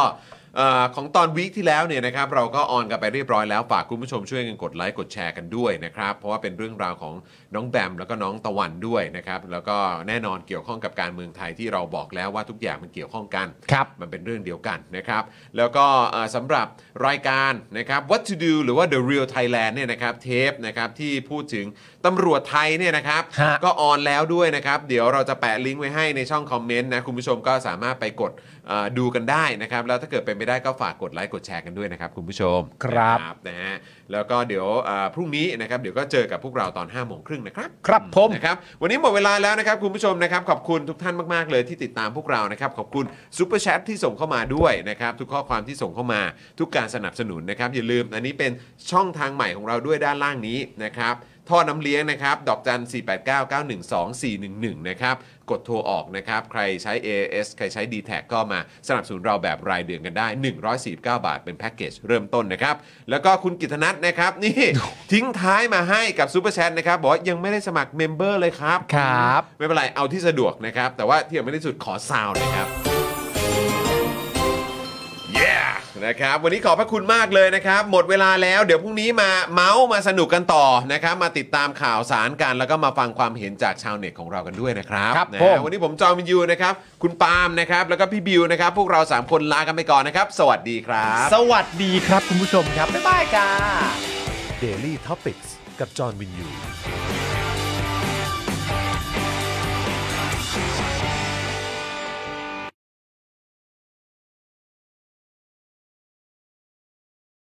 เอ่อของตอนวีคที่แล้วเนี่ยนะครับเราก็ออนกันไปเรียบร้อยแล้วฝากคุณผู้ชมช่วยกันกดไลค์กดแชร์กันด้วยนะครับเพราะว่าเป็นเรื่องราวของน้องแบมแล้วก็น้องตะวันด้วยนะครับแล้วก็แน่นอนเกี่ยวข้องกับการเมืองไทยที่เราบอกแล้วว่าทุกอย่างมันเกี่ยวข้องกัน ครับ มันเป็นเรื่องเดียวกันนะครับ แล้วก็เอ่อสำหรับรายการนะครับ What to do หรือว่า The Real Thailand เนี่ยนะครับเทปนะครับที่พูดถึงตำรวจไทยเนี่ยนะครับ ฮะ ก็ออนแล้วด้วยนะครับ เดี๋ยวเราจะแปะลิงก์ไว้ให้ในช่องคอมเมนต์นะ คุณผู้ชมก็สามารถไปกดเอ่อดูกันได้นะครับ แล้วถ้าเกิดเป็นไปได้ก็ฝากกดไลค์กดแชร์กันด้วยนะครับ คุณผู้ชม ครับ นะนะฮะแล้วก็เดี๋ยวเอ่อพรุ่งนี้นะครับเดี๋ยวก็เจอกับพวกเราตอน5้าโมงครึ่งนะครับ ครับผม นะครับวันนี้หมดเวลาแล้วนะครับคุณผู้ชมนะครับขอบคุณทุกท่านมากๆเลยที่ติดตามพวกเรานะครับขอบคุณซูเปอร์แชทที่ส่งเข้ามาด้วยนะครับทุกข้อความที่ส่งเข้ามาทุกการสนับสนุนนะครับอย่าลืมอันนี้เป็นช่องทางใหม่ของเราด้วยด้านล่างนี้นะครับท่อน้ำเลี้ยงนะครับดอกจัน 4 8 9 9 1 2 4 1 1 นะครับกดโทรออกนะครับใครใช้ AS ใครใช้ d t แทก็มาสนับสนุนเราแบบรายเดือนกันได้ 149 บาทเป็นแพ็กเกจเริ่มต้นนะครับแล้วก็คุณกิตนัทนะครับนี่ ทิ้งท้ายมาให้กับซูเปอร์แชทนะครับบอกว่ายังไม่ได้สมัครเมมเบอร์เลยครับ ครับ ไม่เป็นไร เอาที่สะดวกนะครับ แต่ว่าที่สำคัญที่สุดขอซาวด์หนะครับ เย้ นะครับ วันนี้ขอบพระคุณมากเลยนะครับ หมดเวลาแล้ว เดี๋ยวพรุ่งนี้มาเมาส์มาสนุกกันต่อนะครับ มาติดตามข่าวสารกัน แล้วก็มาฟังความเห็นจากชาวเน็ตของเรากันด้วยนะครับ ครับ นะ ผม วันนี้ผมจอมินยูนะครับ คุณปาล์มนะครับ แล้วก็พี่บิวนะครับ พวกเราสามคนลากันไปก่อนนะครับ สวัสดีครับ สวัสดีครับคุณผู้ชมครับ บ๊ายบายจ้า Daily Topics กับจอห์นวินยู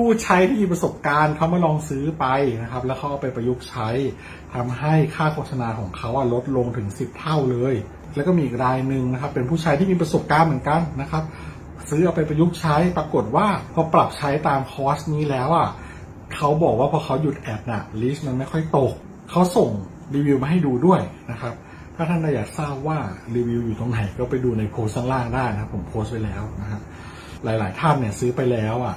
ผู้ใช้ที่มีประสบการณ์เขามาลองซื้อไปนะครับ แล้วเขาเอาไปประยุกต์ใช้ทำให้ค่าโฆษณาของเขาอะลดลงถึง 10 เท่าเลย แล้วก็มีอีกรายหนึ่งนะครับ เป็นผู้ใช้ที่มีประสบการณ์เหมือนกันนะครับ ซื้อเอาไปประยุกต์ใช้ปรากฏว่าพอปรับใช้ตามคอร์สนี้แล้วอ่ะเขาบอกว่าพอเขาหยุดแอดน่ะลิสต์มันไม่ค่อยตกเขาส่งรีวิวมาให้ดูด้วยนะครับ ถ้าท่านอยากทราบว่ารีวิวอยู่ตรงไหนก็ไปดูในโพสต์ข้างล่างได้นะครับผมโพสต์ไว้แล้วนะครับ หลาย ๆ ท่านเนี่ยซื้อไปแล้วอ่ะ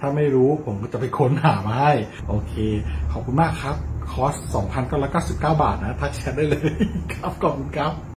ถ้าไม่รู้ผมก็จะไปค้นหามาให้ โอเค ขอบคุณมากครับ คอร์ส 2,999 บาทนะ ทักแชทได้เลย ครับขอบคุณครับ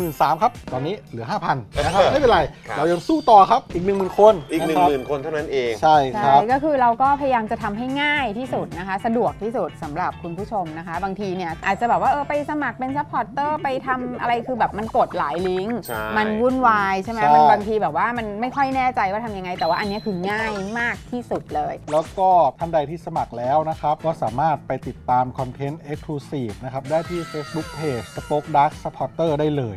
มื่นสามครับ ตอนนี้เหลือ 5,000 นะครับ ไม่เป็นไร ครับ เรายังสู้ต่อครับอีก 10,000 คน อีก 1 ะครับ 0,000 คนเท่านั้นเอง ใช่ ใช่ ครับ ก็คือเราก็พยายามจะทำให้ง่ายที่สุดนะคะ สะดวกที่สุดสำหรับคุณผู้ชมนะคะ บางทีเนี่ยอาจจะแบบว่าเออไปสมัครเป็นซัพพอร์ตเตอร์ไปทำอะไรคือแบบมันกดหลายลิงก์ ใช่ มันวุ่นวายใช่ไหม ใช่ มันบางทีแบบว่ามันไม่ค่อยแน่ใจว่าทำยังไง แต่ว่าอันเนี้ยคือง่ายมากที่สุดเลย แล้วก็ท่านใดที่สมัครแล้วนะครับ ก็สามารถไปติดตามคอนเทนต์ Exclusive นะครับ ได้ที่ Facebook Page Spoke Dark Supporter ได้เลย